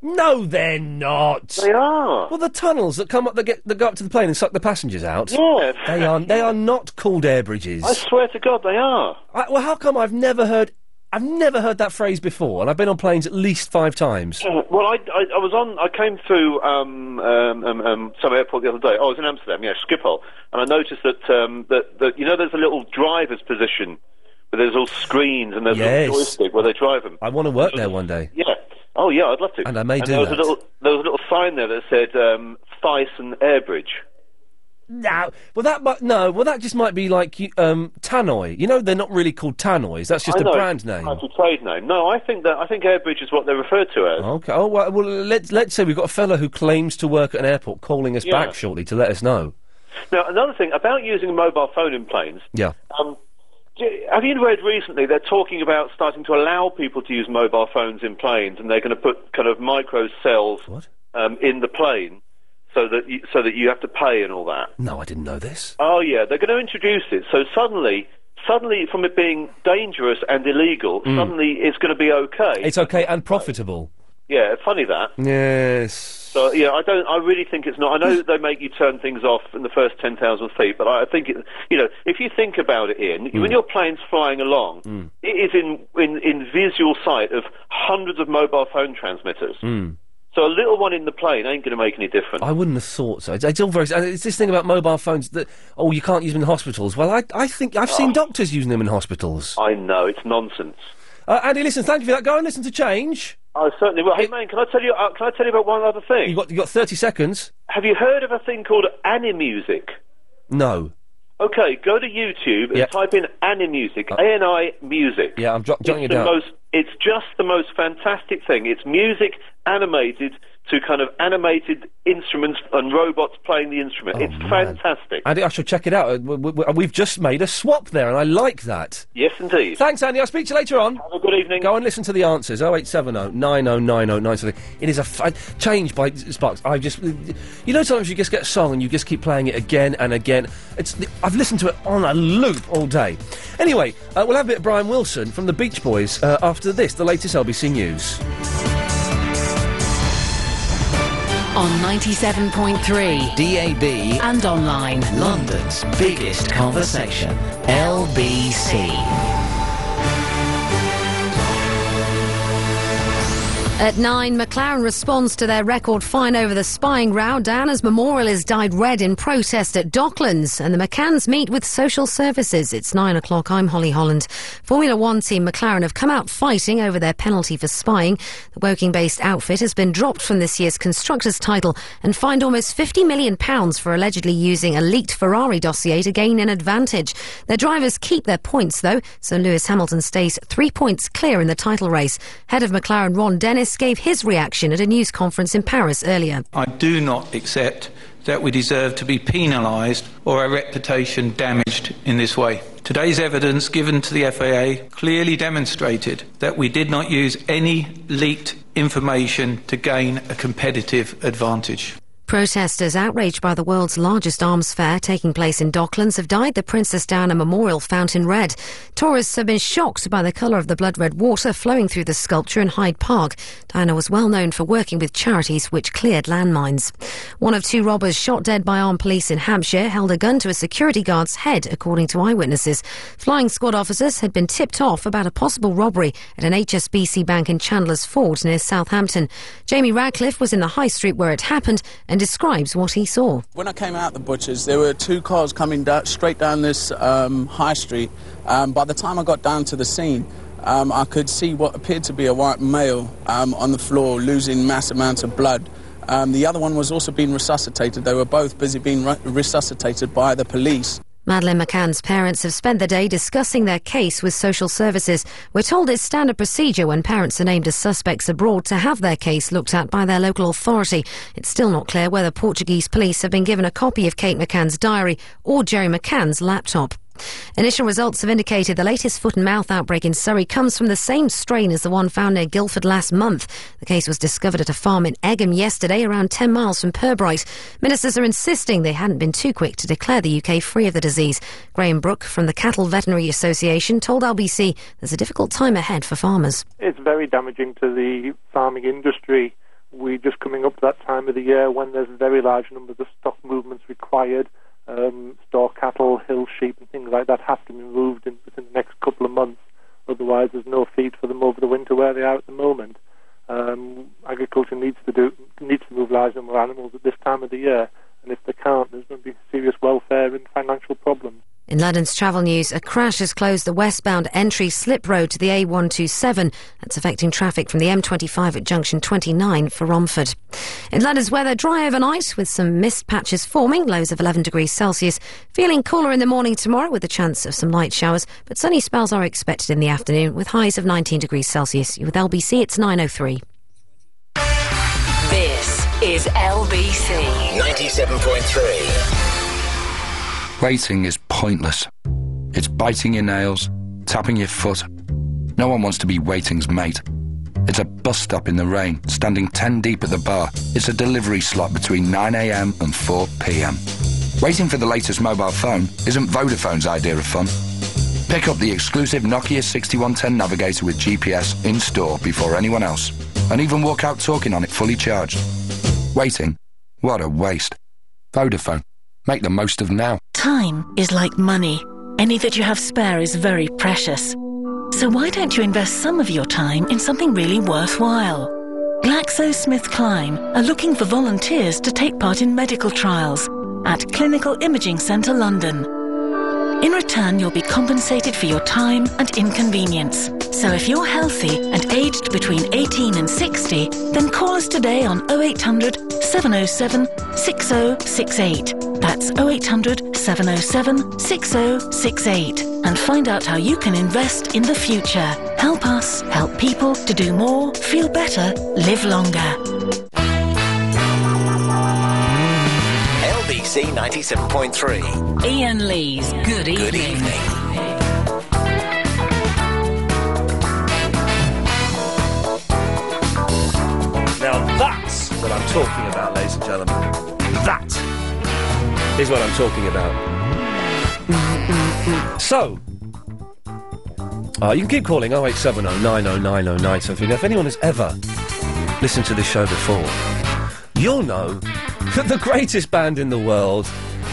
S1: No, they're not.
S37: They are.
S1: Well, the tunnels that come up that get that go up to the plane and suck the passengers out.
S37: Yeah.
S1: They are. They are not called air bridges.
S37: I swear to God, they are.
S1: I, well, how come I've never heard? I've never heard that phrase before, and I've been on planes at least five times.
S37: Uh, Well, I, I, I was on. I came through um, um, um, um, some airport the other day. Oh, I was in Amsterdam, yeah, Schiphol, and I noticed that um, that, that you know there's a little driver's position where there's all screens and there's a
S1: Yes.
S37: little joystick where they drive them.
S1: I want to work there one day.
S37: Yeah. Oh, yeah, I'd love to.
S1: And I may do
S37: there was
S1: that.
S37: A little, there was a little sign there that said um, Thyssen Airbridge.
S1: No, well that might no, well that just might be like you- um, Tannoy. You know they're not really called Tannoys. That's just
S37: I
S1: a
S37: know,
S1: brand name.
S37: It's a trade name. No, I think that I think Airbridge is what they're referred to as.
S1: Okay. Oh well, well let's let's say we've got a fella who claims to work at an airport calling us
S37: Yeah.
S1: back shortly to let us know.
S37: Now, another thing about using a mobile phone in planes.
S1: Yeah.
S37: Um, do- have you read recently they're talking about starting to allow people to use mobile phones in planes, and they're going to put kind of micro cells um, in the plane so that you, so that you have to pay and all that.
S1: No, I didn't know this.
S37: Oh yeah, they're going to introduce it. So suddenly, suddenly from it being dangerous and illegal,
S1: Mm.
S37: suddenly it's going to be okay.
S1: It's okay and profitable.
S37: yeah, funny that.
S1: Yes.
S37: So yeah, I don't. I really think it's not. I
S1: Hmm.
S37: know that they make you turn things off in the first ten thousand feet, but I think it, you know if you think about it, Ian,
S14: Mm.
S1: Hmm.
S37: when your plane's flying along, it is in, in in visual sight of hundreds of mobile phone transmitters.
S1: Mm.
S37: So a little one in the plane ain't going to make any difference.
S1: I wouldn't have thought so. It's, it's all very. and It's this thing about mobile phones that oh, you can't use them in hospitals. Well, I, I think I've
S37: Ah.
S1: seen doctors using them in hospitals.
S37: I know it's nonsense.
S1: Uh, Andy, listen, thank you for that. Go and listen to Change.
S37: I certainly will. Hey, man, can I tell you? Uh, can I tell you about one other thing?
S1: You got you got thirty seconds.
S37: Have you heard of a thing called Animusic?
S1: No.
S37: Okay, go to YouTube and
S1: Yeah.
S37: type in Animusic, A-N-I music.
S1: Yeah, I'm dro- jotting it
S37: it's the
S1: down.
S37: most it's just the most fantastic thing it's music animated to kind of animated instruments and robots playing the instrument it's fantastic
S1: Andy, Oh, I shall check it out. Uh, We, we, we've just made a swap there, and I like that.
S37: yes indeed
S1: Thanks, Andy. I'll speak to you later on. Have
S37: a good evening.
S1: Go and listen to the answers. 0870 9090 It is a f- change by Sparks. I just, you know, sometimes you just get a song and you just keep playing it again and again. It's I've listened to it on a loop all day. Anyway, uh, we'll have a bit of Brian Wilson from the Beach Boys uh, after this, the latest LBC News.
S23: On 97.3
S11: DAB
S23: and online.
S11: London's biggest conversation, LBC.
S8: At nine, McLaren responds to their record fine over the spying row. Diana's memorial is dyed red in protest at Docklands, and the McCanns meet with social services. It's nine o'clock. I'm Holly Holland. Formula One team McLaren have come out fighting over their penalty for spying. The Woking based outfit has been dropped from this year's Constructors' title and fined almost £50 million for allegedly using a leaked Ferrari dossier to gain an advantage. Their drivers keep their points, though, so Lewis Hamilton stays three points clear in the title race. Head of McLaren Ron Dennis gave his reaction at a news conference in Paris earlier.
S38: I do not accept that we deserve to be penalised or our reputation damaged in this way. Today's evidence given to the FAA clearly demonstrated that we did not use any leaked information to gain a competitive advantage.
S8: Protesters outraged by the world's largest arms fair taking place in Docklands have dyed the Princess Diana Memorial fountain red. Tourists have been shocked by the colour of the blood red water flowing through the sculpture in Hyde Park. Diana was well known for working with charities which cleared landmines. One of two robbers shot dead by armed police in Hampshire held a gun to a security guard's head, according to eyewitnesses. Flying squad officers had been tipped off about a possible robbery at an HSBC bank in Chandler's Ford near Southampton. Jamie Radcliffe was in the high street where it happened and describes what he saw.
S39: When I came out the butchers, there were two cars coming da- straight down this um, high street. Um, by the time I got down to the scene, um, I could see what appeared to be a white male um, on the floor, losing mass amounts of blood. Um, the other one was also being resuscitated. They were both busy being re- resuscitated by the police.
S8: Madeleine McCann's parents have spent the day discussing their case with social services. We're told it's standard procedure when parents are named as suspects abroad to have their case looked at by their local authority. It's still not clear whether Portuguese police have been given a copy of Kate McCann's diary or Jerry McCann's laptop. Initial results have indicated the latest foot and mouth outbreak in Surrey comes from the same strain as the one found near Guildford last month. The case was discovered at a farm in Egham yesterday, around 10 miles from Purbright. Ministers are insisting they hadn't been too quick to declare the UK free of the disease. Graham Brook from the Cattle Veterinary Association told LBC there's a difficult time ahead for farmers.
S40: It's very damaging to the farming industry. We're just coming up to that time of the year when there's very large numbers of stock movements required. Um, store cattle, hill sheep, and things like that have to be moved in, within the next couple of months. Otherwise, there's no feed for them over the winter where they are at the moment. Um, agriculture needs to do needs to move large number of animals at this time of the year, and if they can't, there's going to be serious welfare and financial problems.
S8: In London's travel news, a crash has closed the westbound entry slip road to the A127. That's affecting traffic from the M25 at junction 29 for Romford. In London's weather, dry overnight with some mist patches forming, lows of 11 degrees Celsius. Feeling cooler in the morning tomorrow with a chance of some light showers, but sunny spells are expected in the afternoon with highs of 19 degrees Celsius. With LBC, it's 9.03.
S23: This is LBC.
S11: 97.3.
S27: Waiting is pointless. It's biting your nails, tapping your foot. No one wants to be waiting's mate. It's a bus stop in the rain, standing 10 deep at the bar. It's a delivery slot between 9am and 4pm. Waiting for the latest mobile phone isn't Vodafone's idea of fun. Pick up the exclusive Nokia 6110 Navigator with GPS in store before anyone else, and even walk out talking on it fully charged.
S10: Waiting? What a waste. Vodafone. Make the most of now.
S23: Time is like money. Any that you have spare is very precious. So why don't you invest some of your time in something really worthwhile? GlaxoSmithKline are looking for volunteers to take part in medical trials at Clinical Imaging Centre London. In return, you'll be compensated for your time and inconvenience. So if you're healthy and aged between 18 and 60, then call us today on 0800 707 6068. That's 0800 707 6068. And find out how you can invest in the future. Help us help people to do more, feel better, live longer.
S7: LBC 97.3.
S11: Ian Lee's Good Evening.
S7: Good evening.
S1: Now that's what I'm talking about, ladies and gentlemen. That is what I'm talking about. So, uh, you can keep calling 0870 9090973. Now, if anyone has ever listened to this show before, you'll know that the greatest band in the world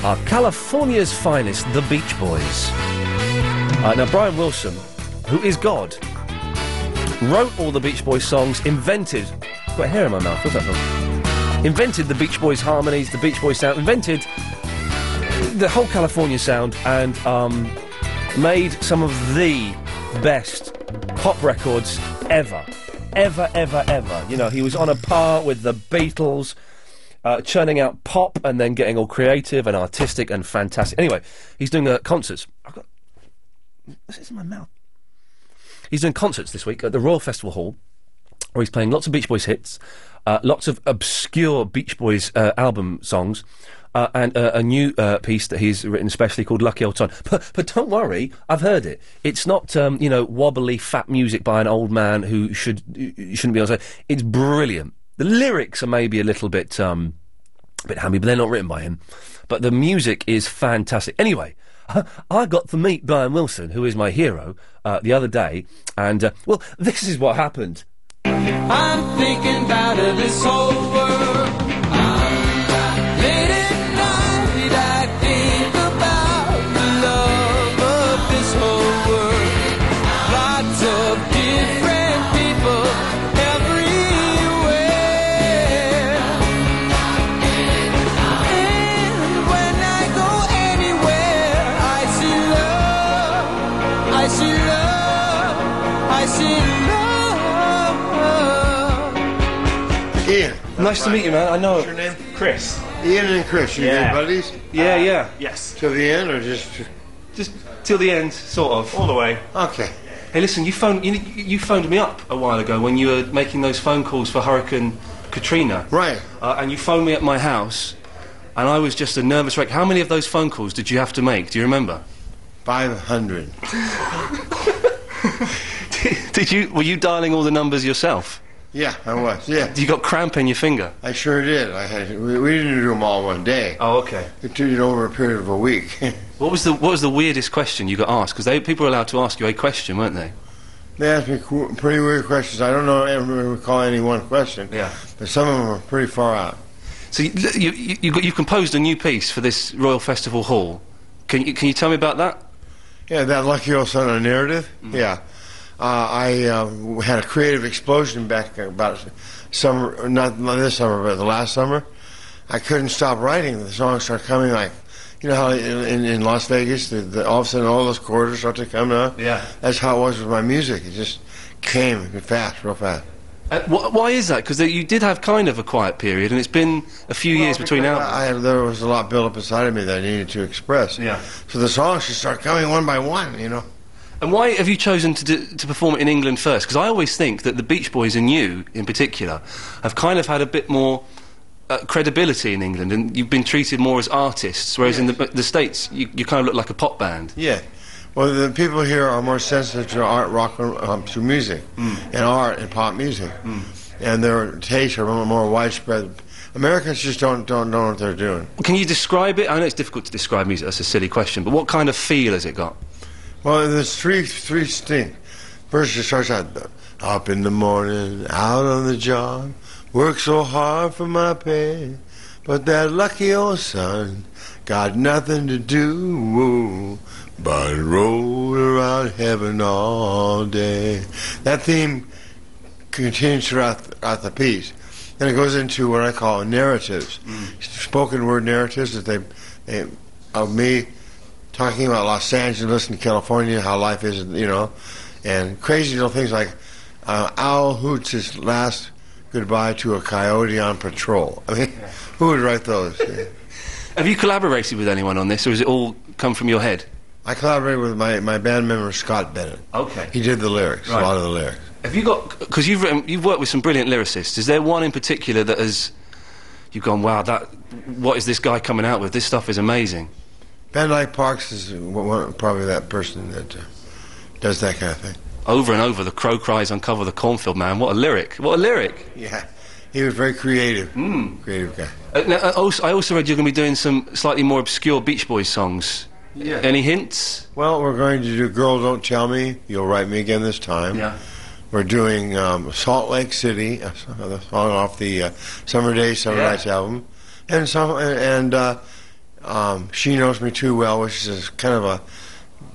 S1: are California's finest, the Beach Boys. Uh, now, Brian Wilson, who is God, wrote all the Beach Boys songs, invented. I've got hair in my mouth, what's that from? Invented the Beach Boys harmonies, the Beach Boys sound, invented the whole California sound, and um, made some of the best pop records ever. Ever, ever, ever. You know, he was on a par with the Beatles, uh, churning out pop and then getting all creative and artistic and fantastic. Anyway, he's doing uh, concerts. I've got This is in my mouth. He's doing concerts this week at the Royal Festival Hall, where he's playing lots of Beach Boys hits, uh, lots of obscure Beach Boys uh, album songs, uh, and uh, a new uh, piece that he's written especially called Lucky Old Son. But, but don't worry, I've heard it. It's not um, you know wobbly fat music by an old man who should who shouldn't be on stage. It's brilliant. The lyrics are maybe a little bit um, a bit hammy, but they're not written by him. But the music is fantastic. Anyway, I got to meet Brian Wilson, who is my hero, uh, the other day, and uh, well, this is what happened.
S5: I'm thinking about this whole world. I'm not late at night. I think about the love of this whole world. Lots of different people everywhere. And when I go anywhere, I see love. I see love. I see love.
S1: Ian. Nice to meet you, man. I know. What's your name? Chris. Ian and Chris,
S29: you
S1: yeah.
S29: good buddies?
S1: Yeah, yeah.
S29: Yes.
S1: Uh, Till the end, or just just till the end, sort of. All the way. Okay. Hey, listen. You phoned you, you phoned me up a while ago when you were making those phone calls for Hurricane Katrina. Right. Uh, and you phoned me at my house, and I was just a nervous wreck. How many of those phone calls did you have to make? Do you remember? Five hundred. did you were you dialing all the numbers yourself?
S29: Yeah, I was. Yeah.
S1: You got cramp in your finger.
S29: I sure did. I had, we, we didn't do them all one day.
S1: Oh, okay.
S29: It took it over a period of a week.
S1: What was the what was the weirdest question you got asked? Because they people were allowed to ask you a question, weren't they?
S29: they asked me qu- pretty weird questions. I don't know. I don't recall any one question.
S1: Yeah.
S29: But some of them were pretty far out.
S1: So you you, you, you got, you've composed a new piece for this Royal Festival Hall. Can you can you tell me about that?
S29: Yeah, that Lucky Old Son of Narrative.
S1: Mm-hmm.
S29: Yeah. Uh, I uh, w- had a creative explosion back about summer, not not this summer, but the last summer. I couldn't stop writing. The songs started coming like, you know how in, in- in Las Vegas, the, the, all of a sudden all those quarters start to come out?
S1: Yeah.
S29: That's how it was with my music. It just came fast, real fast.
S1: Uh, wh- why is that? Because you did have kind of a quiet period, and it's been a few years between albums.
S29: I, I, there was a lot built up inside of me that I needed to express. Yeah. So the songs just start coming one by one, you know.
S1: And why have you chosen to, do, to perform it in England first? Because I always think that the Beach Boys and you, in particular, have kind of had a bit more uh, credibility in England, and you've been treated more as artists, whereas in the, the States, you, you kind of look like a pop band.
S29: Yeah. Well, the people here are more sensitive to art, rock, and- um, to music, and art and pop music, and their tastes are more, more widespread. Americans just don't don't know what they're doing.
S1: Can you describe it? I know it's difficult to describe music, that's a silly question, but what kind of feel has it got?
S29: Well, there's three three sting. First, it starts out up in the morning, out on the job, Worked so hard for my pay, but that lucky old son got nothing to do but roll around heaven all day. That theme continues throughout, throughout the piece. And it goes into what I call narratives,
S1: Mm.
S29: spoken word narratives that they, they of me talking about Los Angeles and California, how life is, you know, and crazy little things like uh, Owl hoots his last goodbye to a coyote on patrol. I mean, who would write those?
S1: Have you collaborated with anyone on this, or has it all come from your head?
S29: I collaborated with my, my band member Scott Bennett.
S1: Okay.
S29: He did the lyrics, a
S1: Right.
S29: lot of the lyrics.
S1: Have you got? Because you've written, you've worked with some brilliant lyricists. Is there one in particular that has you've gone, wow, that what is this guy coming out with? This stuff is amazing.
S29: Van Dyke Parks is one- one- probably that person that uh, does that kind of thing.
S1: Over and over, the crow cries, uncover the cornfield, man. What a lyric! What a lyric!
S29: Yeah, he was very creative. Mm. Creative guy.
S1: Uh, now, I also, I also read you're going to be doing some slightly more obscure Beach Boys songs.
S29: Yeah.
S1: Any hints?
S29: Well, we're going to do Girl Don't Tell Me, You'll Write Me Again This Time. Yeah. We're doing um, Salt Lake City, a s- a song off the uh, Summer Days, Summer
S30: Yeah.
S29: Nights album. And, some, and, and uh, um, She Knows Me Too Well, which is kind of a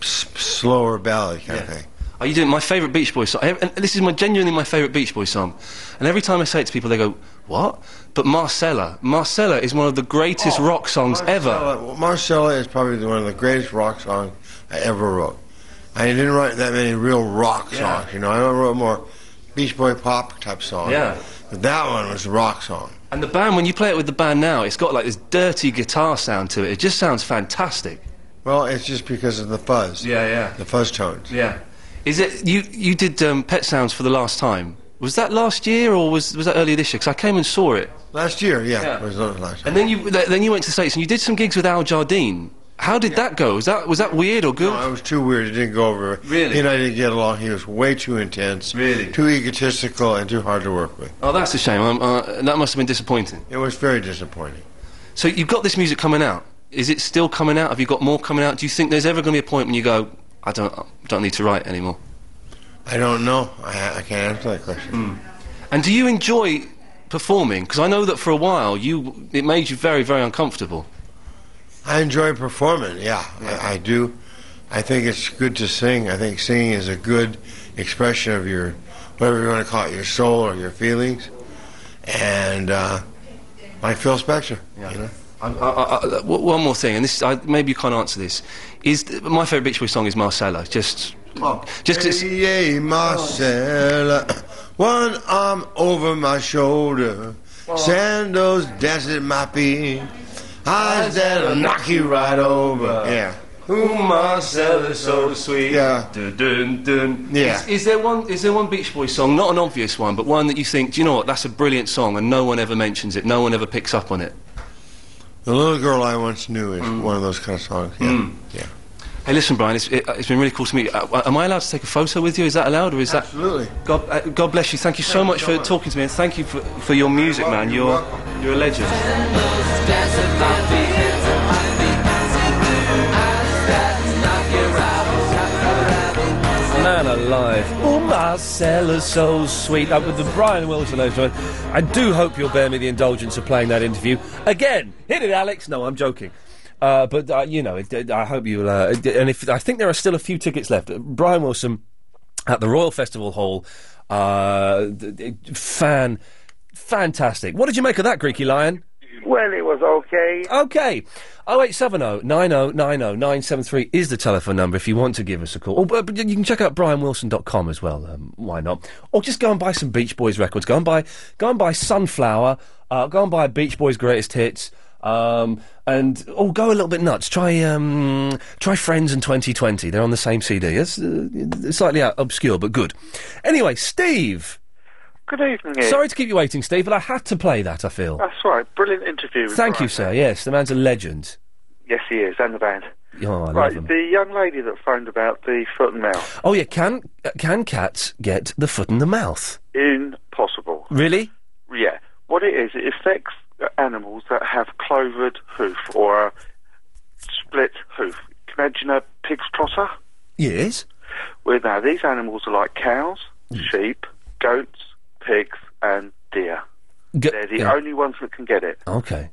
S29: s- slower ballad kind of thing.
S1: Are you doing my favourite Beach Boys song? I have- and this is my genuinely my favourite Beach Boys song. And every time I say it to people, they go, "What?" But Marcella, Marcella is one of the greatest rock songs ever.
S29: Oh, Marcella, Marcella is probably one of the greatest rock songs I ever wrote. I didn't write that many real rock
S1: Yeah.
S29: songs, you know. I wrote more Beach Boy pop type songs.
S1: Yeah.
S29: But that one was a rock song.
S1: And the band, when you play it with the band now, it's got like this dirty guitar sound to it. It just sounds fantastic.
S29: Well, it's just because of the fuzz.
S1: Yeah, yeah.
S29: The fuzz tones.
S1: Yeah. Is it you? You did um, Pet Sounds for the last time. Was that last year or was was that earlier this year? Because I came and saw it.
S29: Last year, yeah. It was not last
S1: And then you th- then you went to the states and you did some gigs with Al Jardine. How did that go? Was that was that weird or good?
S29: No, it was too weird. It didn't go over.
S1: Really?
S29: He and I didn't get along. He was way too intense. Really? Too egotistical and too hard to work with.
S1: Oh, that's a shame. Um, uh, that must have been disappointing.
S29: It was very disappointing.
S1: So you've got this music coming out. Is it still coming out? Have you got more coming out? Do you think there's ever going to be a point when you go, I don't, I don't need to write anymore?
S29: I don't know. I, I can't answer that question.
S1: Hmm. And do you enjoy performing? Because I know that for a while you, it made you very, very uncomfortable.
S29: I enjoy performing. Yeah, I, I do. I think it's good to sing. I think singing is a good expression of your whatever you want to call it, your soul or your feelings. And uh, like Phil Spector, you know.
S1: I, I, I, w- one more thing, and this I, maybe you can't answer this. Is th- my favourite Beach Boys song is Marcella. Just, just 'cause it's
S29: Hey, Marcella, one arm over my shoulder, sandals dancing at my feet, eyes that'll knock you right over. Yeah.
S1: Who Marcella so er sweet?
S29: Yeah.
S1: Dun, dun, dun.
S29: Yeah.
S1: Is, is there one? Is there one Beach Boys song? Not an obvious one, but one that you think, do you know what? That's a brilliant song, and no one ever mentions it. No one ever picks up on it.
S29: The little girl I once knew is Mm. one of those kind of songs. Yeah. Yeah.
S1: Mm. Hey, listen, Brian. It's, it, it's been really cool to meet you. Uh, am I allowed to take a photo with you? Is that allowed, or is
S29: Absolutely.
S1: that? God, uh, God bless you. Thank you so much for talking to me, and thank you for, for your music, man. You're you're a legend.
S12: Man alive. Oh, Marcella's so sweet. That with the Brian Wilson overtone. I do hope you'll bear me the indulgence of playing that interview again. Hit it, Alex. No, I'm joking. Uh, but, uh, you know, it, it- I hope you'll. Uh, it- and if I think there are still a few tickets left. Brian Wilson at the Royal Festival Hall. Uh, th- th- fan. Fantastic. What did you make of that, Greeky Lion?
S13: Well, it was okay.
S12: Okay.
S1: 0870 9090 973 is the telephone number if you want to give us a call. Or, uh, but but you can check out brianwilson.com as well. Um, why not? Or just go and buy some Beach Boys records. Go and buy, go and buy Sunflower. Uh, go and buy Beach Boys Greatest Hits. Um, and oh, go a little bit nuts. Try um, try Friends and 2020. They're on the same CD. It's uh, slightly out, obscure but good. Anyway, Steve.
S14: Good evening. Ian.
S12: Sorry to keep you waiting, Steve, but I had to play that. I
S24: Oh,
S12: feel.
S14: That's right. Brilliant interview. with
S12: Thank
S14: Brian.
S12: you, sir. Yes, the man's a legend.
S14: Yes, he is, and the band.
S12: Oh, I love
S14: right,
S12: him.
S14: the young lady that phoned about the foot and mouth.
S12: Oh yeah, can uh, can cats get the foot in the mouth?
S14: Impossible.
S12: Really?
S14: Yeah. What it is, it affects uh, animals that have clovered hoof or a split hoof. Can you Imagine a pig's trotter.
S12: Yes.
S14: Well, now these animals are like cows, sheep, goats, pigs, and deer.
S41: They're the only ones that can get it.
S1: Okay.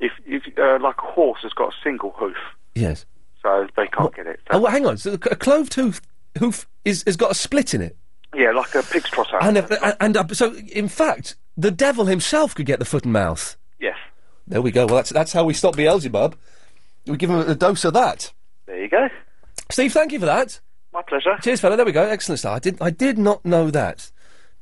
S41: If, if uh, like a horse has got a single hoof,
S1: Yes.
S41: so they can't get it.
S1: Oh, well, hang on. So a clove tooth hoof is has got a split in it.
S41: Yeah, like a pig's trotter.
S1: And, if- and, and uh, so, in fact, the devil himself could get the foot and mouth.
S41: Yes.
S1: There we go. Well, that's that's how we stop Beelzebub. We give him a, a dose of that.
S41: There you go.
S1: Steve, thank you for that.
S41: My pleasure.
S1: Cheers, fella. There we go. Excellent stuff. I did I did not know that.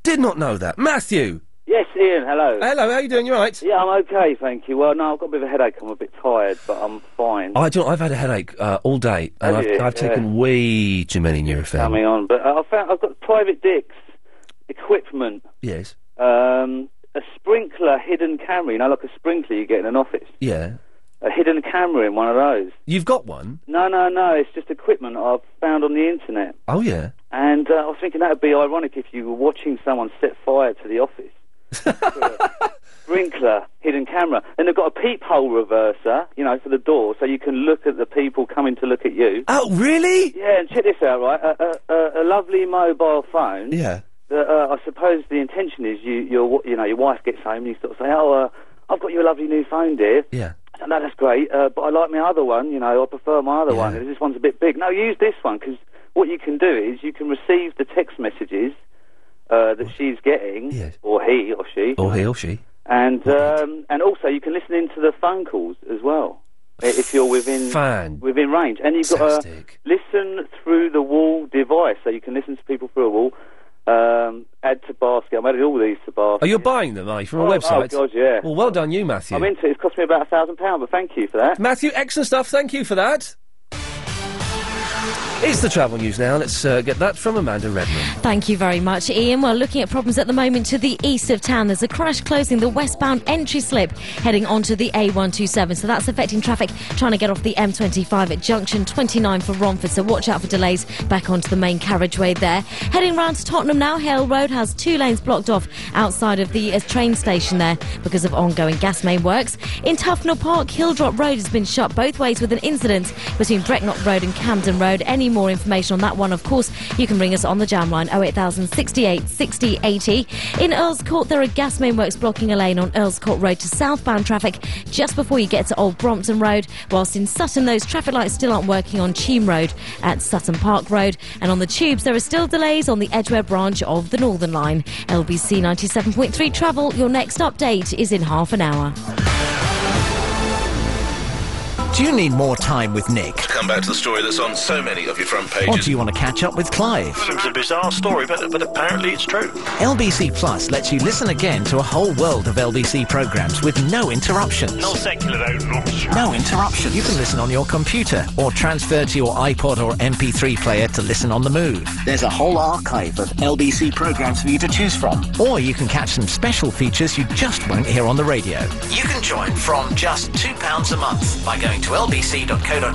S1: Did not know that. Matthew.
S42: Yes, Ian, hello.
S1: Hello, how you doing? You alright?
S42: Yeah, I'm okay, thank you. Well, no, I've got a bit of a headache. I'm a bit tired, but I'm fine.
S1: I do. you know, I've had a headache uh, all day, and
S42: Have
S1: I've,
S42: you?
S1: I've
S42: Yeah.
S1: taken way too many Nurofen.
S42: Coming on, but uh, I found I've got private dicks, equipment,
S1: Yes.
S42: um, a sprinkler, hidden camera. You know, like a sprinkler you get in an office.
S1: Yeah.
S42: A hidden camera in one of those.
S1: You've got one.
S42: No, no, no. It's just equipment I've found on the internet,
S1: Oh yeah.
S42: and uh, I was thinking that would be ironic if you were watching someone set fire to the office. Sprinkler, hidden camera, and they've got a peephole reverser, you know, for the door, so you can look at the people coming to look at you.
S1: Oh, really?
S42: Yeah, and check this out, right? A, a, a, a lovely mobile phone.
S1: Yeah.
S42: That, uh, I suppose the intention is you, your, wa- you know, your wife gets home and you sort of say, "Oh, uh, I've got you a lovely new phone, dear."
S1: Yeah.
S42: No, that's great, uh, but I like my other one. You know, I prefer my other one. This one's a bit big. No, use this one because what you can do is you can receive the text messages uh, that she's getting, or he or she,
S1: Or he or she.
S42: and um, and also you can listen in to the phone calls as well i- if you're within
S1: Fan.
S42: within range. And you've got a listen through the wall device, so you can listen to people through a wall. Um, add to basket. I'm adding all these to basket.
S1: Are you buying them? Are you from a
S42: Oh, oh,
S1: website?
S42: God, yeah.
S1: Well, well done, you, Matthew.
S42: I'm into it. It's cost me about a thousand pounds, but thank you for that.
S1: Matthew, excellent stuff. Thank you for that. It's the travel news now. Let's uh, get that from Amanda Redman.
S21: Thank you very much, Ian. Well, looking at problems at the moment to the east of town, there's a crash closing the westbound entry slip heading onto the A127. So that's affecting traffic trying to get off the M25 at junction 29 for Romford. So watch out for delays back onto the main carriageway there. Heading round to Tottenham now, Hale Road has two lanes blocked off outside of the uh, train station there because of ongoing gas main works. In Tufnell Park, Hilldrop Road has been shut both ways with an incident between Brecknock Road and Camden Road. Any more information on that one, of course, you can ring us on the jam line 08000 68 60 80. In Earls Court, there are gas main works blocking a lane on Earls Court Road to southbound traffic just before you get to Old Brompton Road, whilst in Sutton, those traffic lights still aren't working on Cheam Road at Sutton Park Road. And on the tubes, there are still delays on the Edgware branch of the Northern Line. LBC 97.3 travel, your next update is in half an hour.
S7: Do you need more time with Nick?
S24: Come back to the story that's on so many of your front
S7: Or
S24: pages.
S7: do you want to catch up with Clive?
S24: It's a bizarre story, but, but apparently it's true.
S7: LBC Plus lets you listen again to a whole world of LBC programs with no interruptions.
S24: secular outlook.
S7: No interruption. You can listen on your computer or transfer to your iPod or MP3 player to listen on the move. There's a whole archive of LBC programs for you to choose from. Or you can catch some special features you just won't hear on the radio. You can join from just £2 a month by going to lbc.co.uk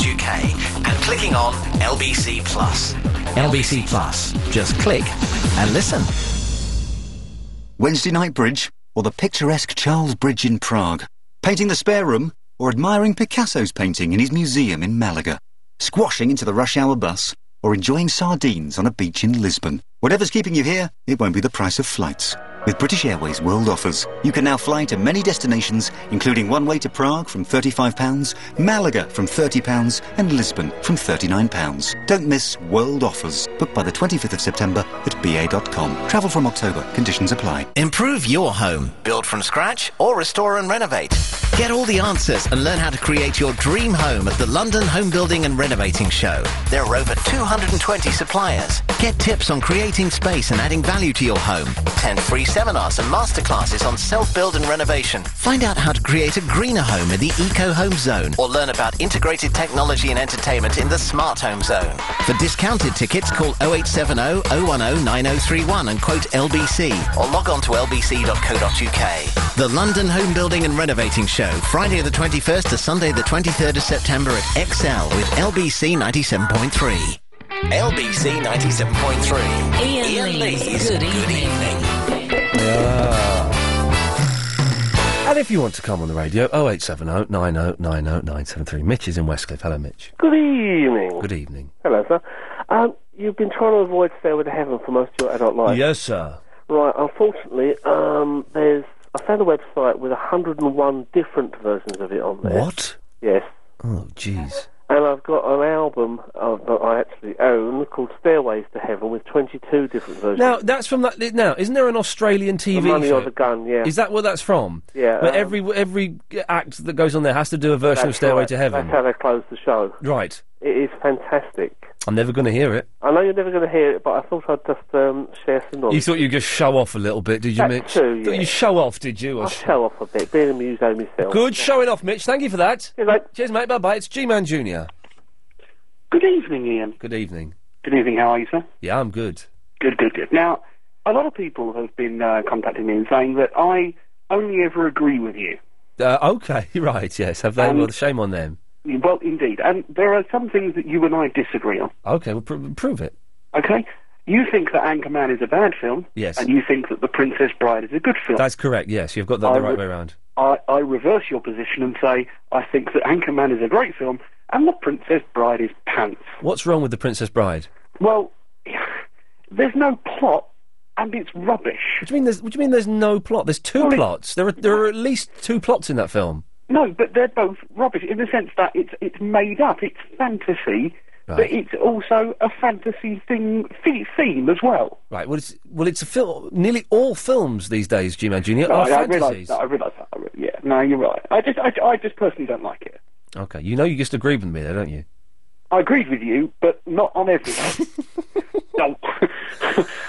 S7: and clicking on LBC Plus. LBC Plus. Just click and listen.
S19: Wednesday Night Bridge or the picturesque Charles Bridge in Prague, painting the spare room or admiring Picasso's painting in his museum in Malaga, squashing into the rush hour bus or enjoying sardines on a beach in Lisbon. Whatever's keeping you here, it won't be the price of flights. With British Airways World Offers, you can now fly to many destinations, including one way to Prague from £35, Malaga from £30, and Lisbon from £39. Don't miss World Offers. Book by the 25th of September at ba.com. Travel from October. Conditions apply.
S7: Improve your home.
S19: Build from scratch or restore and renovate.
S7: Get all the answers and learn how to create your dream home at the London Home Building and Renovating Show. There are over 220 suppliers. Get tips on creating space and adding value to your home. 10 free seminars and masterclasses on self-build and renovation. Find out how to create a greener home in the Eco Home Zone or learn about integrated technology and entertainment in the Smart Home Zone. oh For discounted tickets, call 0870 010 9031 and quote LBC or log on to lbc.co.uk. The London Home Building and Renovating Show, Friday the 21st to Sunday the 23rd of September at XL with LBC 97.3. LBC 97.3.
S11: Ian Lee's Good
S1: And if you want to come on the radio, 0870 90 90 973. Mitch is in Westcliff. Hello, Mitch.
S25: Good evening.
S1: Good evening.
S25: Hello, sir. Um, you've been trying to avoid Stairway to Heaven for most of your adult life.
S1: Yes, sir.
S25: Right, unfortunately, um, there's I found a website with 101 different versions of it on there.
S1: What?
S25: Yes.
S1: Oh, jeez.
S25: And I've got an album of, that I actually own called Stairways to Heaven with 22 different versions.
S1: Now that's from that. Now isn't there an Australian TV
S25: the money
S1: show?
S25: or the gun, yeah.
S1: Is that where that's from?
S25: Yeah,
S1: Where
S25: um,
S1: every every act that goes on there has to do a version of
S25: That's
S1: Stairway
S25: right.
S1: to Heaven.
S25: That's how they close the show.
S1: Right.
S25: It is fantastic.
S1: I'm never going to hear it.
S25: I know you're never going to hear it, but I thought I'd just um, share some knowledge.
S1: You thought you'd just show off a little bit, did you,
S25: That
S1: Mitch?
S25: too,
S1: Thought
S25: yeah.
S1: you show off, did you? Or
S25: I'll
S1: sh-
S25: show off a bit, being a muso myself.
S1: Good showing off, Mitch. Thank you for that. Cheers, mate. Bye bye. It's G Man Junior.
S43: Good evening, Ian.
S1: Good evening.
S43: Good evening. How are you, sir?
S1: Yeah, I'm good.
S43: Good, good, good. Now, a lot of people have been uh, contacting me and saying that I only ever agree with you.
S1: Uh, okay, right. Yes, have they?
S43: Um,
S1: well, shame on them.
S43: Well, indeed. And there are some things that you and I disagree on.
S1: Okay, well, pr- prove it.
S43: Okay? You think that Anchorman is a bad film.
S1: Yes.
S43: And you think that The Princess Bride is a good film.
S1: That's correct. Yes, you've got that
S43: I
S1: the right
S43: would-
S1: way around.
S43: I, I reverse your position and say I think that Anchorman is a great film and The Princess Bride is pants.
S1: What's wrong with the Princess Bride?
S43: Well, there's no plot and it's rubbish.
S1: What do you mean? There's, what do you mean? There's no plot. There's two
S43: Well, it-
S1: plots. There are there are at least two plots in that film.
S43: No, but they're both rubbish in the sense that it's it's made up. It's fantasy, but
S1: Right.
S43: it's also a fantasy thing the- theme as well.
S1: Right. Well, it's well, it's a film. Nearly all films these days, G-Man Junior,
S43: No,
S1: are
S43: I, I realise
S1: fantasies.
S43: that. I realise that. I re- yeah, no, you're right. I just I, I just personally don't like it.
S1: Okay, you know you just agreed with me there, don't you?
S43: I agreed with you, but not on everything. no.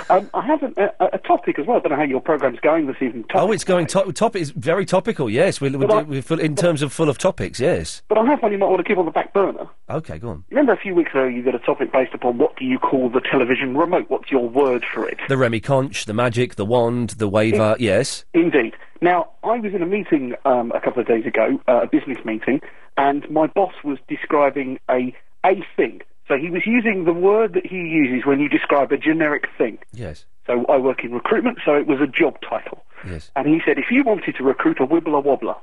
S43: um, I have an, a, a topic as well. I don't know how your programme's going this evening.
S1: Oh, it's going top. Top is very topical. Yes, we're, we're,
S43: But I-
S1: we're full, in terms of full of topics. Yes.
S43: But I have one you might want to keep on the back burner.
S1: Okay, go on.
S43: Remember a few weeks ago you got a topic based upon what do you call the television remote? What's your word for it?
S1: The Remy Conch, the magic, the wand, the waver. Yes.
S43: Indeed. Now, I was in a meeting um, a couple of days ago, uh, a business meeting, and my boss was describing a a thing. So he was using the word that he uses when you describe a generic thing.
S1: Yes.
S43: So I work in recruitment, so it was a job title.
S1: Yes.
S43: And he said, if you wanted to recruit a wibbler wobbler,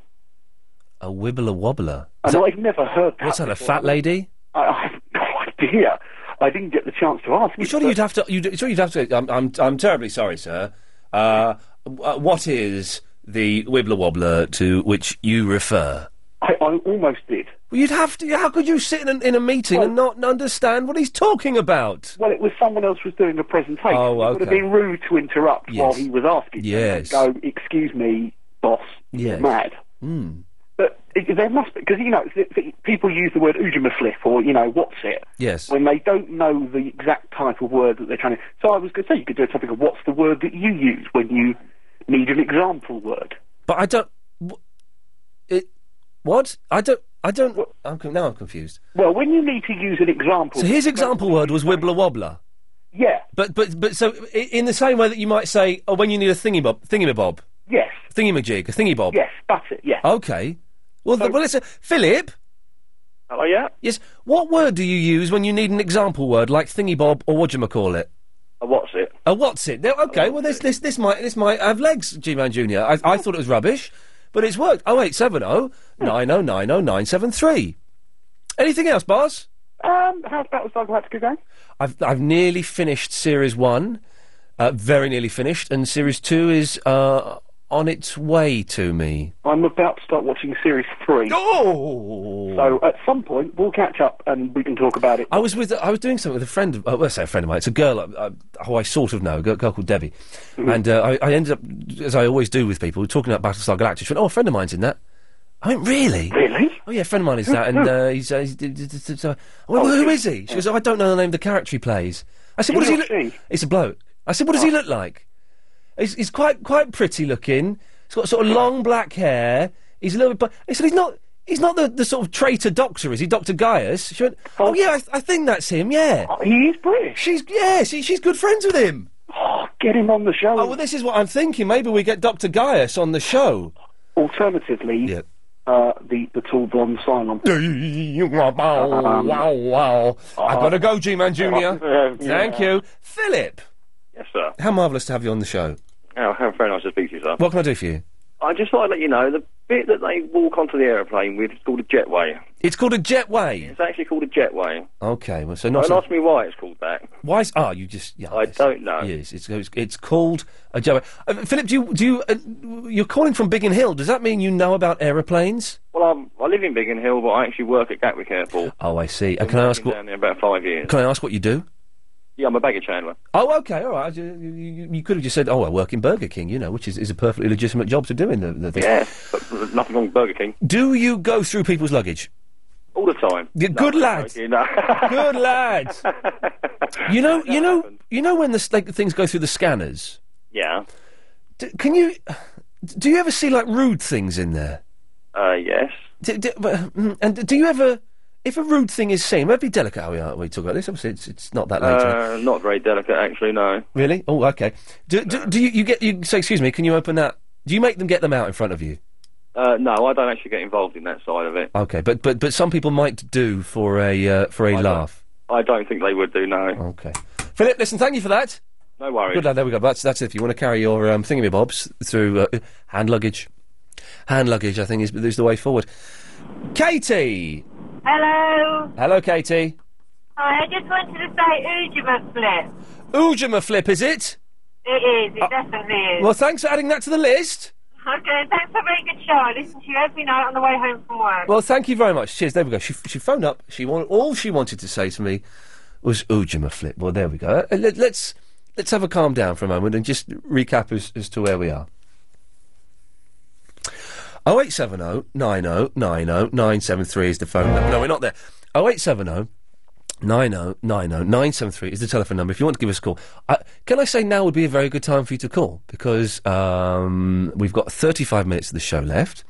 S1: A wibbler wobbler.
S43: and I've never heard that.
S1: What's that? A
S43: before.
S1: fat lady?
S43: I, I have no idea. I didn't get the chance to ask.
S1: Well, surely you'd have to. You'd, surely you'd have to. I'm. I'm, I'm terribly sorry, sir. Uh, w- uh, what is the wibbler wobbler to which you refer?
S43: I, I almost did.
S1: Well, you'd have to. How could you sit in a, in a meeting and
S43: Oh.
S1: not understand what he's talking about?
S43: Well, it was someone else was doing a presentation.
S1: Oh,
S43: It would have
S1: okay.
S43: been rude to interrupt while
S1: Yes.
S43: he was asking.
S1: Yes.
S43: Go, excuse me, boss.
S1: Yes.
S43: Mad.
S1: Mm.
S43: But it, there must be, because, you know, it's- it's- people use the word ujima flip or, you know, what's it?
S1: Yes.
S43: When they don't know the exact type of word that they're trying to. So I was going to say, you could do a topic of what's the word that you use when you need an example word.
S1: But I don't. wh- It. What? I don't. I don't. I'm, con- now I'm confused.
S43: Well, when you need to use an example.
S1: So his example word was wibbler wobbler.
S43: Yeah.
S1: But but but so i- in the same way that you might say, oh, when you need a thingy bob, thingy bob.
S43: Yes.
S1: Thingy-majig, a thingy bob.
S43: Yes, that's it. Yeah.
S1: Okay. Well, th- well, listen, Philip.
S43: Hello, Oh, yeah.
S1: Yes. What word do you use when you need an example word like thingy bob or what call it?
S43: A what's it?
S1: A what's it? Now, okay. Well, this this this might this might have legs, G Man Junior. I, I thought it was rubbish, but it's worked. Oh eight seven oh
S43: Hmm.
S1: nine oh nine oh nine seven three. Anything else, boss?
S43: Um, how's Battlestar Galactica going?
S1: I've I've nearly finished series one, uh, very nearly finished, and series two is uh, on its way to me.
S43: I'm about to start watching series three.
S1: Oh!
S43: So at some point we'll catch up and we can talk about it.
S1: I was with I was doing something with a friend. Of, uh, well, I say a friend of mine. It's a girl uh, uh, who I sort of know, a girl, girl called Debbie, and uh, I, I ended up, as I always do with people, talking about Battlestar Galactica. She went, "Oh, a friend of mine's in that." I went, "Really?
S43: Really?
S1: Oh yeah, a friend of mine is
S43: Who-
S1: that." And
S43: who?
S1: uh, he's, uh, he's, d- d- d- d- so I went, "Well, who is he? She goes, "Oh, "I don't know the name of the character he plays." I said,
S43: He
S1: "What does he
S43: or
S1: look?"
S43: she?
S1: It's a bloke. I said, "What
S43: Oh.
S1: does he look like?" He's, he's quite quite pretty looking. He's got sort of long black hair. He's a little bit. bu- He said he's not. He's not the, the sort of traitor doctor, is he? Doctor Gaius. She went, oh yeah, I, th- I think that's him. Yeah,
S43: Oh, he is British.
S1: She's yeah, she, she's good friends with him.
S43: Oh, get him on the show.
S1: Oh well, this is what I'm thinking. Maybe we get Doctor Gaius on the show.
S43: Alternatively, uh, the the tall blonde Um, Cylon.
S1: wow, wow, wow.
S43: uh,
S1: I've got to go, G-Man Junior.
S2: Uh, yeah.
S1: Thank you, Philip.
S2: Yes, sir.
S1: How marvellous to have you on the show.
S2: Oh, how very nice to speak to you, sir.
S1: What can I do for you?
S2: I just thought I'd let you know the
S18: bit that they walk onto the aeroplane with is called a jetway.
S1: It's called a jetway.
S18: It's actually called a jetway.
S1: Okay, well, so not.
S18: Don't
S1: so-
S18: ask me why it's called that.
S1: Why is ah? You just yeah. I
S18: don't know.
S1: Yes, it's it's, it's called a jetway. Uh, Philip, do you do you uh, you're calling from Biggin Hill? Does that mean you know about aeroplanes?
S18: Well, I'm, I live in Biggin Hill, but I actually work at Gatwick Airport.
S1: Oh, I see. Uh, can I ask
S18: Been
S1: what?
S18: down there about five years.
S1: Can I ask what you do?
S18: Yeah, I'm a baggage handler.
S1: Oh, okay, all right. You, you- you, you could have just said, "Oh, I work in Burger King," you know, which is, is a perfectly legitimate job to do in the, the thing.
S18: Yeah, but there's nothing wrong with Burger King
S1: Do you go through people's luggage?
S18: all the time.
S1: Yeah, good lad.
S18: You know,
S1: Good lad. You know, you know, you know when the s- like, things go through the scanners.
S18: yeah,
S1: D- can you? Do you ever see like rude things in there?
S18: uh, yes.
S1: D- d- but, mm, and do you ever, if a rude thing is seen, we'll be delicate how we are. We talk about this. Obviously, it's, it's not that late.
S18: Uh, not very delicate, actually. No.
S1: Really? Oh, okay. Do, do, do you, you get you say? Excuse me. Can you open that? Do you make them get them out in front of you?
S18: Uh, no, I don't actually get involved in that side of it.
S1: Okay, but but but some people might do for a uh, for a laugh.
S18: I don't think they would do. No.
S1: Okay. Philip, listen. Thank you for that.
S18: No worries.
S1: Good lad. There we go. That's that's it. If you want to carry your um, thingamabobs through uh, hand luggage, hand luggage, I think is is the way forward. Katie.
S20: Hello.
S1: Hello, Katie.
S20: Hi, I just wanted to say Ujima Flip.
S1: Ujima flip, is it?
S20: It is, it definitely is.
S1: Uh, Well, thanks for adding that to the list.
S20: Okay, thanks for a very good show. I listen to you every night on the way home from work.
S1: Well, thank you very much. Cheers. There we go. She, she phoned up. She wanted, all she wanted to say to me was Ujima flip. Well, there we go. Uh, let, let's let's have a calm down for a moment and just recap as, as to where we are. 0870 90 90 973 is the phone number. No, we're not there. 0870 90 90 973 is the telephone number if you want to give us a call. Uh, can I say now would be a very good time for you to call because um, we've got 35 minutes of the show left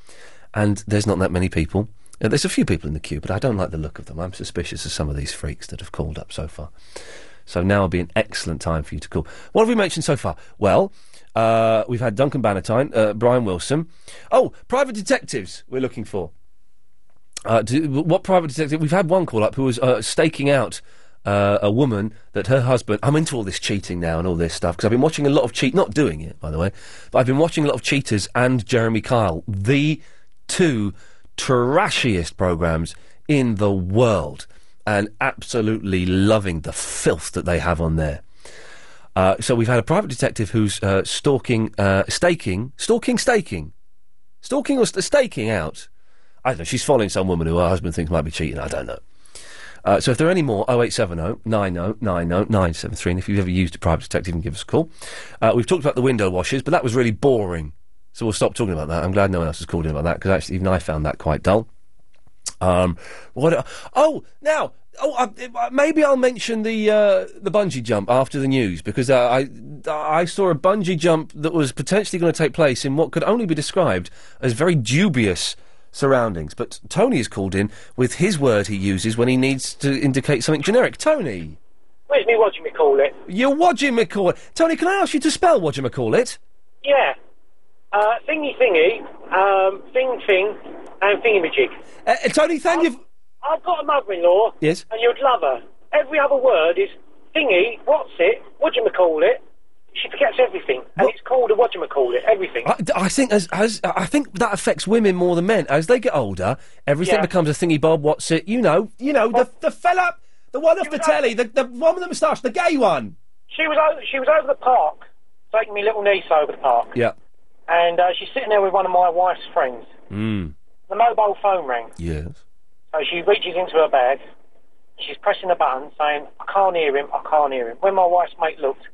S1: and there's not that many people. Uh, there's a few people in the queue, but I don't like the look of them. I'm suspicious of some of these freaks that have called up so far. So now would be an excellent time for you to call. What have we mentioned so far? Well, uh, we've had Duncan Bannatyne, uh, Brian Wilson. Oh, private detectives we're looking for. Uh, do, what private detective? We've had one call up who was uh, staking out uh, a woman that her husband. I'm into all this cheating now and all this stuff because I've been watching a lot of cheat. Not doing it, by the way, but I've been watching a lot of Cheaters and Jeremy Kyle, the two trashiest programs in the world, and absolutely loving the filth that they have on there. Uh, so we've had a private detective who's uh, stalking, uh, staking, stalking, staking, stalking or st- staking out. I don't know. She's following some woman who her husband thinks might be cheating. I don't know. Uh, so if there are any more, 0870 90 90 973, and if you've ever used a private detective, you can give us a call. Uh, we've talked about the window washers, but that was really boring. So we'll stop talking about that. I'm glad no one else has called in about that, because actually even I found that quite dull. Um, what? Oh, now, oh, I, I- maybe I'll mention the uh, the bungee jump after the news because uh, I I saw a bungee jump that was potentially going to take place in what could only be described as very dubious surroundings. But Tony is called in with his word he uses when he needs to indicate something generic. Tony,
S22: Where's me watching me call it?
S1: you're whatchamacallit. Tony, can I ask you to spell whatchamacallit?
S22: Yeah. Uh, thingy thingy, um, thing thing, and thingamajig.
S1: Uh, uh, Tony, thank you.
S22: I've got a mother-in-law.
S1: Yes.
S22: And you'd love her. Every other word is thingy, what's it, whatchamacall it. She forgets everything. And it's called a whatchamacall it, everything.
S1: I, d- I think as as I think that affects women more than men. As they get older, everything
S22: Yeah.
S1: becomes a thingy bob. What's it? You know, you know the the fella, the one off the telly, the the one with the moustache, the gay one.
S22: She was over, she was over the park, taking me little niece over the park.
S1: Yeah.
S22: And uh, she's sitting there with one of my wife's friends.
S1: Mm.
S22: The mobile phone rang.
S1: Yes.
S22: So she reaches into her bag. She's pressing the button, saying, I can't hear him, I can't hear him. When my wife's mate looked,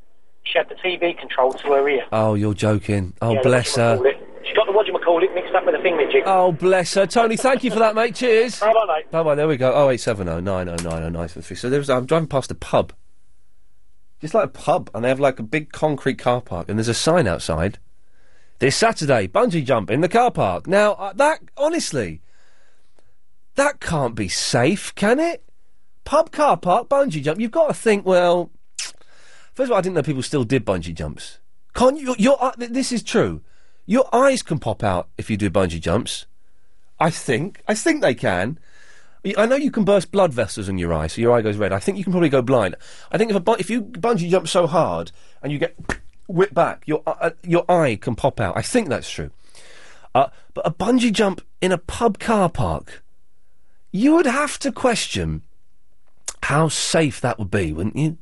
S22: she had the TV control to her ear.
S1: Oh, you're joking. Oh,
S22: Yeah,
S1: bless her.
S22: whatchamacallit. She got the whatchamacallit mixed up with the thingamajig.
S1: Oh, bless her. Tony, thank you for that, mate. Cheers.
S22: Bye bye, mate.
S1: Bye bye. There we go. Oh eight seven oh nine oh nine oh nine seven three. So there's. I'm driving past a pub. It's like a pub, and they have like a big concrete car park, and there's a sign outside. This Saturday, bungee jump in the car park. Now uh, that honestly, that can't be safe, can it? Pub car park bungee jump. You've got to think. Well, first of all, I didn't know people still did bungee jumps. Can't you? Your uh, th- this is true. Your eyes can pop out if you do bungee jumps. I think. I think they can. Y- I know you can burst blood vessels in your eye, so your eye goes red. I think you can probably go blind. I think if a bu- if you bungee jump so uh, hard and you get whipped back, your uh, your eye can pop out. I think that's true. Uh, but a bungee jump in a pub car park, you would have to question how safe that would be, wouldn't you?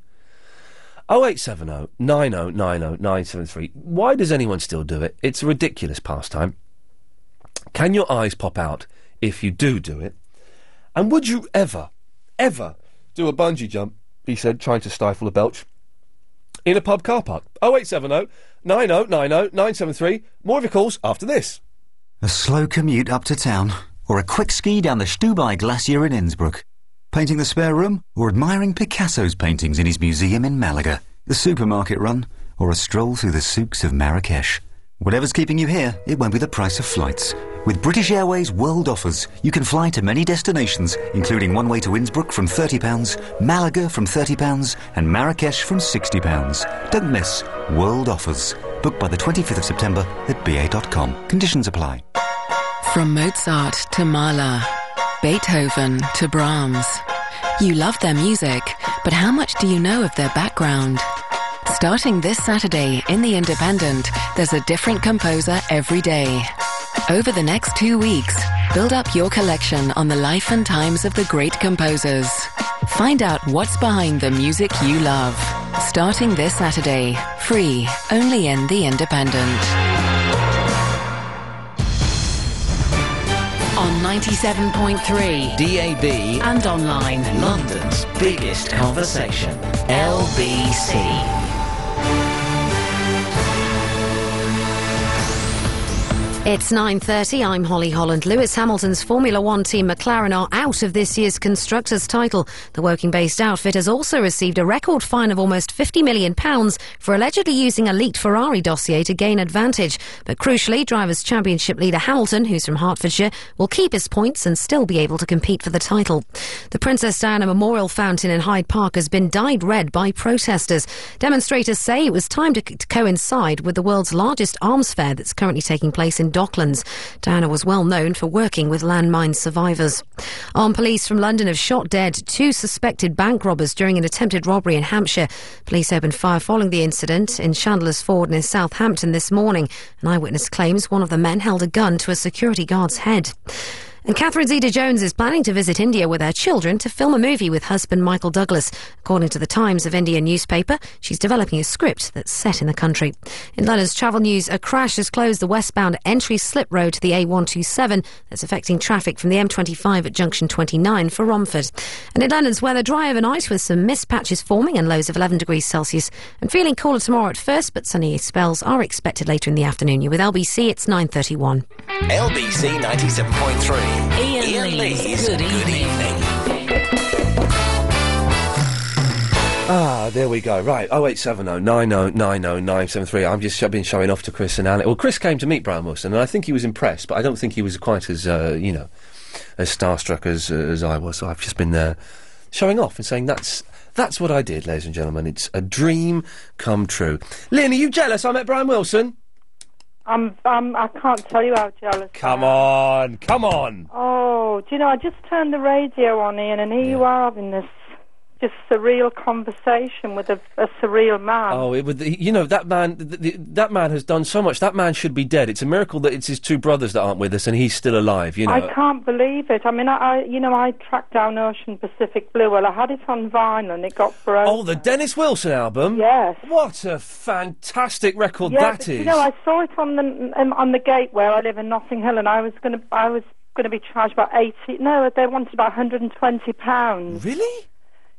S1: 0870 oh, 9090 973. Why does anyone still do it? It's a ridiculous pastime. Can your eyes pop out if you do do it? And would you ever, ever do a bungee jump? He said, trying to stifle a belch. In a pub car park. 0870 9090 973. More of your calls after this.
S19: A slow commute up to town, or a quick ski down the Stubai Glacier in Innsbruck. Painting the spare room, or admiring Picasso's paintings in his museum in Malaga. The supermarket run, or a stroll through the souks of Marrakesh. Whatever's keeping you here, it won't be the price of flights. With British Airways World Offers, you can fly to many destinations, including one way to Innsbruck from £30, Malaga from £30, and Marrakesh from £60. Don't miss World Offers. Booked by the 25th of September at BA.com. Conditions apply.
S16: From Mozart to Mahler, Beethoven to Brahms. You love their music, but how much do you know of their background? Starting this Saturday in The Independent, there's a different composer every day. Over the next two weeks, build up your collection on the life and times of the great composers. Find out what's behind the music you love. Starting this Saturday, free, only in The Independent.
S44: on 97.3
S11: DAB
S44: and online.
S11: London's biggest conversation,
S7: Uh,
S11: LBC.
S8: It's 9.30. I'm Holly Holland. Lewis Hamilton's Formula One team McLaren are out of this year's Constructors' title. The Woking-based outfit has also received a record fine of almost £50 million for allegedly using a leaked Ferrari dossier to gain advantage. But crucially, Drivers' Championship leader Hamilton, who's from Hertfordshire, will keep his points and still be able to compete for the title. The Princess Diana Memorial Fountain in Hyde Park has been dyed red by protesters. Demonstrators say it was timed to, to coincide with the world's largest arms fair that's currently taking place place in Docklands. Diana was well known for working with landmine survivors. Armed police from London have shot dead two suspected bank robbers during an attempted robbery in Hampshire. Police opened fire following the incident in Chandler's Ford near Southampton this morning. An eyewitness claims one of the men held a gun to a security guard's head. And Catherine Zeta Jones is planning to visit India with her children to film a movie with husband Michael Douglas. According to the Times of India newspaper, she's developing a script that's set in the country. In London's travel news, a crash has closed the westbound entry slip road to the A127 that's affecting traffic from the M25 at junction 29 for Romford. And in London's weather, dry overnight with some mist patches forming and lows of 11 degrees Celsius. And feeling cooler tomorrow at first, but sunny spells are expected later in the afternoon. You're with LBC, it's 9.31.
S11: LBC 97.3.
S8: Ian
S11: Lee's Good Evening.
S1: Ah, there we go. Right, 0870 9090 973. I'm just I've been showing off to Chris and Alex. Well, Chris came to meet Brian Wilson, and I think he was impressed, but I don't think he was quite as, uh, you know, as starstruck as, as I was. So I've just been there showing off and saying that's that's what I did, ladies and gentlemen. It's a dream come true. Lynn, are you jealous I met Brian Wilson?
S45: I'm, I'm, I can't tell you how jealous.
S1: Come on, come on.
S45: Oh, do you know, I just turned the radio on, Ian, and here you are having this just surreal conversation with a, a surreal man.
S1: Oh, it would. You know that man. Th- th- that man has done so much. That man should be dead. It's a miracle that it's his two brothers that aren't with us, and he's still alive. You know.
S45: I can't believe it. I mean, I, I, you know, I tracked down Ocean Pacific Blue. Well, I had it on vinyl, and it got broke.
S1: Oh, the Dennis Wilson album.
S45: Yes.
S1: What a fantastic record
S45: yeah,
S1: that
S45: but
S1: is.
S45: You know, I saw it on the um, on the gate where I live in Notting Hill, and I was going to, I was going to be charged about eighty. No, they wanted about hundred and twenty pounds.
S1: Really? Oh.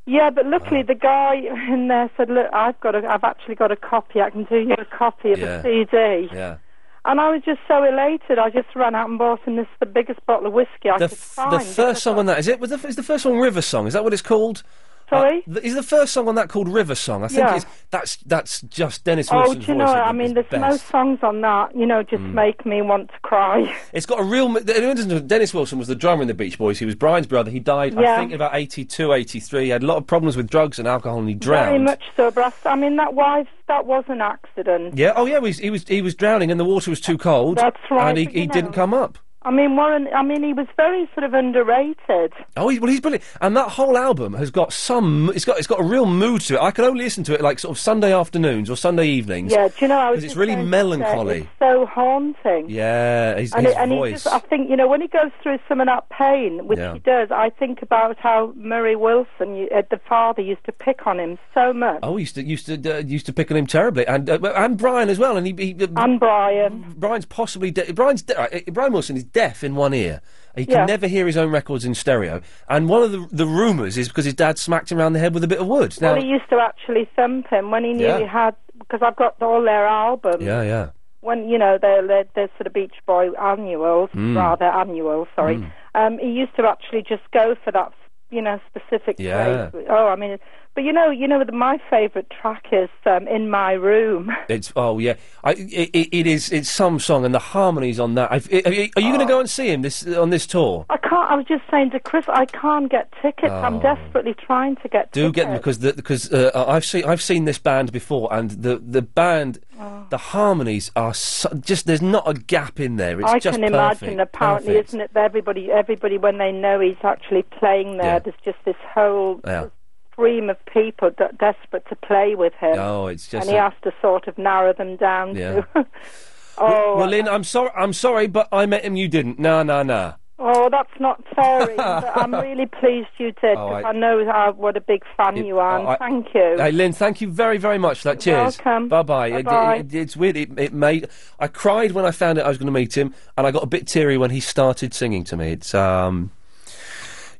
S45: Yeah, but luckily the guy in there said, "Look, I've got a, I've actually got a copy. I can do you a copy of
S1: Yeah.
S45: the CD."
S1: Yeah.
S45: And I was just so elated. I just ran out and bought him this the biggest bottle of whiskey I
S1: the,
S45: could
S1: f-
S45: find.
S1: the first song on that is it? Was the, f- is the first one River Song? Is that what it's called?
S45: Sorry?
S1: Uh, th- is the first song on that called River Song? I think
S45: Yeah.
S1: it's that's that's just Dennis
S45: oh,
S1: Wilson's
S45: do you
S1: voice.
S45: know?
S1: at
S45: I
S1: his
S45: mean, there's no
S1: best. Hmm.
S45: songs on that. You know, just make me want to cry.
S1: It's got a real. m- th- anyone doesn't know, Dennis Wilson was the drummer in the Beach Boys. He was Brian's brother. He died, I
S45: Yeah.
S1: think, about 82, 83. He had a lot of problems with drugs and alcohol, and he
S45: Very
S1: drowned.
S45: much so, but I s- I mean, that was that was an accident.
S1: Yeah. Oh, yeah. He was, he was he was drowning, and the water was too cold.
S45: That's right,
S1: And he,
S45: but you
S1: he didn't come up.
S45: I mean, Warren. I mean, he was very sort of underrated.
S1: Oh, he, well, he's brilliant, and that whole album has got some. It's got it's got a real mood to it. I could only listen to it like sort of Sunday afternoons or Sunday evenings.
S45: Yeah, do you know? I was
S1: because it's
S45: just
S1: really
S45: going to say,
S1: melancholy.
S45: it's so haunting.
S1: Yeah, his,
S45: and
S1: his
S45: it- and
S1: voice.
S45: he just, I think, you know, when he goes through some of that pain, which
S1: Yeah.
S45: he does, I think about how Murray Wilson, you- uh, the father, used to pick on him so much.
S1: Oh, he used to used to uh, used to pick on him terribly, and uh, well, and Brian as well, and he, he uh,
S45: and Brian.
S1: Brian's possibly de- Brian's de- uh, Brian Wilson is deaf in one ear. He can
S45: Yeah.
S1: never hear his own records in stereo. And one of the the rumours is because his dad smacked him around the head with a bit of wood. Now,
S45: well, he used to actually thump him when he knew
S1: Yeah.
S45: he had, because I've got all their albums.
S1: yeah, yeah.
S45: When, you know, they're, they're, they're sort of Beach Boy annuals,
S1: Mm.
S45: rather, annual, sorry. Um, he used to actually just go for that, you know, specific
S1: Yeah.
S45: phrase. Oh, I mean, but you know, you know, my favourite track is um, In My Room.
S1: It's oh yeah, I, it, it- it is. It's some song, and the harmonies on that. I've, i- are you going
S45: Oh.
S1: to go and see him this on this tour?
S45: I can't. I was just saying to Chris, I can't get tickets.
S1: Oh.
S45: I'm desperately trying to get.
S1: Do
S45: tickets.
S1: get them because the, because uh, I've seen I've seen this band before, and the the band,
S45: Oh.
S1: the harmonies are so, just there's not a gap in there. It's
S45: I
S1: just
S45: can imagine.
S1: perfect,
S45: Apparently,
S1: perfect.
S45: isn't it? that Everybody, everybody, when they know he's actually playing there,
S1: Yeah. Uh.
S45: there's just this whole
S1: Yeah.
S45: stream of people d- desperate to play with him.
S1: Oh, it's just
S45: and he
S1: a-
S45: has to sort of narrow them down
S1: Yeah.
S45: to. oh,
S1: Well, Lynn, I'm sorry, I'm sorry, but I met him. You didn't. No, no, no.
S45: oh, that's not fair. Ian, but I'm really pleased you did
S1: Oh,
S45: because
S1: I-
S45: I,
S1: oh,
S45: know how, what a big fan you are. and
S1: I-
S45: Thank you.
S1: Hey, Lynn, thank you very, very much for that. Cheers.
S45: welcome.
S1: Bye bye.
S45: Bye-bye.
S1: it's weird. It, it made. I cried when I found out I was going to meet him, and I got a bit teary when he started singing to me. It's um,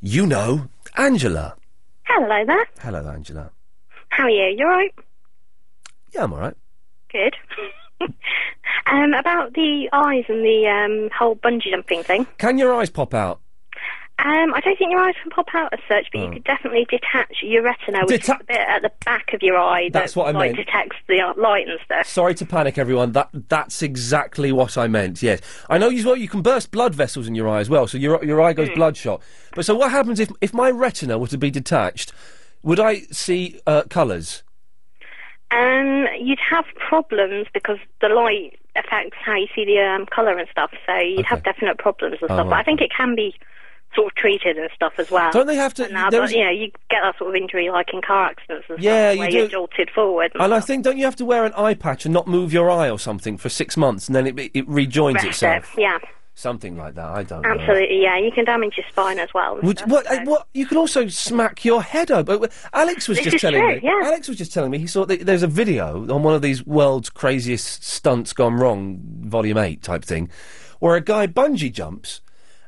S1: you know, Angela.
S26: Hello there.
S1: Hello, Angela.
S26: How are you? You alright?
S1: Yeah, I'm all right.
S26: Good. um, about the eyes and the um, whole bungee jumping thing.
S1: Can your eyes pop out?
S26: Um, I don't think your eyes can pop out as such, but you
S1: Oh.
S26: could definitely detach your retina, which is the bit at the back of your eye
S1: That's
S26: that
S1: what I
S26: like,
S1: meant.
S26: detects the uh, light and stuff.
S1: Sorry to panic, everyone. That that's exactly what I meant. Yes, I know you well. You can burst blood vessels in your eye as well, so your your eye goes
S26: Hmm.
S1: bloodshot. But so what happens if if my retina were to be detached? Would I see uh, colours?
S26: Um, you'd have problems because the light affects how you see the um, colour and stuff, so you'd have definite problems and
S1: Oh,
S26: stuff. But I
S1: right.
S26: think it can be sort of treated and stuff as well.
S1: Don't they have to-
S26: And Now,
S1: there
S26: but,
S1: is-
S26: you know, you get that sort of injury like in car accidents and
S1: Yeah,
S26: stuff,
S1: you
S26: where
S1: do.
S26: are jolted forward. and
S1: And I think don't you have to wear an eye patch and not move your eye or something for six months, and then it it rejoins
S26: rest
S1: itself,
S26: it. Yeah,
S1: something like that. I don't know.
S26: absolutely. Yeah, you can damage your spine as well. and
S1: Would,
S26: stuff.
S1: what, uh, what? You can also smack your head over. Alex was
S26: This
S1: just
S26: is
S1: telling
S26: true,
S1: me.
S26: yeah.
S1: Alex was just telling me he saw that there's a video on one of these world's craziest stunts gone wrong, volume eight type thing, where a guy bungee jumps,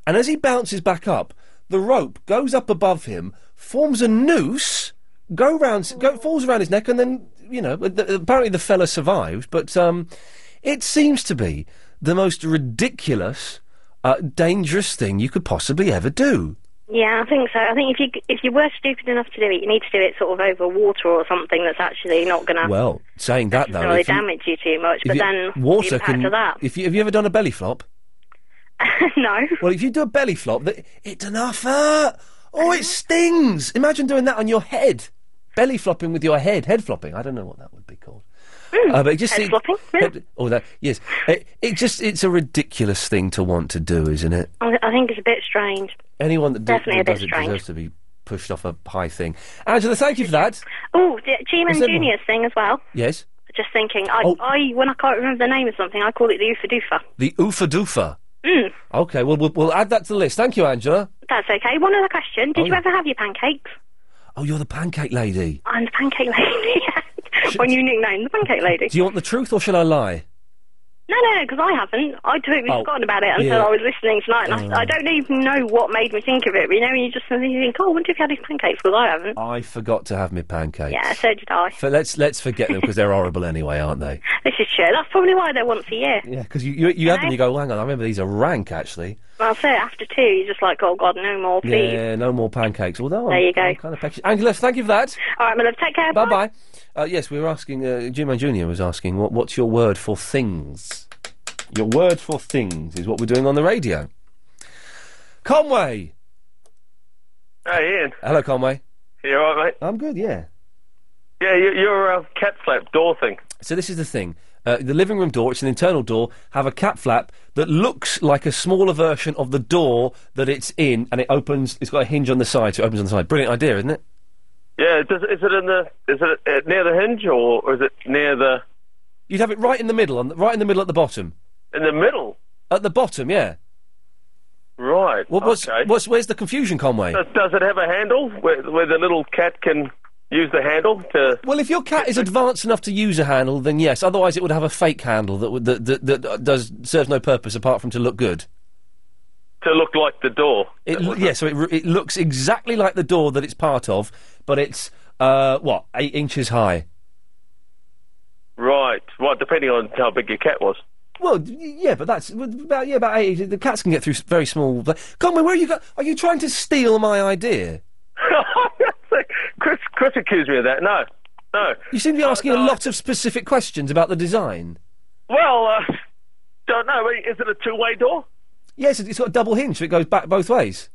S1: and as he bounces back up, the rope goes up above him, forms a noose, go round, go, falls around his neck, and then you know. th- apparently the fella survived, but um, it seems to be the most ridiculous, uh, dangerous thing you could possibly ever do.
S26: Yeah, I think so. I think if you if you were stupid enough to do it, you need to do it sort of over water or something that's actually not going to
S1: Well, saying that though,
S26: necessarily
S1: if you-
S26: damage you too much.
S1: if
S26: But
S1: you-
S26: then the
S1: water
S26: impact
S1: can.
S26: of that.
S1: If you, have you ever done a belly flop?
S26: no.
S1: Well, if you do a belly flop, that it's an offer. Oh,
S26: Uh-huh.
S1: it stings! Imagine doing that on your head, belly flopping with your head, head flopping. I don't know what that would be called.
S26: Hmm.
S1: Uh, but it just seems. head- Oh, that yes. It, it just it's a ridiculous thing to want to do, isn't it?
S26: I, I think it's a bit strange.
S1: Anyone that, do-
S26: Definitely a
S1: that
S26: bit
S1: does it
S26: strange.
S1: deserves to be pushed off a high thing. Angela, thank you for that.
S26: Oh, the G-Man
S1: Is there more?
S26: Junior's thing as well.
S1: Yes,
S26: Just thinking, I,
S1: Oh.
S26: I when I can't remember the name of something, I call it the Oofa Doofa.
S1: the oofa doofa.
S26: Mm,
S1: Okay, well, well we'll add that to the list. Thank you, Angela.
S26: that's okay. One other question: Did
S1: Oh.
S26: you ever have your pancakes?
S1: Oh, you're the pancake lady.
S26: I'm the pancake lady. My new nickname, the pancake lady.
S1: Do you want the truth or shall I lie?
S26: No, no, because I haven't. I totally
S1: Oh,
S26: forgotten about it until
S1: yeah.
S26: I was listening tonight, and
S1: Oh.
S26: I, I don't even know what made me think of it. You know, and you just suddenly think, oh, I wonder if you had these pancakes, because I haven't.
S1: I forgot to have my pancakes.
S26: Yeah, so did I.
S1: But let's let's forget them because they're horrible anyway, aren't they?
S26: This is true. That's probably why they're once a year.
S1: Yeah, because you you, you have them, you go, hang on, I remember these are rank actually.
S26: Well, so after two, you're just like, oh, God, no more, please.
S1: Yeah, no more pancakes. Although
S26: There
S1: I'm,
S26: you go.
S1: I'm kind of peckish. Angela, thank you for that.
S26: All right, my love, take care.
S1: Bye bye. Uh, yes, we were asking. Uh, Jim Man Junior was asking, what what's your word for things? Your word for things is what we're doing on the radio. Conway,
S2: Hey Ian,
S1: hello, Conway.
S2: you alright mate?
S1: I'm good, yeah.
S2: Yeah, you, your uh, cat flap door thing.
S1: So this is the thing: uh, the living room door, it's an internal door, have a cap flap that looks like a smaller version of the door that it's in, and it opens. It's got a hinge on the side, so it opens on the side. Brilliant idea, isn't it?
S2: Yeah, does, is it in the is it uh, near the hinge or, or is it near the
S1: You'd have it right in the middle, on the, right in the middle at the bottom.
S2: in the middle?
S1: At the bottom, yeah.
S2: Right.
S1: What, what's,
S2: okay.
S1: what's where's the confusion, Conway?
S2: Does, does it have a handle where, where the little cat can use the handle to?
S1: Well, if your cat is advanced enough to use a handle, then yes. Otherwise, it would have a fake handle that would, that, that, that uh, does serves no purpose apart from to look good.
S2: to look like the door.
S1: It, l- yeah, so it, r- it looks exactly like the door that it's part of, but it's uh, what eight inches high.
S2: Right. Well, depending on how big your cat was.
S1: Well, d- yeah, but that's well, about yeah about eight. The cats can get through s- very small. Bla- Conway, where are you? Go- are you trying to steal my idea?
S2: Chris, Chris accused me of that. No, no.
S1: You seem to be asking a lot of specific questions about the design.
S2: Well, uh, don't know. Is it a two-way door?
S1: Yes, it's got a double hinge, so it goes back both ways.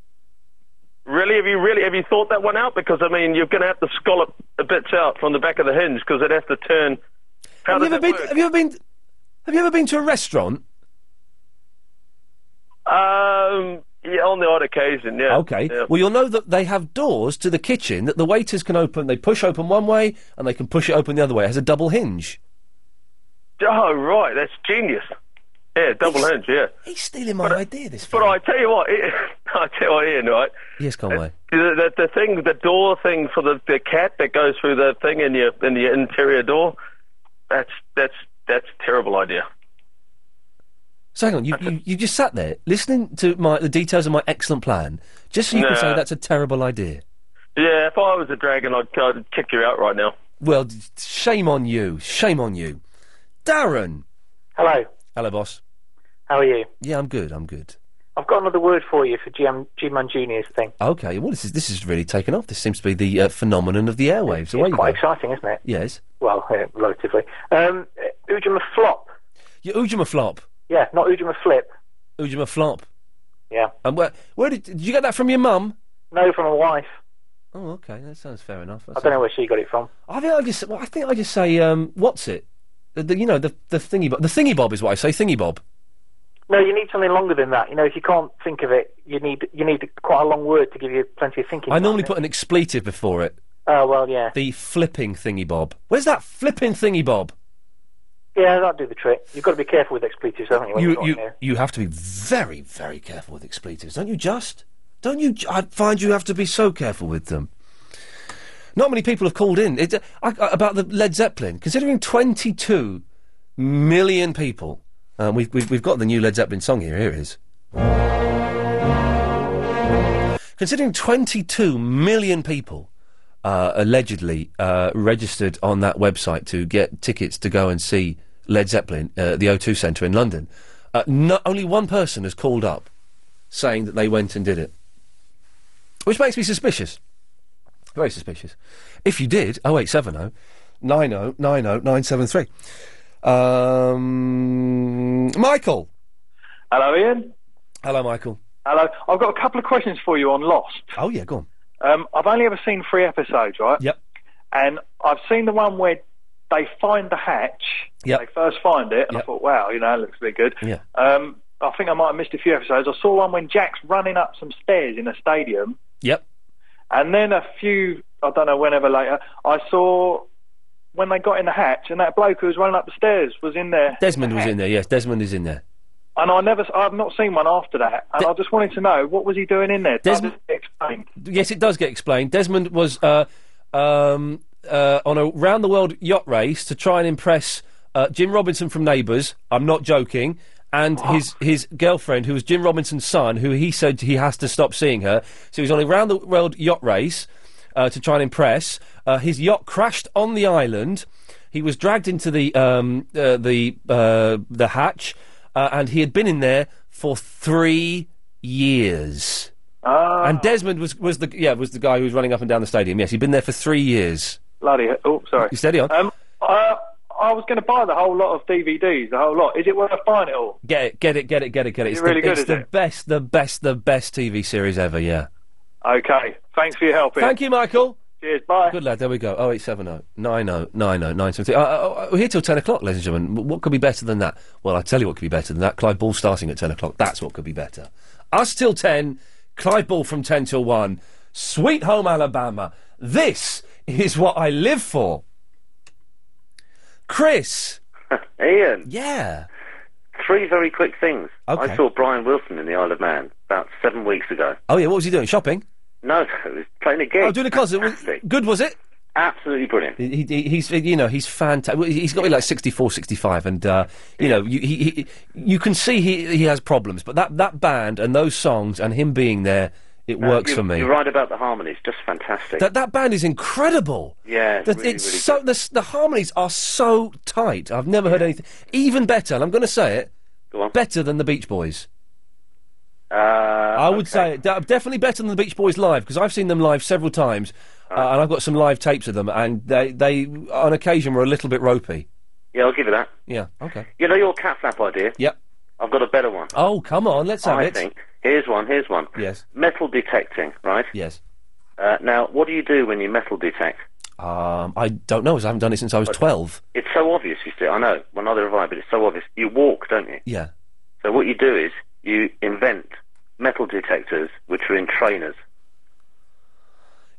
S2: Really? Have you really have you thought that one out? Because I mean, you're going to have to scallop the bits out from the back of the hinge because it has to turn. How
S1: Have you ever
S2: does that
S1: been?
S2: work?
S1: Have you ever been? Have you ever been to a restaurant?
S2: Um, yeah, on the odd occasion, yeah.
S1: Okay.
S2: Yeah.
S1: Well, you'll know that they have doors to the kitchen that the waiters can open. They push open one way and they can push it open the other way. It has a double hinge.
S2: Oh, right, that's genius. Yeah, double hinge, yeah.
S1: He's stealing my idea, this
S2: But I tell you what, Ian- I tell you what, Ian, right?
S1: Yes,
S22: Eh.
S1: Conway.
S2: The, the, the thing, the door thing for the, the cat that goes through the thing in your in your interior door, that's that's that's a terrible idea.
S1: So hang on, you, you, you just sat there listening to my the details of my excellent plan, just so you can say
S2: Nah.
S1: that's a terrible idea.
S2: Yeah, if I was a dragon, I'd, I'd kick you out right now.
S1: Well, d- shame on you. Shame on you, Darren.
S22: Hello,
S1: Hello, boss.
S22: how are you?
S1: Yeah, I'm good. I'm good.
S22: I've got another word for you for GM, G-Man Junior's thing.
S1: Okay. Well, this is this is really taken off. This seems to be the uh, phenomenon of the airwaves. Away you
S22: Quite
S1: go.
S22: exciting, isn't it?
S1: Yes.
S22: Well, eh, relatively. Um, eh, Ujima Flop.
S1: Your Ujima flop.
S22: Yeah, not Ujima Flip.
S1: Ujima flop.
S22: Yeah.
S1: And where where did did you get that from your mum?
S22: No, from my wife.
S1: Oh, okay. That sounds fair enough. That
S22: I don't know where she got it from.
S1: I think I just well, I think I just say um, what's it? The, the- you know the the thingy bob. The thingy bob is what I say. Thingy bob.
S22: No, you need something longer than that. You know, if you can't think of it, you need you need quite a long word to give you plenty of thinking.
S1: I normally put an expletive before it.
S22: Oh well, yeah,
S1: The flipping thingy bob. Where's that flipping thingy bob?
S22: yeah, that'll do the trick. You've got to be careful with expletives, haven't you? when
S1: You
S22: you're on
S1: you
S22: here?
S1: you have to be very very careful with expletives, don't you? Just don't you? j- I find you have to be so careful with them. Not many people have called in it, uh, I, I- about the Led Zeppelin. Considering twenty two million people, um, we've, we've we've got the new Led Zeppelin song here. Here it is. Considering 22 million people uh, allegedly uh, registered on that website to get tickets to go and see Led Zeppelin uh, at the O2 Centre in London, uh, no, only one person has called up saying that they went and did it. Which makes me suspicious. Very suspicious. If you did, 0870 90 90 973. Um, Michael.
S24: Hello, Ian.
S1: Hello, Michael.
S24: Hello. I've got a couple of questions for you on Lost.
S1: Oh, yeah, go on.
S24: Um, I've only ever seen three episodes, right?
S1: Yep.
S24: And I've seen the one where they find the hatch.
S1: Yep.
S24: They first find it, and I thought, wow, you know, it looks pretty good.
S1: Yeah.
S24: Um, I think I might have missed a few episodes. I saw one when Jack's running up some stairs in a stadium.
S1: Yep.
S24: And then a few, I don't know, whenever later, I saw when they got in the hatch, and that bloke who was running up the stairs was in there.
S1: Desmond was in there, yes, Desmond is in there.
S24: And I never, I've not seen one after that. And I just wanted to know what was he doing in there. Does
S1: Desmond-
S24: it explain?
S1: Yes, it does get explained. Desmond was uh, um, uh, on a round the world yacht race to try and impress uh, Jim Robinson from Neighbours. I'm not joking. And his his girlfriend, who was Jim Robinson's son, who he said he has to stop seeing her. So he's on a round the world yacht race uh, to try and impress. Uh, his yacht crashed on the island. He was dragged into the um, uh, the uh, the hatch, uh, and he had been in there for three years.
S24: Ah.
S1: And Desmond was, was the yeah was the guy who was running up and down the stadium. Yes, he'd been there for three years.
S24: Bloody he- oh, sorry.
S1: You steady on.
S24: Um, I, I was going to buy the whole lot of DVDs, the whole lot. Is it worth buying it all?
S1: Get it, get it, get it, get it, get it.
S24: Is it really
S1: the,
S24: good,
S1: it's
S24: is
S1: the
S24: it?
S1: best, the best, the best TV series ever. Yeah.
S24: Okay. Thanks for your help. Ian.
S1: Thank you, Michael.
S24: Cheers, bye.
S1: Good lad, there we go. Oh, 0870 90 90 973. Uh, uh, uh, We're here till 10 o'clock, ladies and gentlemen. W- What could be better than that? Well, I tell you what could be better than that. Clive Ball starting at 10 o'clock. That's what could be better. Us till 10, Clive Ball from 10 till 1. Sweet home Alabama. This is what I live for. Chris.
S4: Ian.
S1: Yeah.
S4: Three very quick things.
S1: Okay.
S4: I saw Brian Wilson in the Isle of Man about seven weeks ago.
S1: Oh, yeah, what was he doing? Shopping?
S4: No, he was playing a gig.
S1: Oh, doing a concert. Was-
S4: Fantastic.
S1: Good, was it?
S4: Absolutely brilliant.
S1: He, he, he's, you know, he's fantastic. He's got to be like 64, 65, and, uh, you know, you, he, he, you can see he, he has problems, but that, that band and those songs and him being there, it
S4: No,
S1: works
S4: you-
S1: for me.
S4: Uh, You're right about the harmonies. Just fantastic.
S1: That, that band is incredible.
S4: yeah,
S1: The,
S4: really,
S1: it's
S4: really
S1: so the, s- the harmonies are so tight. I've never heard anything even better. And I'm going to say it, better than the Beach Boys.
S4: Uh, I
S1: would say it, de- definitely better than the Beach Boys live because I've seen them live several times, uh, and I've got some live tapes of them, and they they on occasion were a little bit ropey.
S4: Yeah, I'll give you that.
S1: Yeah. Okay.
S4: You know your cat flap idea?
S1: Yep.
S4: I've got a better one.
S1: Oh, come on, let's have
S4: I
S1: it.
S4: think. Here's one, here's one.
S1: Yes.
S4: Metal detecting, right?
S1: Yes.
S4: Uh, now, what do you do when you metal detect?
S1: Um, I don't know, 'cause I haven't done it since I was twelve.
S4: It's so obvious, you see. I know, well, neither have I, but it's so obvious. You walk, don't you?
S1: Yeah.
S4: So what you do is you invent metal detectors, which are in trainers.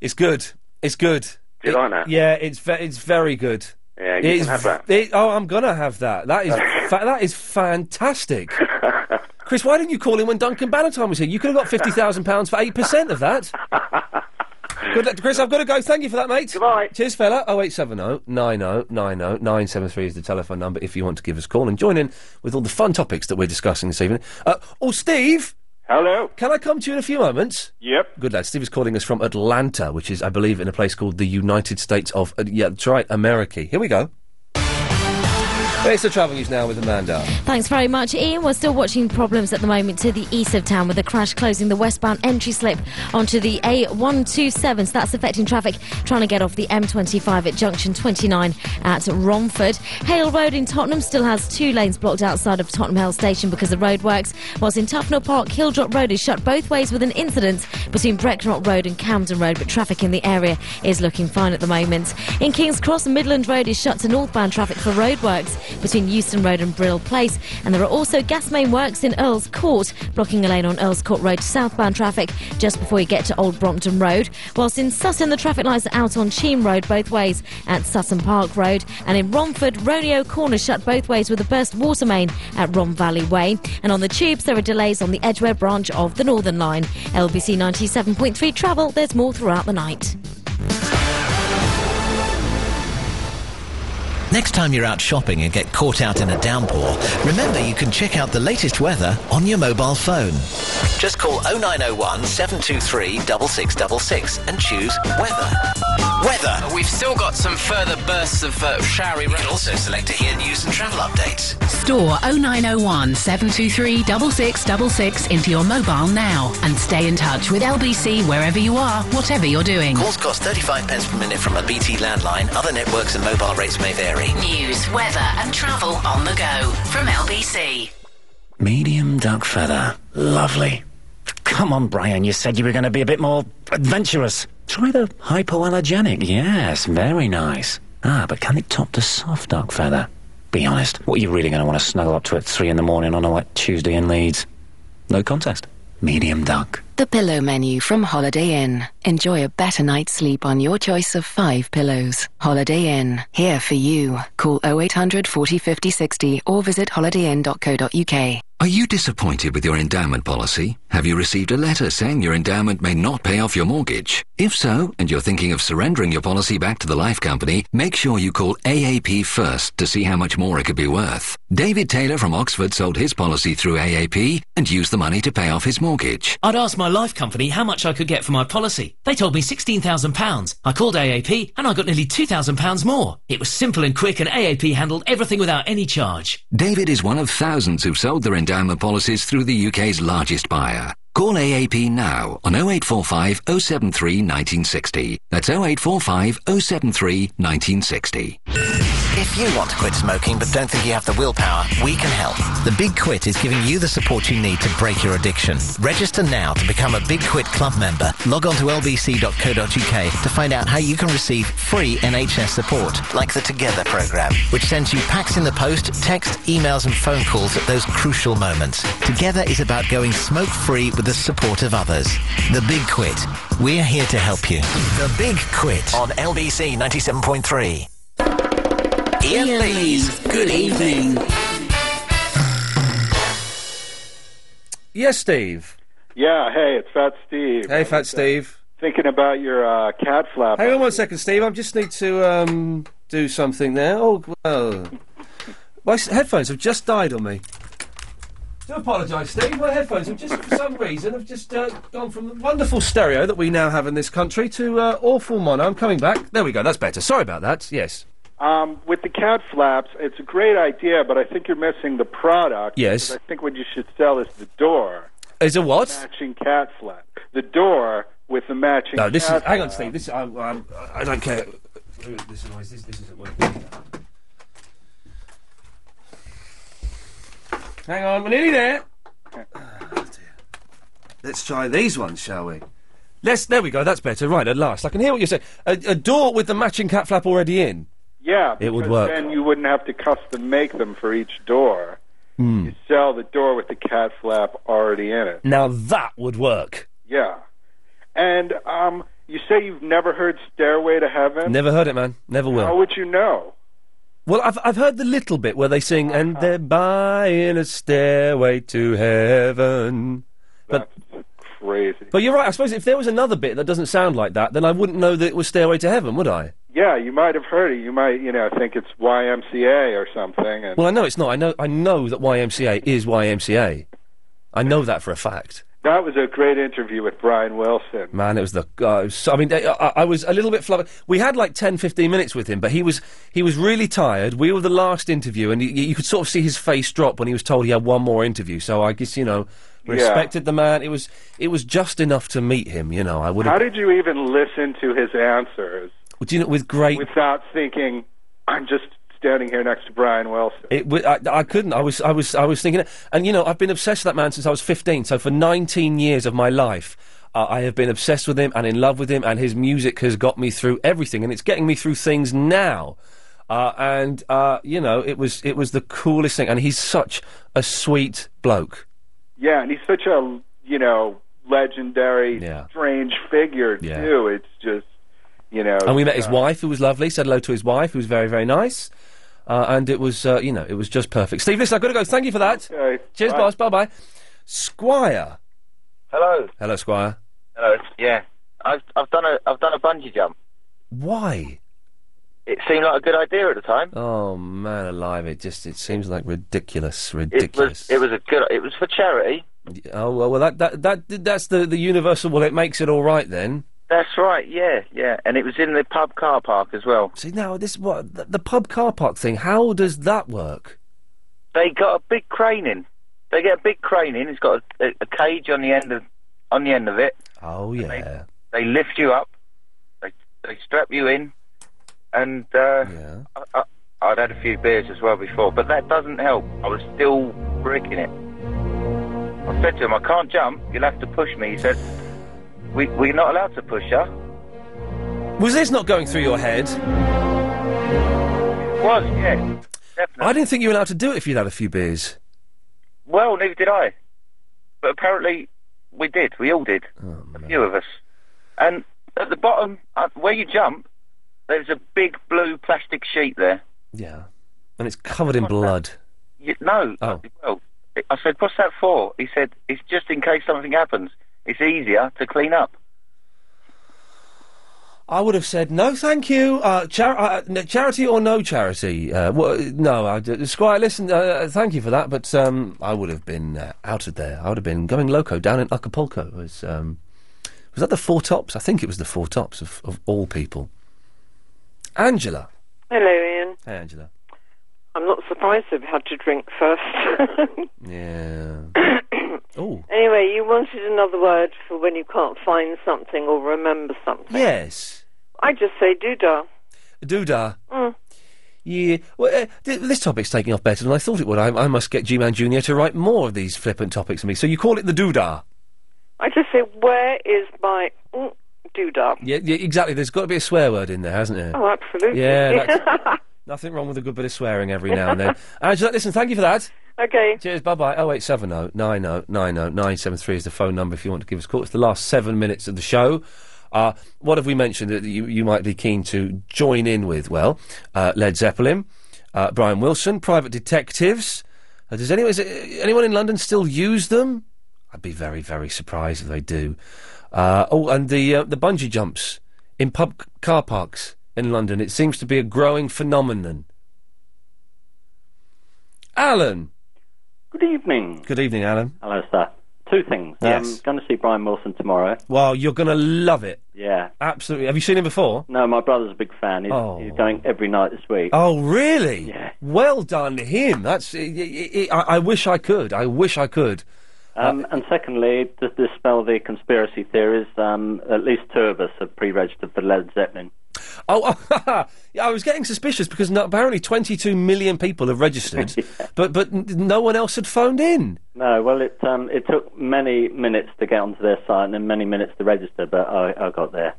S1: It's good. It's good.
S4: Do you
S1: It-
S4: like that?
S1: Yeah, it's ve- it's very good.
S4: Yeah, you
S1: It
S4: can
S1: is
S4: have that.
S1: it- oh, I'm gonna have that. That is fa- that is fantastic. Chris, why didn't you call in when Duncan Bannatyne was here? You could have got fifty thousand pounds for eight percent of that. Good, luck- Chris, I've got to go. Thank you for that, mate. Goodbye. Cheers, fella. Oh, 0870 90 90 973 is the telephone number if you want to give us a call and join in with all the fun topics that we're discussing this evening. Uh, oh, Steve.
S46: Hello.
S1: Can I come to you in a few moments?
S46: Yep.
S1: Good lad. Steve is calling us from Atlanta, which is, I believe, in a place called the United States of. Uh, yeah, that's right, America. Here we go. It's the travel news now with Amanda.
S21: Thanks very much, Ian. We're still watching problems at the moment to the east of town with a crash closing the westbound entry slip onto the A127. So that's affecting traffic trying to get off the M25 at junction 29 at Romford. Hale Road in Tottenham still has two lanes blocked outside of Tottenham Hale Station because of roadworks. Whilst in Tufnell Park, Hildrop Road is shut both ways with an incident between Brecknott Road and Camden Road, but traffic in the area is looking fine at the moment. In King's Cross, Midland Road is shut to northbound traffic for roadworks between Euston Road and Brill Place, and there are also gas main works in Earls Court, blocking a lane on Earls Court Road to southbound traffic just before you get to Old Brompton Road. Whilst in Sutton, the traffic lights are out on Cheam Road both ways at Sutton Park Road, and in Romford, Roneo Corner shut both ways with a burst water main at Rom Valley Way. And on the tubes, there are delays on the Edgware branch of the Northern Line. LBC 97.3 travel, there's more throughout the night.
S7: Next time you're out shopping and get caught out in a downpour, remember you can check out the latest weather on your mobile phone. Just call 0901 723 6666 and choose weather. Weather. We've still got some further bursts of uh, showery You can also select to hear news and travel updates.
S9: Store 0901 723 6666 into your mobile now and stay in touch with LBC wherever you are, whatever you're doing.
S7: Calls cost 35 pence per minute from a BT landline. Other networks and mobile rates may vary.
S9: News, weather, and travel on the go from LBC.
S47: Medium duck feather. Lovely. Come on, Brian, you said you were going to be a bit more adventurous. Try the hypoallergenic. Yes, very nice. Ah, but can it top the soft duck feather? Be honest, what are you really going to want to snuggle up to at three in the morning on a wet Tuesday in Leeds? No contest. Medium duck.
S16: The pillow menu from Holiday Inn. Enjoy a better night's sleep on your choice of five pillows. Holiday Inn, here for you. Call 0800 40 50 60 or visit holidayinn.co.uk.
S48: Are you disappointed with your endowment policy? Have you received a letter saying your endowment may not pay off your mortgage? If so, and you're thinking of surrendering your policy back to the life company, make sure you call AAP first to see how much more it could be worth. David Taylor from Oxford sold his policy through AAP and used the money to pay off his mortgage.
S49: I'd asked my life company how much I could get for my policy. They told me £16,000. I called AAP and I got nearly £2,000 more. It was simple and quick and AAP handled everything without any charge.
S48: David is one of thousands who've sold their endowment policies through the UK's largest buyer. Call AAP now on 0845 073 1960. That's 0845 073 1960.
S7: If you want to quit smoking but don't think you have the willpower, we can help. The Big Quit is giving you the support you need to break your addiction. Register now to become a Big Quit Club member. Log on to lbc.co.uk to find out how you can receive free NHS support, like the Together programme, which sends you packs in the post, text, emails and phone calls at those crucial moments. Together is about going smoke-free with the support of others. The Big Quit. We're here to help you. The Big Quit on LBC 97.3. Ian, Lee's Good Evening.
S1: Yes, Steve.
S50: Yeah, hey, it's Fat Steve. Uh,
S1: Hey, Fat Steve.
S50: Thinking about your uh, cat flap.
S1: Hang on one second, Steve. I just need to um, do something there. Oh, well. My s- headphones have just died on me. Do apologise, Steve. My headphones have just, for some reason, have just uh, gone from the wonderful stereo that we now have in this country to uh, awful mono. I'm coming back. There we go. That's better. Sorry about that. Yes.
S50: Um, with the cat flaps, it's a great idea, but I think you're missing the product.
S1: Yes.
S50: because I think what you should sell is the door.
S1: Is it what?
S50: Matching cat flap. The door with the matching.
S1: No, this
S50: cat
S1: is. Hang on,
S50: flap.
S1: Steve. This I, I, I don't care. Who is This noise. This, this isn't working. Hang on, we're nearly there. Oh, Let's try these ones, shall we? Let's. There we go. That's better. Right at last, I can hear what you're saying. A, a door with the matching cat flap already in.
S50: Yeah,
S1: It would
S50: because
S1: work.
S50: Then you wouldn't have to custom make them for each door.
S1: Hmm.
S50: You sell the door with the cat flap already in it.
S1: Now that would work.
S50: Yeah, and um, you say you've never heard "Stairway to Heaven."
S1: Never heard it, man. Never will.
S50: How would you know?
S1: Well, I've, I've heard the little bit where they sing, and they're buying a stairway to heaven. But,
S50: Crazy.
S1: but you're right, I suppose if there was another bit that doesn't sound like that, then I wouldn't know that it was Stairway to Heaven, would I?
S50: Yeah, you might have heard it. You might, you know, think it's YMCA or something. And
S1: Well, I know it's not. I know, I know that YMCA is YMCA. I know that for a fact.
S50: that was a great interview with Brian Wilson.
S1: Man, it was the. Uh, it was so- I mean, I, I- I was a little bit flabbergasted. We had like 10, 15 minutes with him, but he was he was really tired. We were the last interview, and you, you could sort of see his face drop when he was told he had one more interview. So I guess you know,
S50: Yeah.
S1: respected the man. It was it was just enough to meet him. You know, I would.
S50: How
S1: have
S50: did you even listen to his answers
S1: Do you know with great?
S50: without thinking, "I'm just standing here next to Brian Wilson"?
S1: It w- I, I couldn't. I was, I was, I was thinking. And you know, I've been obsessed with that man since I was 15. So for 19 years of my life, uh, I have been obsessed with him and in love with him. And his music has got me through everything, and it's getting me through things now. Uh, and uh, you know, it was, it was the coolest thing. And he's such a sweet bloke.
S50: Yeah, and he's such a you know legendary, strange figure
S1: Yeah.
S50: too. It's just you know.
S1: And we met his
S50: uh,
S1: wife, who was lovely. Said hello to his wife, who was very, very nice. Uh, and it was, uh, you know, it was just perfect. Steve, listen, I've got to go. Thank you for that.
S50: Okay,
S1: Cheers,
S51: bye.
S1: boss. Bye, bye. Squire.
S51: Hello.
S1: Hello, Squire.
S51: Hello. Yeah. I've I've done a I've done a bungee jump.
S1: Why?
S51: It seemed like a good idea at the time.
S1: Oh man, alive! It just it seems like ridiculous,
S51: It
S1: ridiculous.
S51: was it was a good it was for charity.
S1: Oh well, well that, that that that's the the universal. Well, it makes it all right then.
S51: That's right. Yeah, yeah. And it was in the pub car park as well.
S1: See now this what the, the pub car park thing. How does that work?
S51: They got a big crane in. They get a big crane in. It's got a, a cage on the end of on the end of it.
S1: Oh yeah,
S51: They lift you up. They they strap you in. And uh, I, I, I'd had a few beers as well before, but that doesn't help. I was still breaking it. I said to him, "I can't jump. You'll have to push me." He said, "We we're not allowed to push her."
S1: was this not going through your head?
S51: It was yeah.
S1: I didn't think you were allowed to do it if you'd had a few beers.
S51: Well, neither did I. But apparently, we did. We all did. a few of us. And at the bottom, uh, where you jump, there's a big blue plastic sheet there.
S1: Yeah, and it's covered in blood.
S51: You, no.
S1: Oh.
S51: Well, I said, what's that for? He said, it's just in case something happens. It's easier to clean up.
S1: I would have said no, thank you. Uh, char- uh, n- charity or no charity? Uh, wha- no, I d- Squire. Listen, uh, uh, thank you for that, but um, I would have been uh, out of there. I would have been going loco down in Acapulco. It Was um, was that the Four Tops? I think it was the Four Tops of, of all people. Angela,
S35: Hello, Ian.
S1: hey Angela.
S35: I'm not surprised I've had to drink first.
S1: Yeah. oh
S35: anyway, you wanted another word for when you can't find something or remember something.
S1: yes,
S35: I just say doodah.
S1: doodah.
S35: Mm.
S1: Yeah. Well, uh, th- this topic's taking off better than I thought it would. I, I must get G-Man Junior to write more of these flippant topics for me. So you call it the doodah?
S35: I just say, where is my mm, doodah?
S1: Yeah, yeah exactly. There's got to be a swear word in there, hasn't there?
S35: Oh, absolutely.
S1: Yeah. that's- nothing wrong with a good bit of swearing every now and then. Angela, listen, thank you for that.
S35: Okay.
S1: Cheers. Oh, Bye bye. 0870 90 90 973 is the phone number if you want to give us a call. It's the last seven minutes of the show. Uh, what have we mentioned that you, you might be keen to join in with? Well, uh, Led Zeppelin, uh, Brian Wilson, Private Detectives. Uh, does anyone, is it- anyone in London still use them? I'd be very, very surprised if they do. Uh, oh, and the uh, the bungee jumps in pub c- car parks in London. It seems to be a growing phenomenon. Alan.
S52: Good evening.
S1: Good evening, Alan.
S52: Hello, sir. Two things.
S1: Yes.
S52: I'm going to see Brian Wilson tomorrow.
S1: Well, you're going to love it.
S52: Yeah.
S1: Absolutely. Have you seen him before?
S52: No, my brother's a big fan. He's,
S1: Oh.
S52: he's going every night this week.
S1: Oh, really? Yeah. Well done, him. That's. i i i I I wish I could. I wish I could. Uh,
S52: Um, and secondly, to dispel the conspiracy theories, um, at least two of us have pre-registered for Led Zeppelin.
S1: Oh, yeah, I was getting suspicious because no, apparently 22 million people have registered, but but n- no one else had phoned in.
S52: No, well, it um, it took many minutes to get onto their site and then many minutes to register, but I, I got there.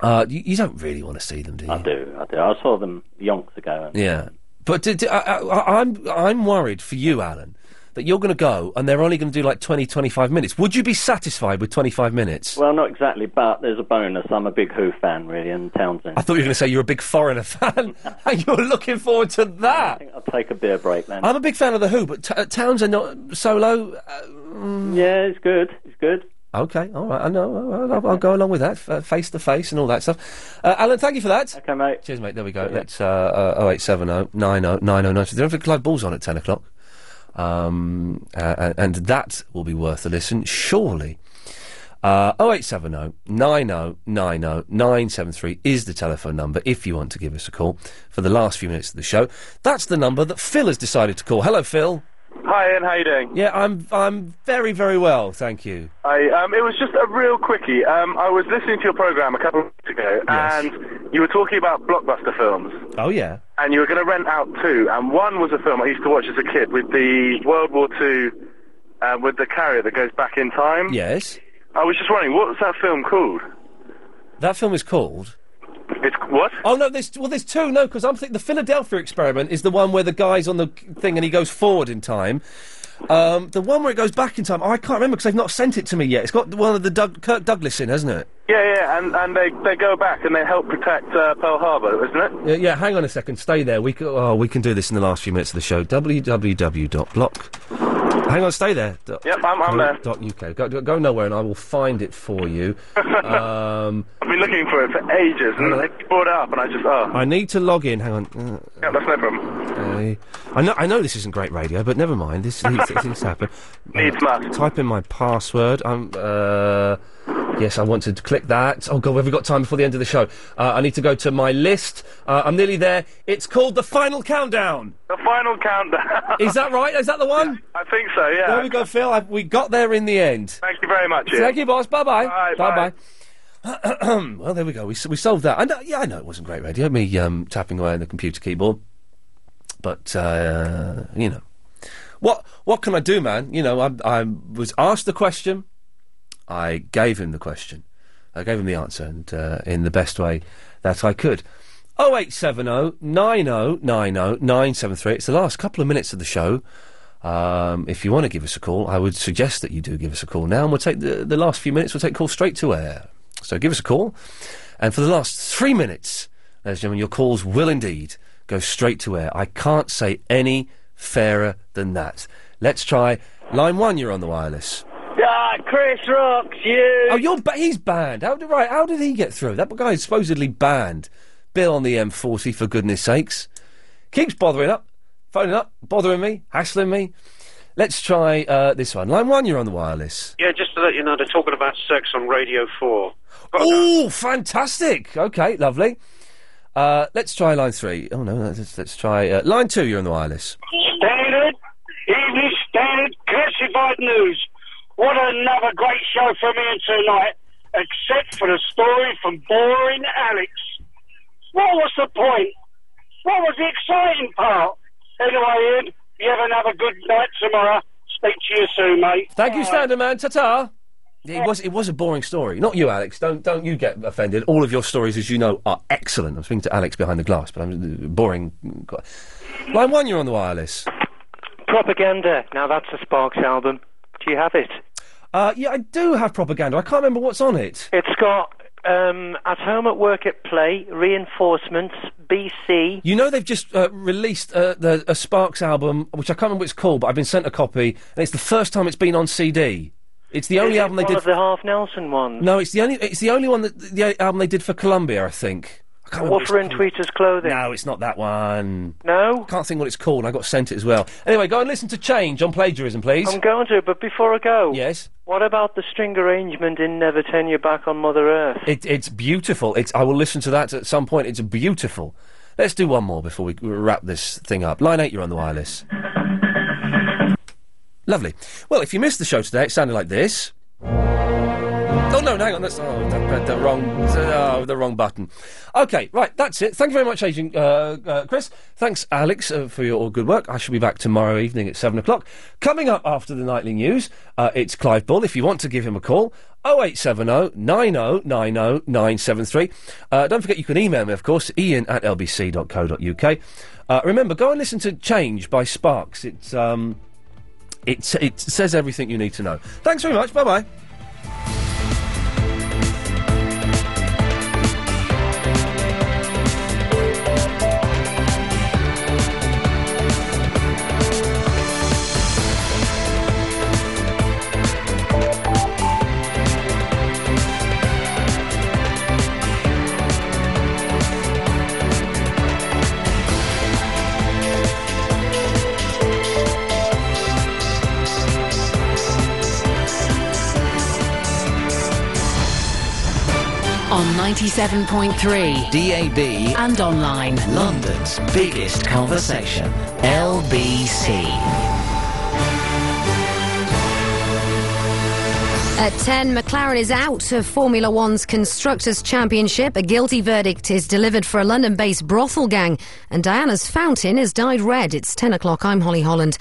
S1: Uh, you, you don't really want to see them, do you?
S52: I do, I do. I saw them yonks ago. And,
S1: Yeah, but d- d- I, I, I'm I'm worried for you, Alan, that you're going to go and they're only going to do like 20, 25 minutes. Would you be satisfied with 25 minutes?
S52: Well, not exactly, but there's a bonus. I'm a big Who fan, really, and Townsend.
S1: I thought you were going to say you're a big foreigner fan, and you're looking forward to that.
S52: I'll take a beer break then.
S1: I'm a big fan of the Who, but t- uh, Townsend not solo. Uh,
S52: yeah, it's good. It's good.
S1: Okay, all right. I know. I'll, I'll, I'll go along with that. Uh, face to face and all that stuff. Uh, Alan, thank you for that.
S52: Okay, mate.
S1: Cheers, mate. There we go. That's uh, uh, 0870 90 90 90. Don't forget Clive Ball's on at 10 o'clock. Um, uh, and that will be worth a listen, surely. Uh, 0870 90 90 973 is the telephone number if you want to give us a call for the last few minutes of the show. That's the number that Phil has decided to call. Hello, Phil.
S13: Hi, Ian. How you doing?
S1: Yeah, I'm I'm very very well, thank you.
S13: I, um, it was just a real quickie. Um, I was listening to your program a couple of weeks ago, and you were talking about blockbuster films,
S1: Oh yeah.
S13: and you were going to rent out two. And one was a film I used to watch as a kid with the World War Two, uh, with the carrier that goes back in time.
S1: Yes.
S13: I was just wondering, what's that film called?
S1: That film is called.
S13: It's what?
S1: Oh no, there's well, there's two. No, because I'm thinking the Philadelphia Experiment is the one where the guy's on the thing and he goes forward in time. Um, the one where it goes back in time, oh, I can't remember because they've not sent it to me yet. It's got one of the Doug, Kirk Douglas in, hasn't it?
S13: Yeah, yeah, and, and they, they go back and they help protect uh, Pearl Harbor, isn't it?
S1: Yeah, yeah, hang on a second. Stay there. We can, oh, we can do this in the last few minutes of the show. www.block. Hang on, stay there. Dot-
S13: Yep, I'm- I'm there.
S1: Dot UK. Go, go- go nowhere, and I will find it for you. um,
S13: I've been looking for it for ages, and then they brought it up, and I just, oh,
S1: I need to log in. Hang on. Uh,
S13: yeah, that's no problem.
S1: Uh, I know I know this isn't great radio, but never mind. This these things happen.
S13: Needs must.
S1: Type in my password. I'm. Uh, yes, I wanted to click that. Oh god, have we got time before the end of the show? Uh, I need to go to my list. Uh, I'm nearly there. It's called the final countdown.
S13: The final countdown.
S1: Is that right? Is that the one?
S13: I think so, yeah.
S1: There we go, Phil. I, we got there in the end.
S13: Thank you very much. Ian.
S1: Thank you, boss. Bye-bye.
S13: Bye,
S1: Bye-bye. well, there we go. We, s- we solved that. I know, yeah, I know it wasn't great radio, me um, tapping away on the computer keyboard. But, uh, you know. What what can I do, man? You know, I, I was asked the question. I gave him the question. I gave him the answer and uh, in the best way that I could. 0870 90 90 973. It's the last couple of minutes of the show. Um, if you want to give us a call, I would suggest that you do give us a call now, and we'll take the, the last few minutes, we'll take calls straight to air. So give us a call. And for the last three minutes, ladies and gentlemen, your calls will indeed go straight to air. I can't say any fairer than that. Let's try line one, you're on the wireless.
S53: Ah, Chris Rocks, you.
S1: Oh, you're ba- he's banned. How, did- right, how did he get through? That guy's supposedly banned. Bill on the M40, for goodness sakes. Keeps bothering up, phoning up, bothering me, hassling me. Let's try uh, this one. Line one, you're on the wireless.
S24: Yeah, just to let you know, they're talking about sex on Radio 4.
S1: Oh, fantastic. Okay, lovely. Uh, let's try line three. Oh, no, let's, let's try uh, line two, you're on the wireless.
S24: Standard, Evening Standard, classified news. What another great show from here tonight, except for the story from Boring Alex. What was the point?
S54: What was the exciting part? Anyway, Ian, you have another good night tomorrow. Speak to you soon, mate.
S1: Thank you, Standard Man. Ta ta. It was it was a boring story. Not you, Alex. Don't don't you get offended. All of your stories, as you know, are excellent. I'm speaking to Alex behind the glass, but I'm uh, boring. Line one, you're on the wireless.
S24: Propaganda. Now that's a Sparks album. Do you have it?
S1: Uh, yeah, I do have propaganda. I can't remember what's on it.
S24: It's got um, At Home, at Work, at Play, Reinforcements, BC.
S1: You know they've just uh, released uh, the, a Sparks album, which I can't remember what it's called, but I've been sent a copy, and it's the first time it's been on CD. It's the only
S24: Is it
S1: album they
S24: one
S1: did.
S24: of the Half Nelson ones.
S1: No, it's the only it's the only one that the album they did for Columbia, I think. I can't remember what it's
S24: Water and
S1: called.
S24: Tweeters Clothing.
S1: No, it's not that one.
S24: No?
S1: Can't think what it's called, and I got sent it as well. Anyway, go and listen to Change on plagiarism, please.
S24: I'm going to, but before I go.
S1: Yes?
S24: What about the string arrangement in Never Turn You Back on Mother Earth?
S1: It, it's beautiful. It's, I will listen to that at some point. It's beautiful. Let's do one more before we wrap this thing up. Line 8, you're on the wireless. Lovely. Well, if you missed the show today, it sounded like this. Oh no, hang on, that's oh, that, the wrong, oh, the wrong button. Okay, right, that's it. Thank you very much, Agent uh, uh, Chris. Thanks, Alex, uh, for your all good work. I shall be back tomorrow evening at seven o'clock. Coming up after the nightly news, uh, it's Clive Bull. If you want to give him a call, 0870 9090 973. Uh, don't forget you can email me, of course, ian at lbc.co.uk. Uh, remember, go and listen to Change by Sparks. It's um, it, it says everything you need to know. Thanks very much. Bye bye.
S55: On 97.3
S11: DAB
S55: and online.
S11: London's biggest conversation. LBC.
S8: At 10, McLaren is out of Formula One's Constructors' Championship. A guilty verdict is delivered for a London based brothel gang, and Diana's fountain is dyed red. It's 10 o'clock. I'm Holly Holland.